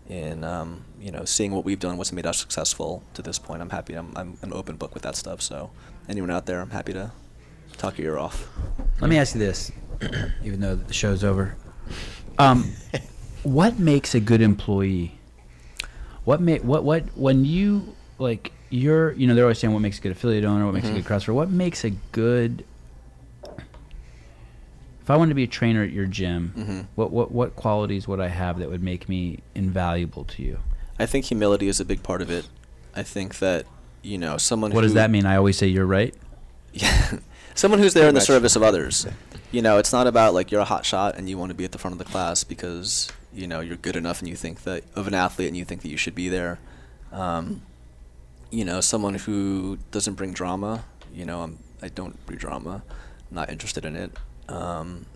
[SPEAKER 3] in um, you know seeing what we've done, what's made us successful to this point. I'm happy. I'm, I'm an open book with that stuff. So anyone out there, I'm happy to talk your ear off.
[SPEAKER 1] Let me ask you this, even though the show's over. Um, what makes a good employee? What ma- what what when you like you're you know they're always saying what makes a good affiliate owner, what makes
[SPEAKER 4] Mm-hmm.
[SPEAKER 1] a good CrossFitter, what makes a good if I wanted to be a trainer at your gym,
[SPEAKER 4] Mm-hmm.
[SPEAKER 1] what, what what qualities would I have that would make me invaluable to you?
[SPEAKER 3] I think humility is a big part of it. I think that you know someone.
[SPEAKER 1] What does
[SPEAKER 3] who-
[SPEAKER 1] that mean? I always say you're right.
[SPEAKER 3] someone who's there in the
[SPEAKER 2] much.
[SPEAKER 3] service of others. you know, it's not about like you're a hot shot and you want to be at the front of the class because you know you're good enough and you think that of an athlete and you think that you should be there. Um, you know, someone who doesn't bring drama. You know, I'm, I don't bring drama. I'm not interested in it. Um,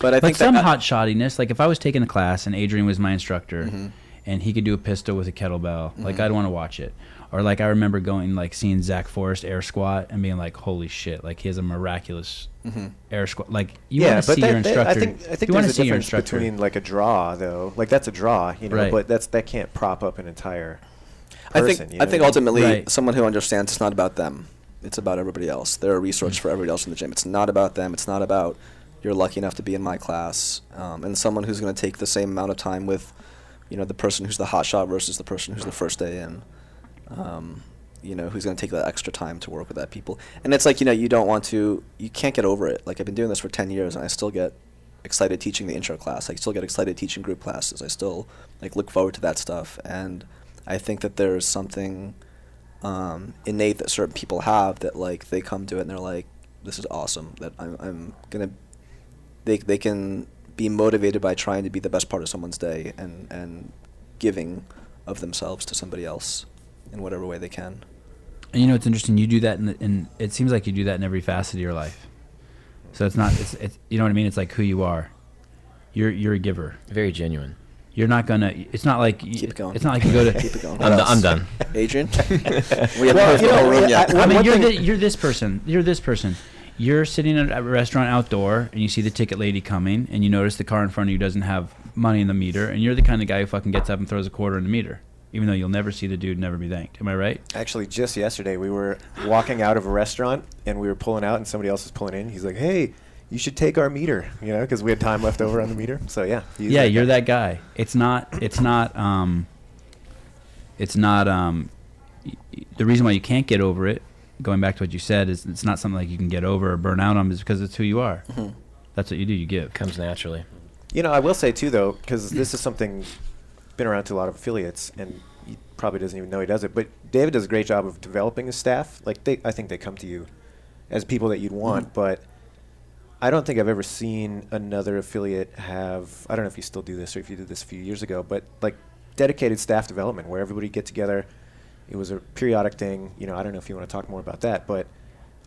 [SPEAKER 3] but I
[SPEAKER 1] like
[SPEAKER 3] think
[SPEAKER 1] some
[SPEAKER 3] that,
[SPEAKER 1] hot shoddiness. Like if I was taking a class and Adrian was my instructor,
[SPEAKER 2] Mm-hmm.
[SPEAKER 3] Mhm.
[SPEAKER 1] and he could do a pistol with a kettlebell, like I'd want to watch it. Or like I remember going like seeing Zach Forrest air squat and being like, "Holy shit! Like he has a miraculous
[SPEAKER 3] Mhm.
[SPEAKER 1] air squat." Like you
[SPEAKER 2] Mm-hmm. yeah,
[SPEAKER 1] want to
[SPEAKER 2] but
[SPEAKER 1] see
[SPEAKER 2] that,
[SPEAKER 1] your
[SPEAKER 2] that-
[SPEAKER 1] instructor.
[SPEAKER 2] I think I think
[SPEAKER 1] you want to
[SPEAKER 2] there's a
[SPEAKER 1] see your
[SPEAKER 2] difference
[SPEAKER 1] instructor.
[SPEAKER 2] between like a draw though. Like that's a draw, you know,
[SPEAKER 1] Right.
[SPEAKER 2] but that's that can't prop up an entire
[SPEAKER 3] I
[SPEAKER 2] person.
[SPEAKER 3] think
[SPEAKER 2] you know
[SPEAKER 3] I
[SPEAKER 2] what
[SPEAKER 3] think
[SPEAKER 2] mean?
[SPEAKER 3] ultimately
[SPEAKER 1] Right.
[SPEAKER 3] someone who understands it's not about them. It's about everybody else. They're a resource for everybody else in the gym. It's not about them. It's not about you're lucky enough to be in my class. Um, and someone who's going to take the same amount of time with, you know, the person who's the hot shot versus the person who's the first day in. Um, you know, who's going to take that extra time to work with that people. And it's like you know, you don't want to, you can't get over it. Like I've been doing this for ten years, and I still get excited teaching the intro class. I still get excited teaching group classes. I still like look forward to that stuff. And I think that there's something um, innate that certain people have that like they come to it and they're like, this is awesome. That I'm, I'm gonna they they can be motivated by trying to be the best part of someone's day and and giving of themselves to somebody else in whatever way they can.
[SPEAKER 1] And you know, it's interesting. You do that, in, the, in it seems like you do that in every facet of your life. So it's not. It's, it's you know what I mean. It's like who you are. You're you're a giver.
[SPEAKER 4] Very genuine.
[SPEAKER 1] You're not gonna. It's not like you,
[SPEAKER 3] Keep it going.
[SPEAKER 1] It's not like you go to.
[SPEAKER 3] Keep it going.
[SPEAKER 4] I'm,
[SPEAKER 3] What
[SPEAKER 4] do- I'm
[SPEAKER 3] else?
[SPEAKER 4] done.
[SPEAKER 3] Adrian, we have
[SPEAKER 2] Well,
[SPEAKER 3] not heard
[SPEAKER 2] you
[SPEAKER 3] the whole
[SPEAKER 2] know,
[SPEAKER 3] room
[SPEAKER 2] I-
[SPEAKER 3] yet.
[SPEAKER 2] I-
[SPEAKER 1] I mean,
[SPEAKER 2] one
[SPEAKER 1] you're,
[SPEAKER 2] thing
[SPEAKER 1] thi-
[SPEAKER 2] that-
[SPEAKER 1] you're this person. You're this person. You're sitting at a restaurant outdoor, and you see the ticket lady coming, and you notice the car in front of you doesn't have money in the meter, and you're the kind of guy who fucking gets up and throws a quarter in the meter, even though you'll never see the dude, never be thanked. Am I right?
[SPEAKER 2] Actually, just yesterday we were walking out of a restaurant and we were pulling out, and somebody else was pulling in. He's like, "Hey, you should take our meter," you know, because we had time left over on the meter. So yeah, he's
[SPEAKER 1] yeah,
[SPEAKER 2] like-
[SPEAKER 1] you're that guy. It's not. It's not. Um, it's not. Um, y- y- the reason why you can't get over it, going back to what you said, is it's not something like you can get over or burn out on, is because it's who you are. That's what you do. You give.
[SPEAKER 4] Comes naturally.
[SPEAKER 2] You know, I will say too, though, because this is something been around to a lot of affiliates, and he probably doesn't even know he does it. But David does a great job of developing his staff. Like they, I think they come to you as people that you'd want, but I don't think I've ever seen another affiliate have. I don't know if you still do this or if you did this a few years ago, but like dedicated staff development where everybody get together. It was a periodic thing. You know, I don't know if you want to talk more about that, but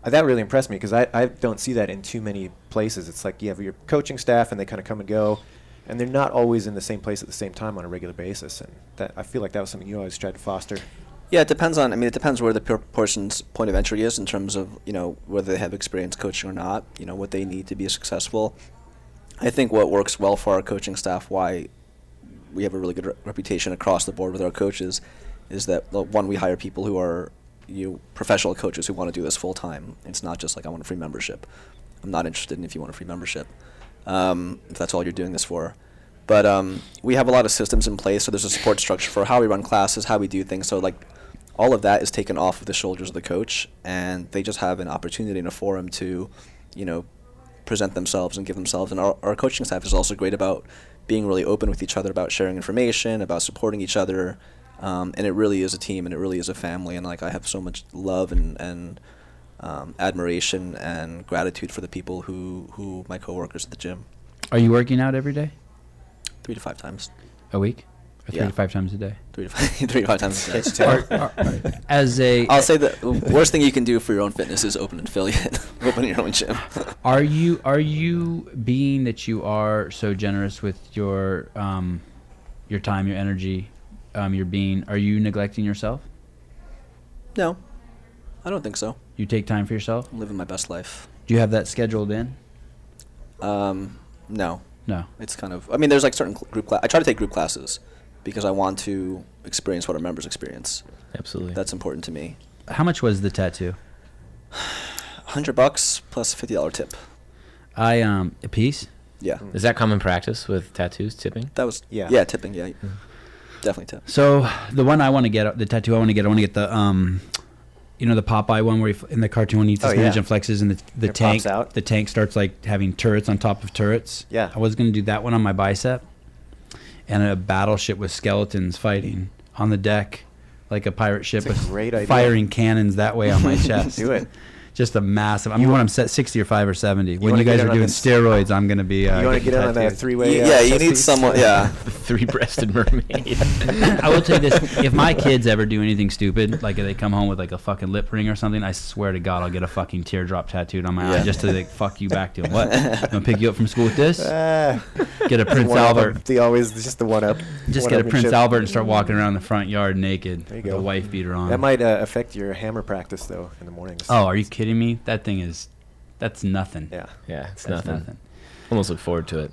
[SPEAKER 2] uh, that really impressed me because I, I don't see that in too many places. It's like you have your coaching staff and they kind of come and go, and they're not always in the same place at the same time on a regular basis. And that I feel like that was something you always tried to foster.
[SPEAKER 3] Yeah, it depends on. I mean, it depends where the per- person's point of entry is in terms of you know whether they have experience coaching or not. You know what they need to be successful. I think what works well for our coaching staff, why we have a really good re- reputation across the board with our coaches, is that well, one we hire people who are you know, professional coaches who want to do this full time. It's not just like I want a free membership. I'm not interested in if you want a free membership, um, if that's all you're doing this for. But um, we have a lot of systems in place, so there's a support structure for how we run classes, how we do things. So like all of that is taken off of the shoulders of the coach, and they just have an opportunity and a forum to, you know, present themselves and give themselves. And our, our coaching staff is also great about being really open with each other about sharing information, about supporting each other. Um, and it really is a team and it really is a family. And like, I have so much love and, and um, admiration and gratitude for the people who, who my coworkers at the gym
[SPEAKER 1] Are you working out every day,
[SPEAKER 3] three to five times,
[SPEAKER 1] a week, or three
[SPEAKER 3] Yeah.
[SPEAKER 1] to five times a day?
[SPEAKER 3] three to five, three to five times. a day.
[SPEAKER 1] Or- or- or- as a
[SPEAKER 3] I'll say the worst thing you can do for your own fitness is open an affiliate, open your own gym.
[SPEAKER 1] Are you are you being that you are so generous with your um, your time, your energy, um, your being? Are you neglecting yourself?
[SPEAKER 3] no, I don't think so.
[SPEAKER 1] You take time for yourself.
[SPEAKER 3] I'm living my best life.
[SPEAKER 1] Do you have that scheduled in?
[SPEAKER 3] Um, no,
[SPEAKER 1] No.
[SPEAKER 3] it's kind of. I mean, there's like certain cl- group. Cla- I try to take group classes because I want to experience what our members experience.
[SPEAKER 4] Absolutely.
[SPEAKER 3] That's important to me.
[SPEAKER 1] How much was the tattoo?
[SPEAKER 3] Hundred bucks plus fifty dollar tip.
[SPEAKER 1] I um a piece.
[SPEAKER 3] Yeah,
[SPEAKER 4] Is that common practice with tattoos, tipping?
[SPEAKER 3] that was.
[SPEAKER 2] Yeah.
[SPEAKER 3] yeah, tipping. Yeah, definitely tip.
[SPEAKER 1] So the one I want to get, the tattoo I want to get, I want to get the um, you know, the Popeye one where he, fl- in the cartoon when he eats
[SPEAKER 2] Oh,
[SPEAKER 1] his spinach
[SPEAKER 2] yeah.
[SPEAKER 1] and flexes, and the the
[SPEAKER 2] It
[SPEAKER 1] tank
[SPEAKER 2] pops out.
[SPEAKER 1] the tank starts like having turrets on top of turrets.
[SPEAKER 2] Yeah.
[SPEAKER 1] I was gonna do that one on my bicep, and a battleship with skeletons fighting on the deck, like a pirate ship
[SPEAKER 2] That's a
[SPEAKER 1] with
[SPEAKER 2] great idea.
[SPEAKER 1] firing cannons that way on my chest.
[SPEAKER 2] Do it.
[SPEAKER 1] just a massive. I mean, when I'm set sixty or five or seventy, when
[SPEAKER 2] wanna
[SPEAKER 1] you guys
[SPEAKER 2] get in
[SPEAKER 1] are
[SPEAKER 2] on
[SPEAKER 1] doing
[SPEAKER 2] this-
[SPEAKER 1] steroids, I'm gonna be. Uh,
[SPEAKER 2] you want to
[SPEAKER 1] getting
[SPEAKER 2] get in on that
[SPEAKER 1] tattooed.
[SPEAKER 2] three-way?
[SPEAKER 3] Y-
[SPEAKER 2] uh,
[SPEAKER 3] yeah, you
[SPEAKER 2] chest
[SPEAKER 3] need
[SPEAKER 2] piece?
[SPEAKER 3] someone. Yeah.
[SPEAKER 4] the three-breasted mermaid.
[SPEAKER 1] I will tell you this: if my kids ever do anything stupid, like if they come home with like a fucking lip ring or something, I swear to God, I'll get a fucking teardrop tattooed on my eye
[SPEAKER 3] Yeah.
[SPEAKER 1] just to like fuck you back to 'em. What? I'm gonna pick you up from school with this.
[SPEAKER 2] Ah,
[SPEAKER 1] Get a Prince
[SPEAKER 2] one up,
[SPEAKER 1] Albert.
[SPEAKER 2] The always just the one up.
[SPEAKER 1] Just
[SPEAKER 2] one
[SPEAKER 1] get a
[SPEAKER 2] upmanship.
[SPEAKER 1] Prince Albert and start walking around the front yard naked
[SPEAKER 2] There you
[SPEAKER 1] with
[SPEAKER 2] go.
[SPEAKER 1] a wife beater on.
[SPEAKER 2] That might uh, affect your hammer practice though in the mornings.
[SPEAKER 1] oh, are you kidding me? That thing is, that's nothing.
[SPEAKER 2] Yeah.
[SPEAKER 4] yeah, it's
[SPEAKER 1] That's
[SPEAKER 4] nothing.
[SPEAKER 1] nothing.
[SPEAKER 4] Almost look forward to it.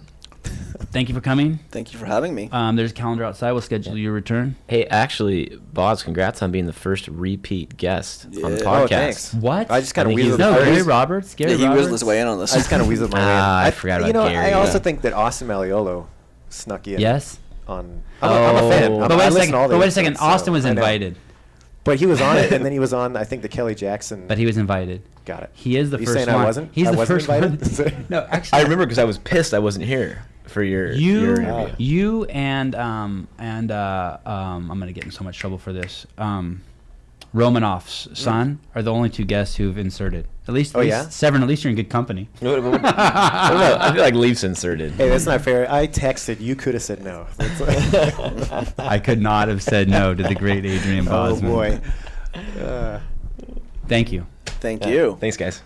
[SPEAKER 1] Thank you for coming.
[SPEAKER 3] Thank you for having me.
[SPEAKER 1] Um, there's a calendar outside. We'll schedule your return.
[SPEAKER 4] Hey, actually, Boz, congrats on being the first repeat guest on the
[SPEAKER 3] Yeah.
[SPEAKER 4] podcast.
[SPEAKER 2] Oh, thanks.
[SPEAKER 1] What?
[SPEAKER 2] I just
[SPEAKER 4] I
[SPEAKER 2] kind of
[SPEAKER 4] think he's-
[SPEAKER 2] weaseled.
[SPEAKER 1] no,
[SPEAKER 2] I
[SPEAKER 1] Gary
[SPEAKER 2] just-
[SPEAKER 1] Roberts. Gary
[SPEAKER 3] Yeah, he
[SPEAKER 1] Roberts.
[SPEAKER 3] was this way in on this.
[SPEAKER 2] I just kind of weaseled my way. in.
[SPEAKER 4] Ah, I forgot
[SPEAKER 2] You
[SPEAKER 4] about
[SPEAKER 2] know, I
[SPEAKER 4] Gary,
[SPEAKER 2] also
[SPEAKER 3] yeah.
[SPEAKER 2] think that Austin Maliolo snuck in.
[SPEAKER 1] Yes.
[SPEAKER 2] On. I'm, a, I'm a fan.
[SPEAKER 4] Oh.
[SPEAKER 2] I'm,
[SPEAKER 1] But
[SPEAKER 2] I
[SPEAKER 1] wait a
[SPEAKER 2] listen
[SPEAKER 1] second.
[SPEAKER 2] to all
[SPEAKER 1] But
[SPEAKER 2] the
[SPEAKER 1] wait a second.
[SPEAKER 2] episodes,
[SPEAKER 1] Austin
[SPEAKER 2] so
[SPEAKER 1] was
[SPEAKER 2] I know.
[SPEAKER 1] invited,
[SPEAKER 2] But he was on it, and then he was on. I think the Kelly Jackson.
[SPEAKER 1] but he was invited.
[SPEAKER 2] got it.
[SPEAKER 1] He is the
[SPEAKER 2] you
[SPEAKER 1] first
[SPEAKER 2] saying
[SPEAKER 1] one.
[SPEAKER 2] I wasn't.
[SPEAKER 1] He's
[SPEAKER 2] I
[SPEAKER 1] the
[SPEAKER 2] wasn't
[SPEAKER 1] first
[SPEAKER 2] invited?
[SPEAKER 1] one. no, actually,
[SPEAKER 4] I remember because I was pissed I wasn't here for your
[SPEAKER 1] you,
[SPEAKER 4] your interview.
[SPEAKER 1] you and um and uh um I'm gonna get in so much trouble for this. Um, Romanoff's son are the only two guests who've inserted. At least, at
[SPEAKER 2] Oh,
[SPEAKER 1] least
[SPEAKER 2] yeah?
[SPEAKER 1] Severin. At least you're in good company.
[SPEAKER 4] What- what- I don't know. I feel like leaves inserted.
[SPEAKER 2] Hey, that's not fair. I texted. You could have said no. That's
[SPEAKER 1] I could not have said no to the great Adrian
[SPEAKER 2] oh
[SPEAKER 1] Bosman.
[SPEAKER 2] boy. Uh,
[SPEAKER 1] Thank you.
[SPEAKER 3] Thank you.
[SPEAKER 4] Thanks, guys.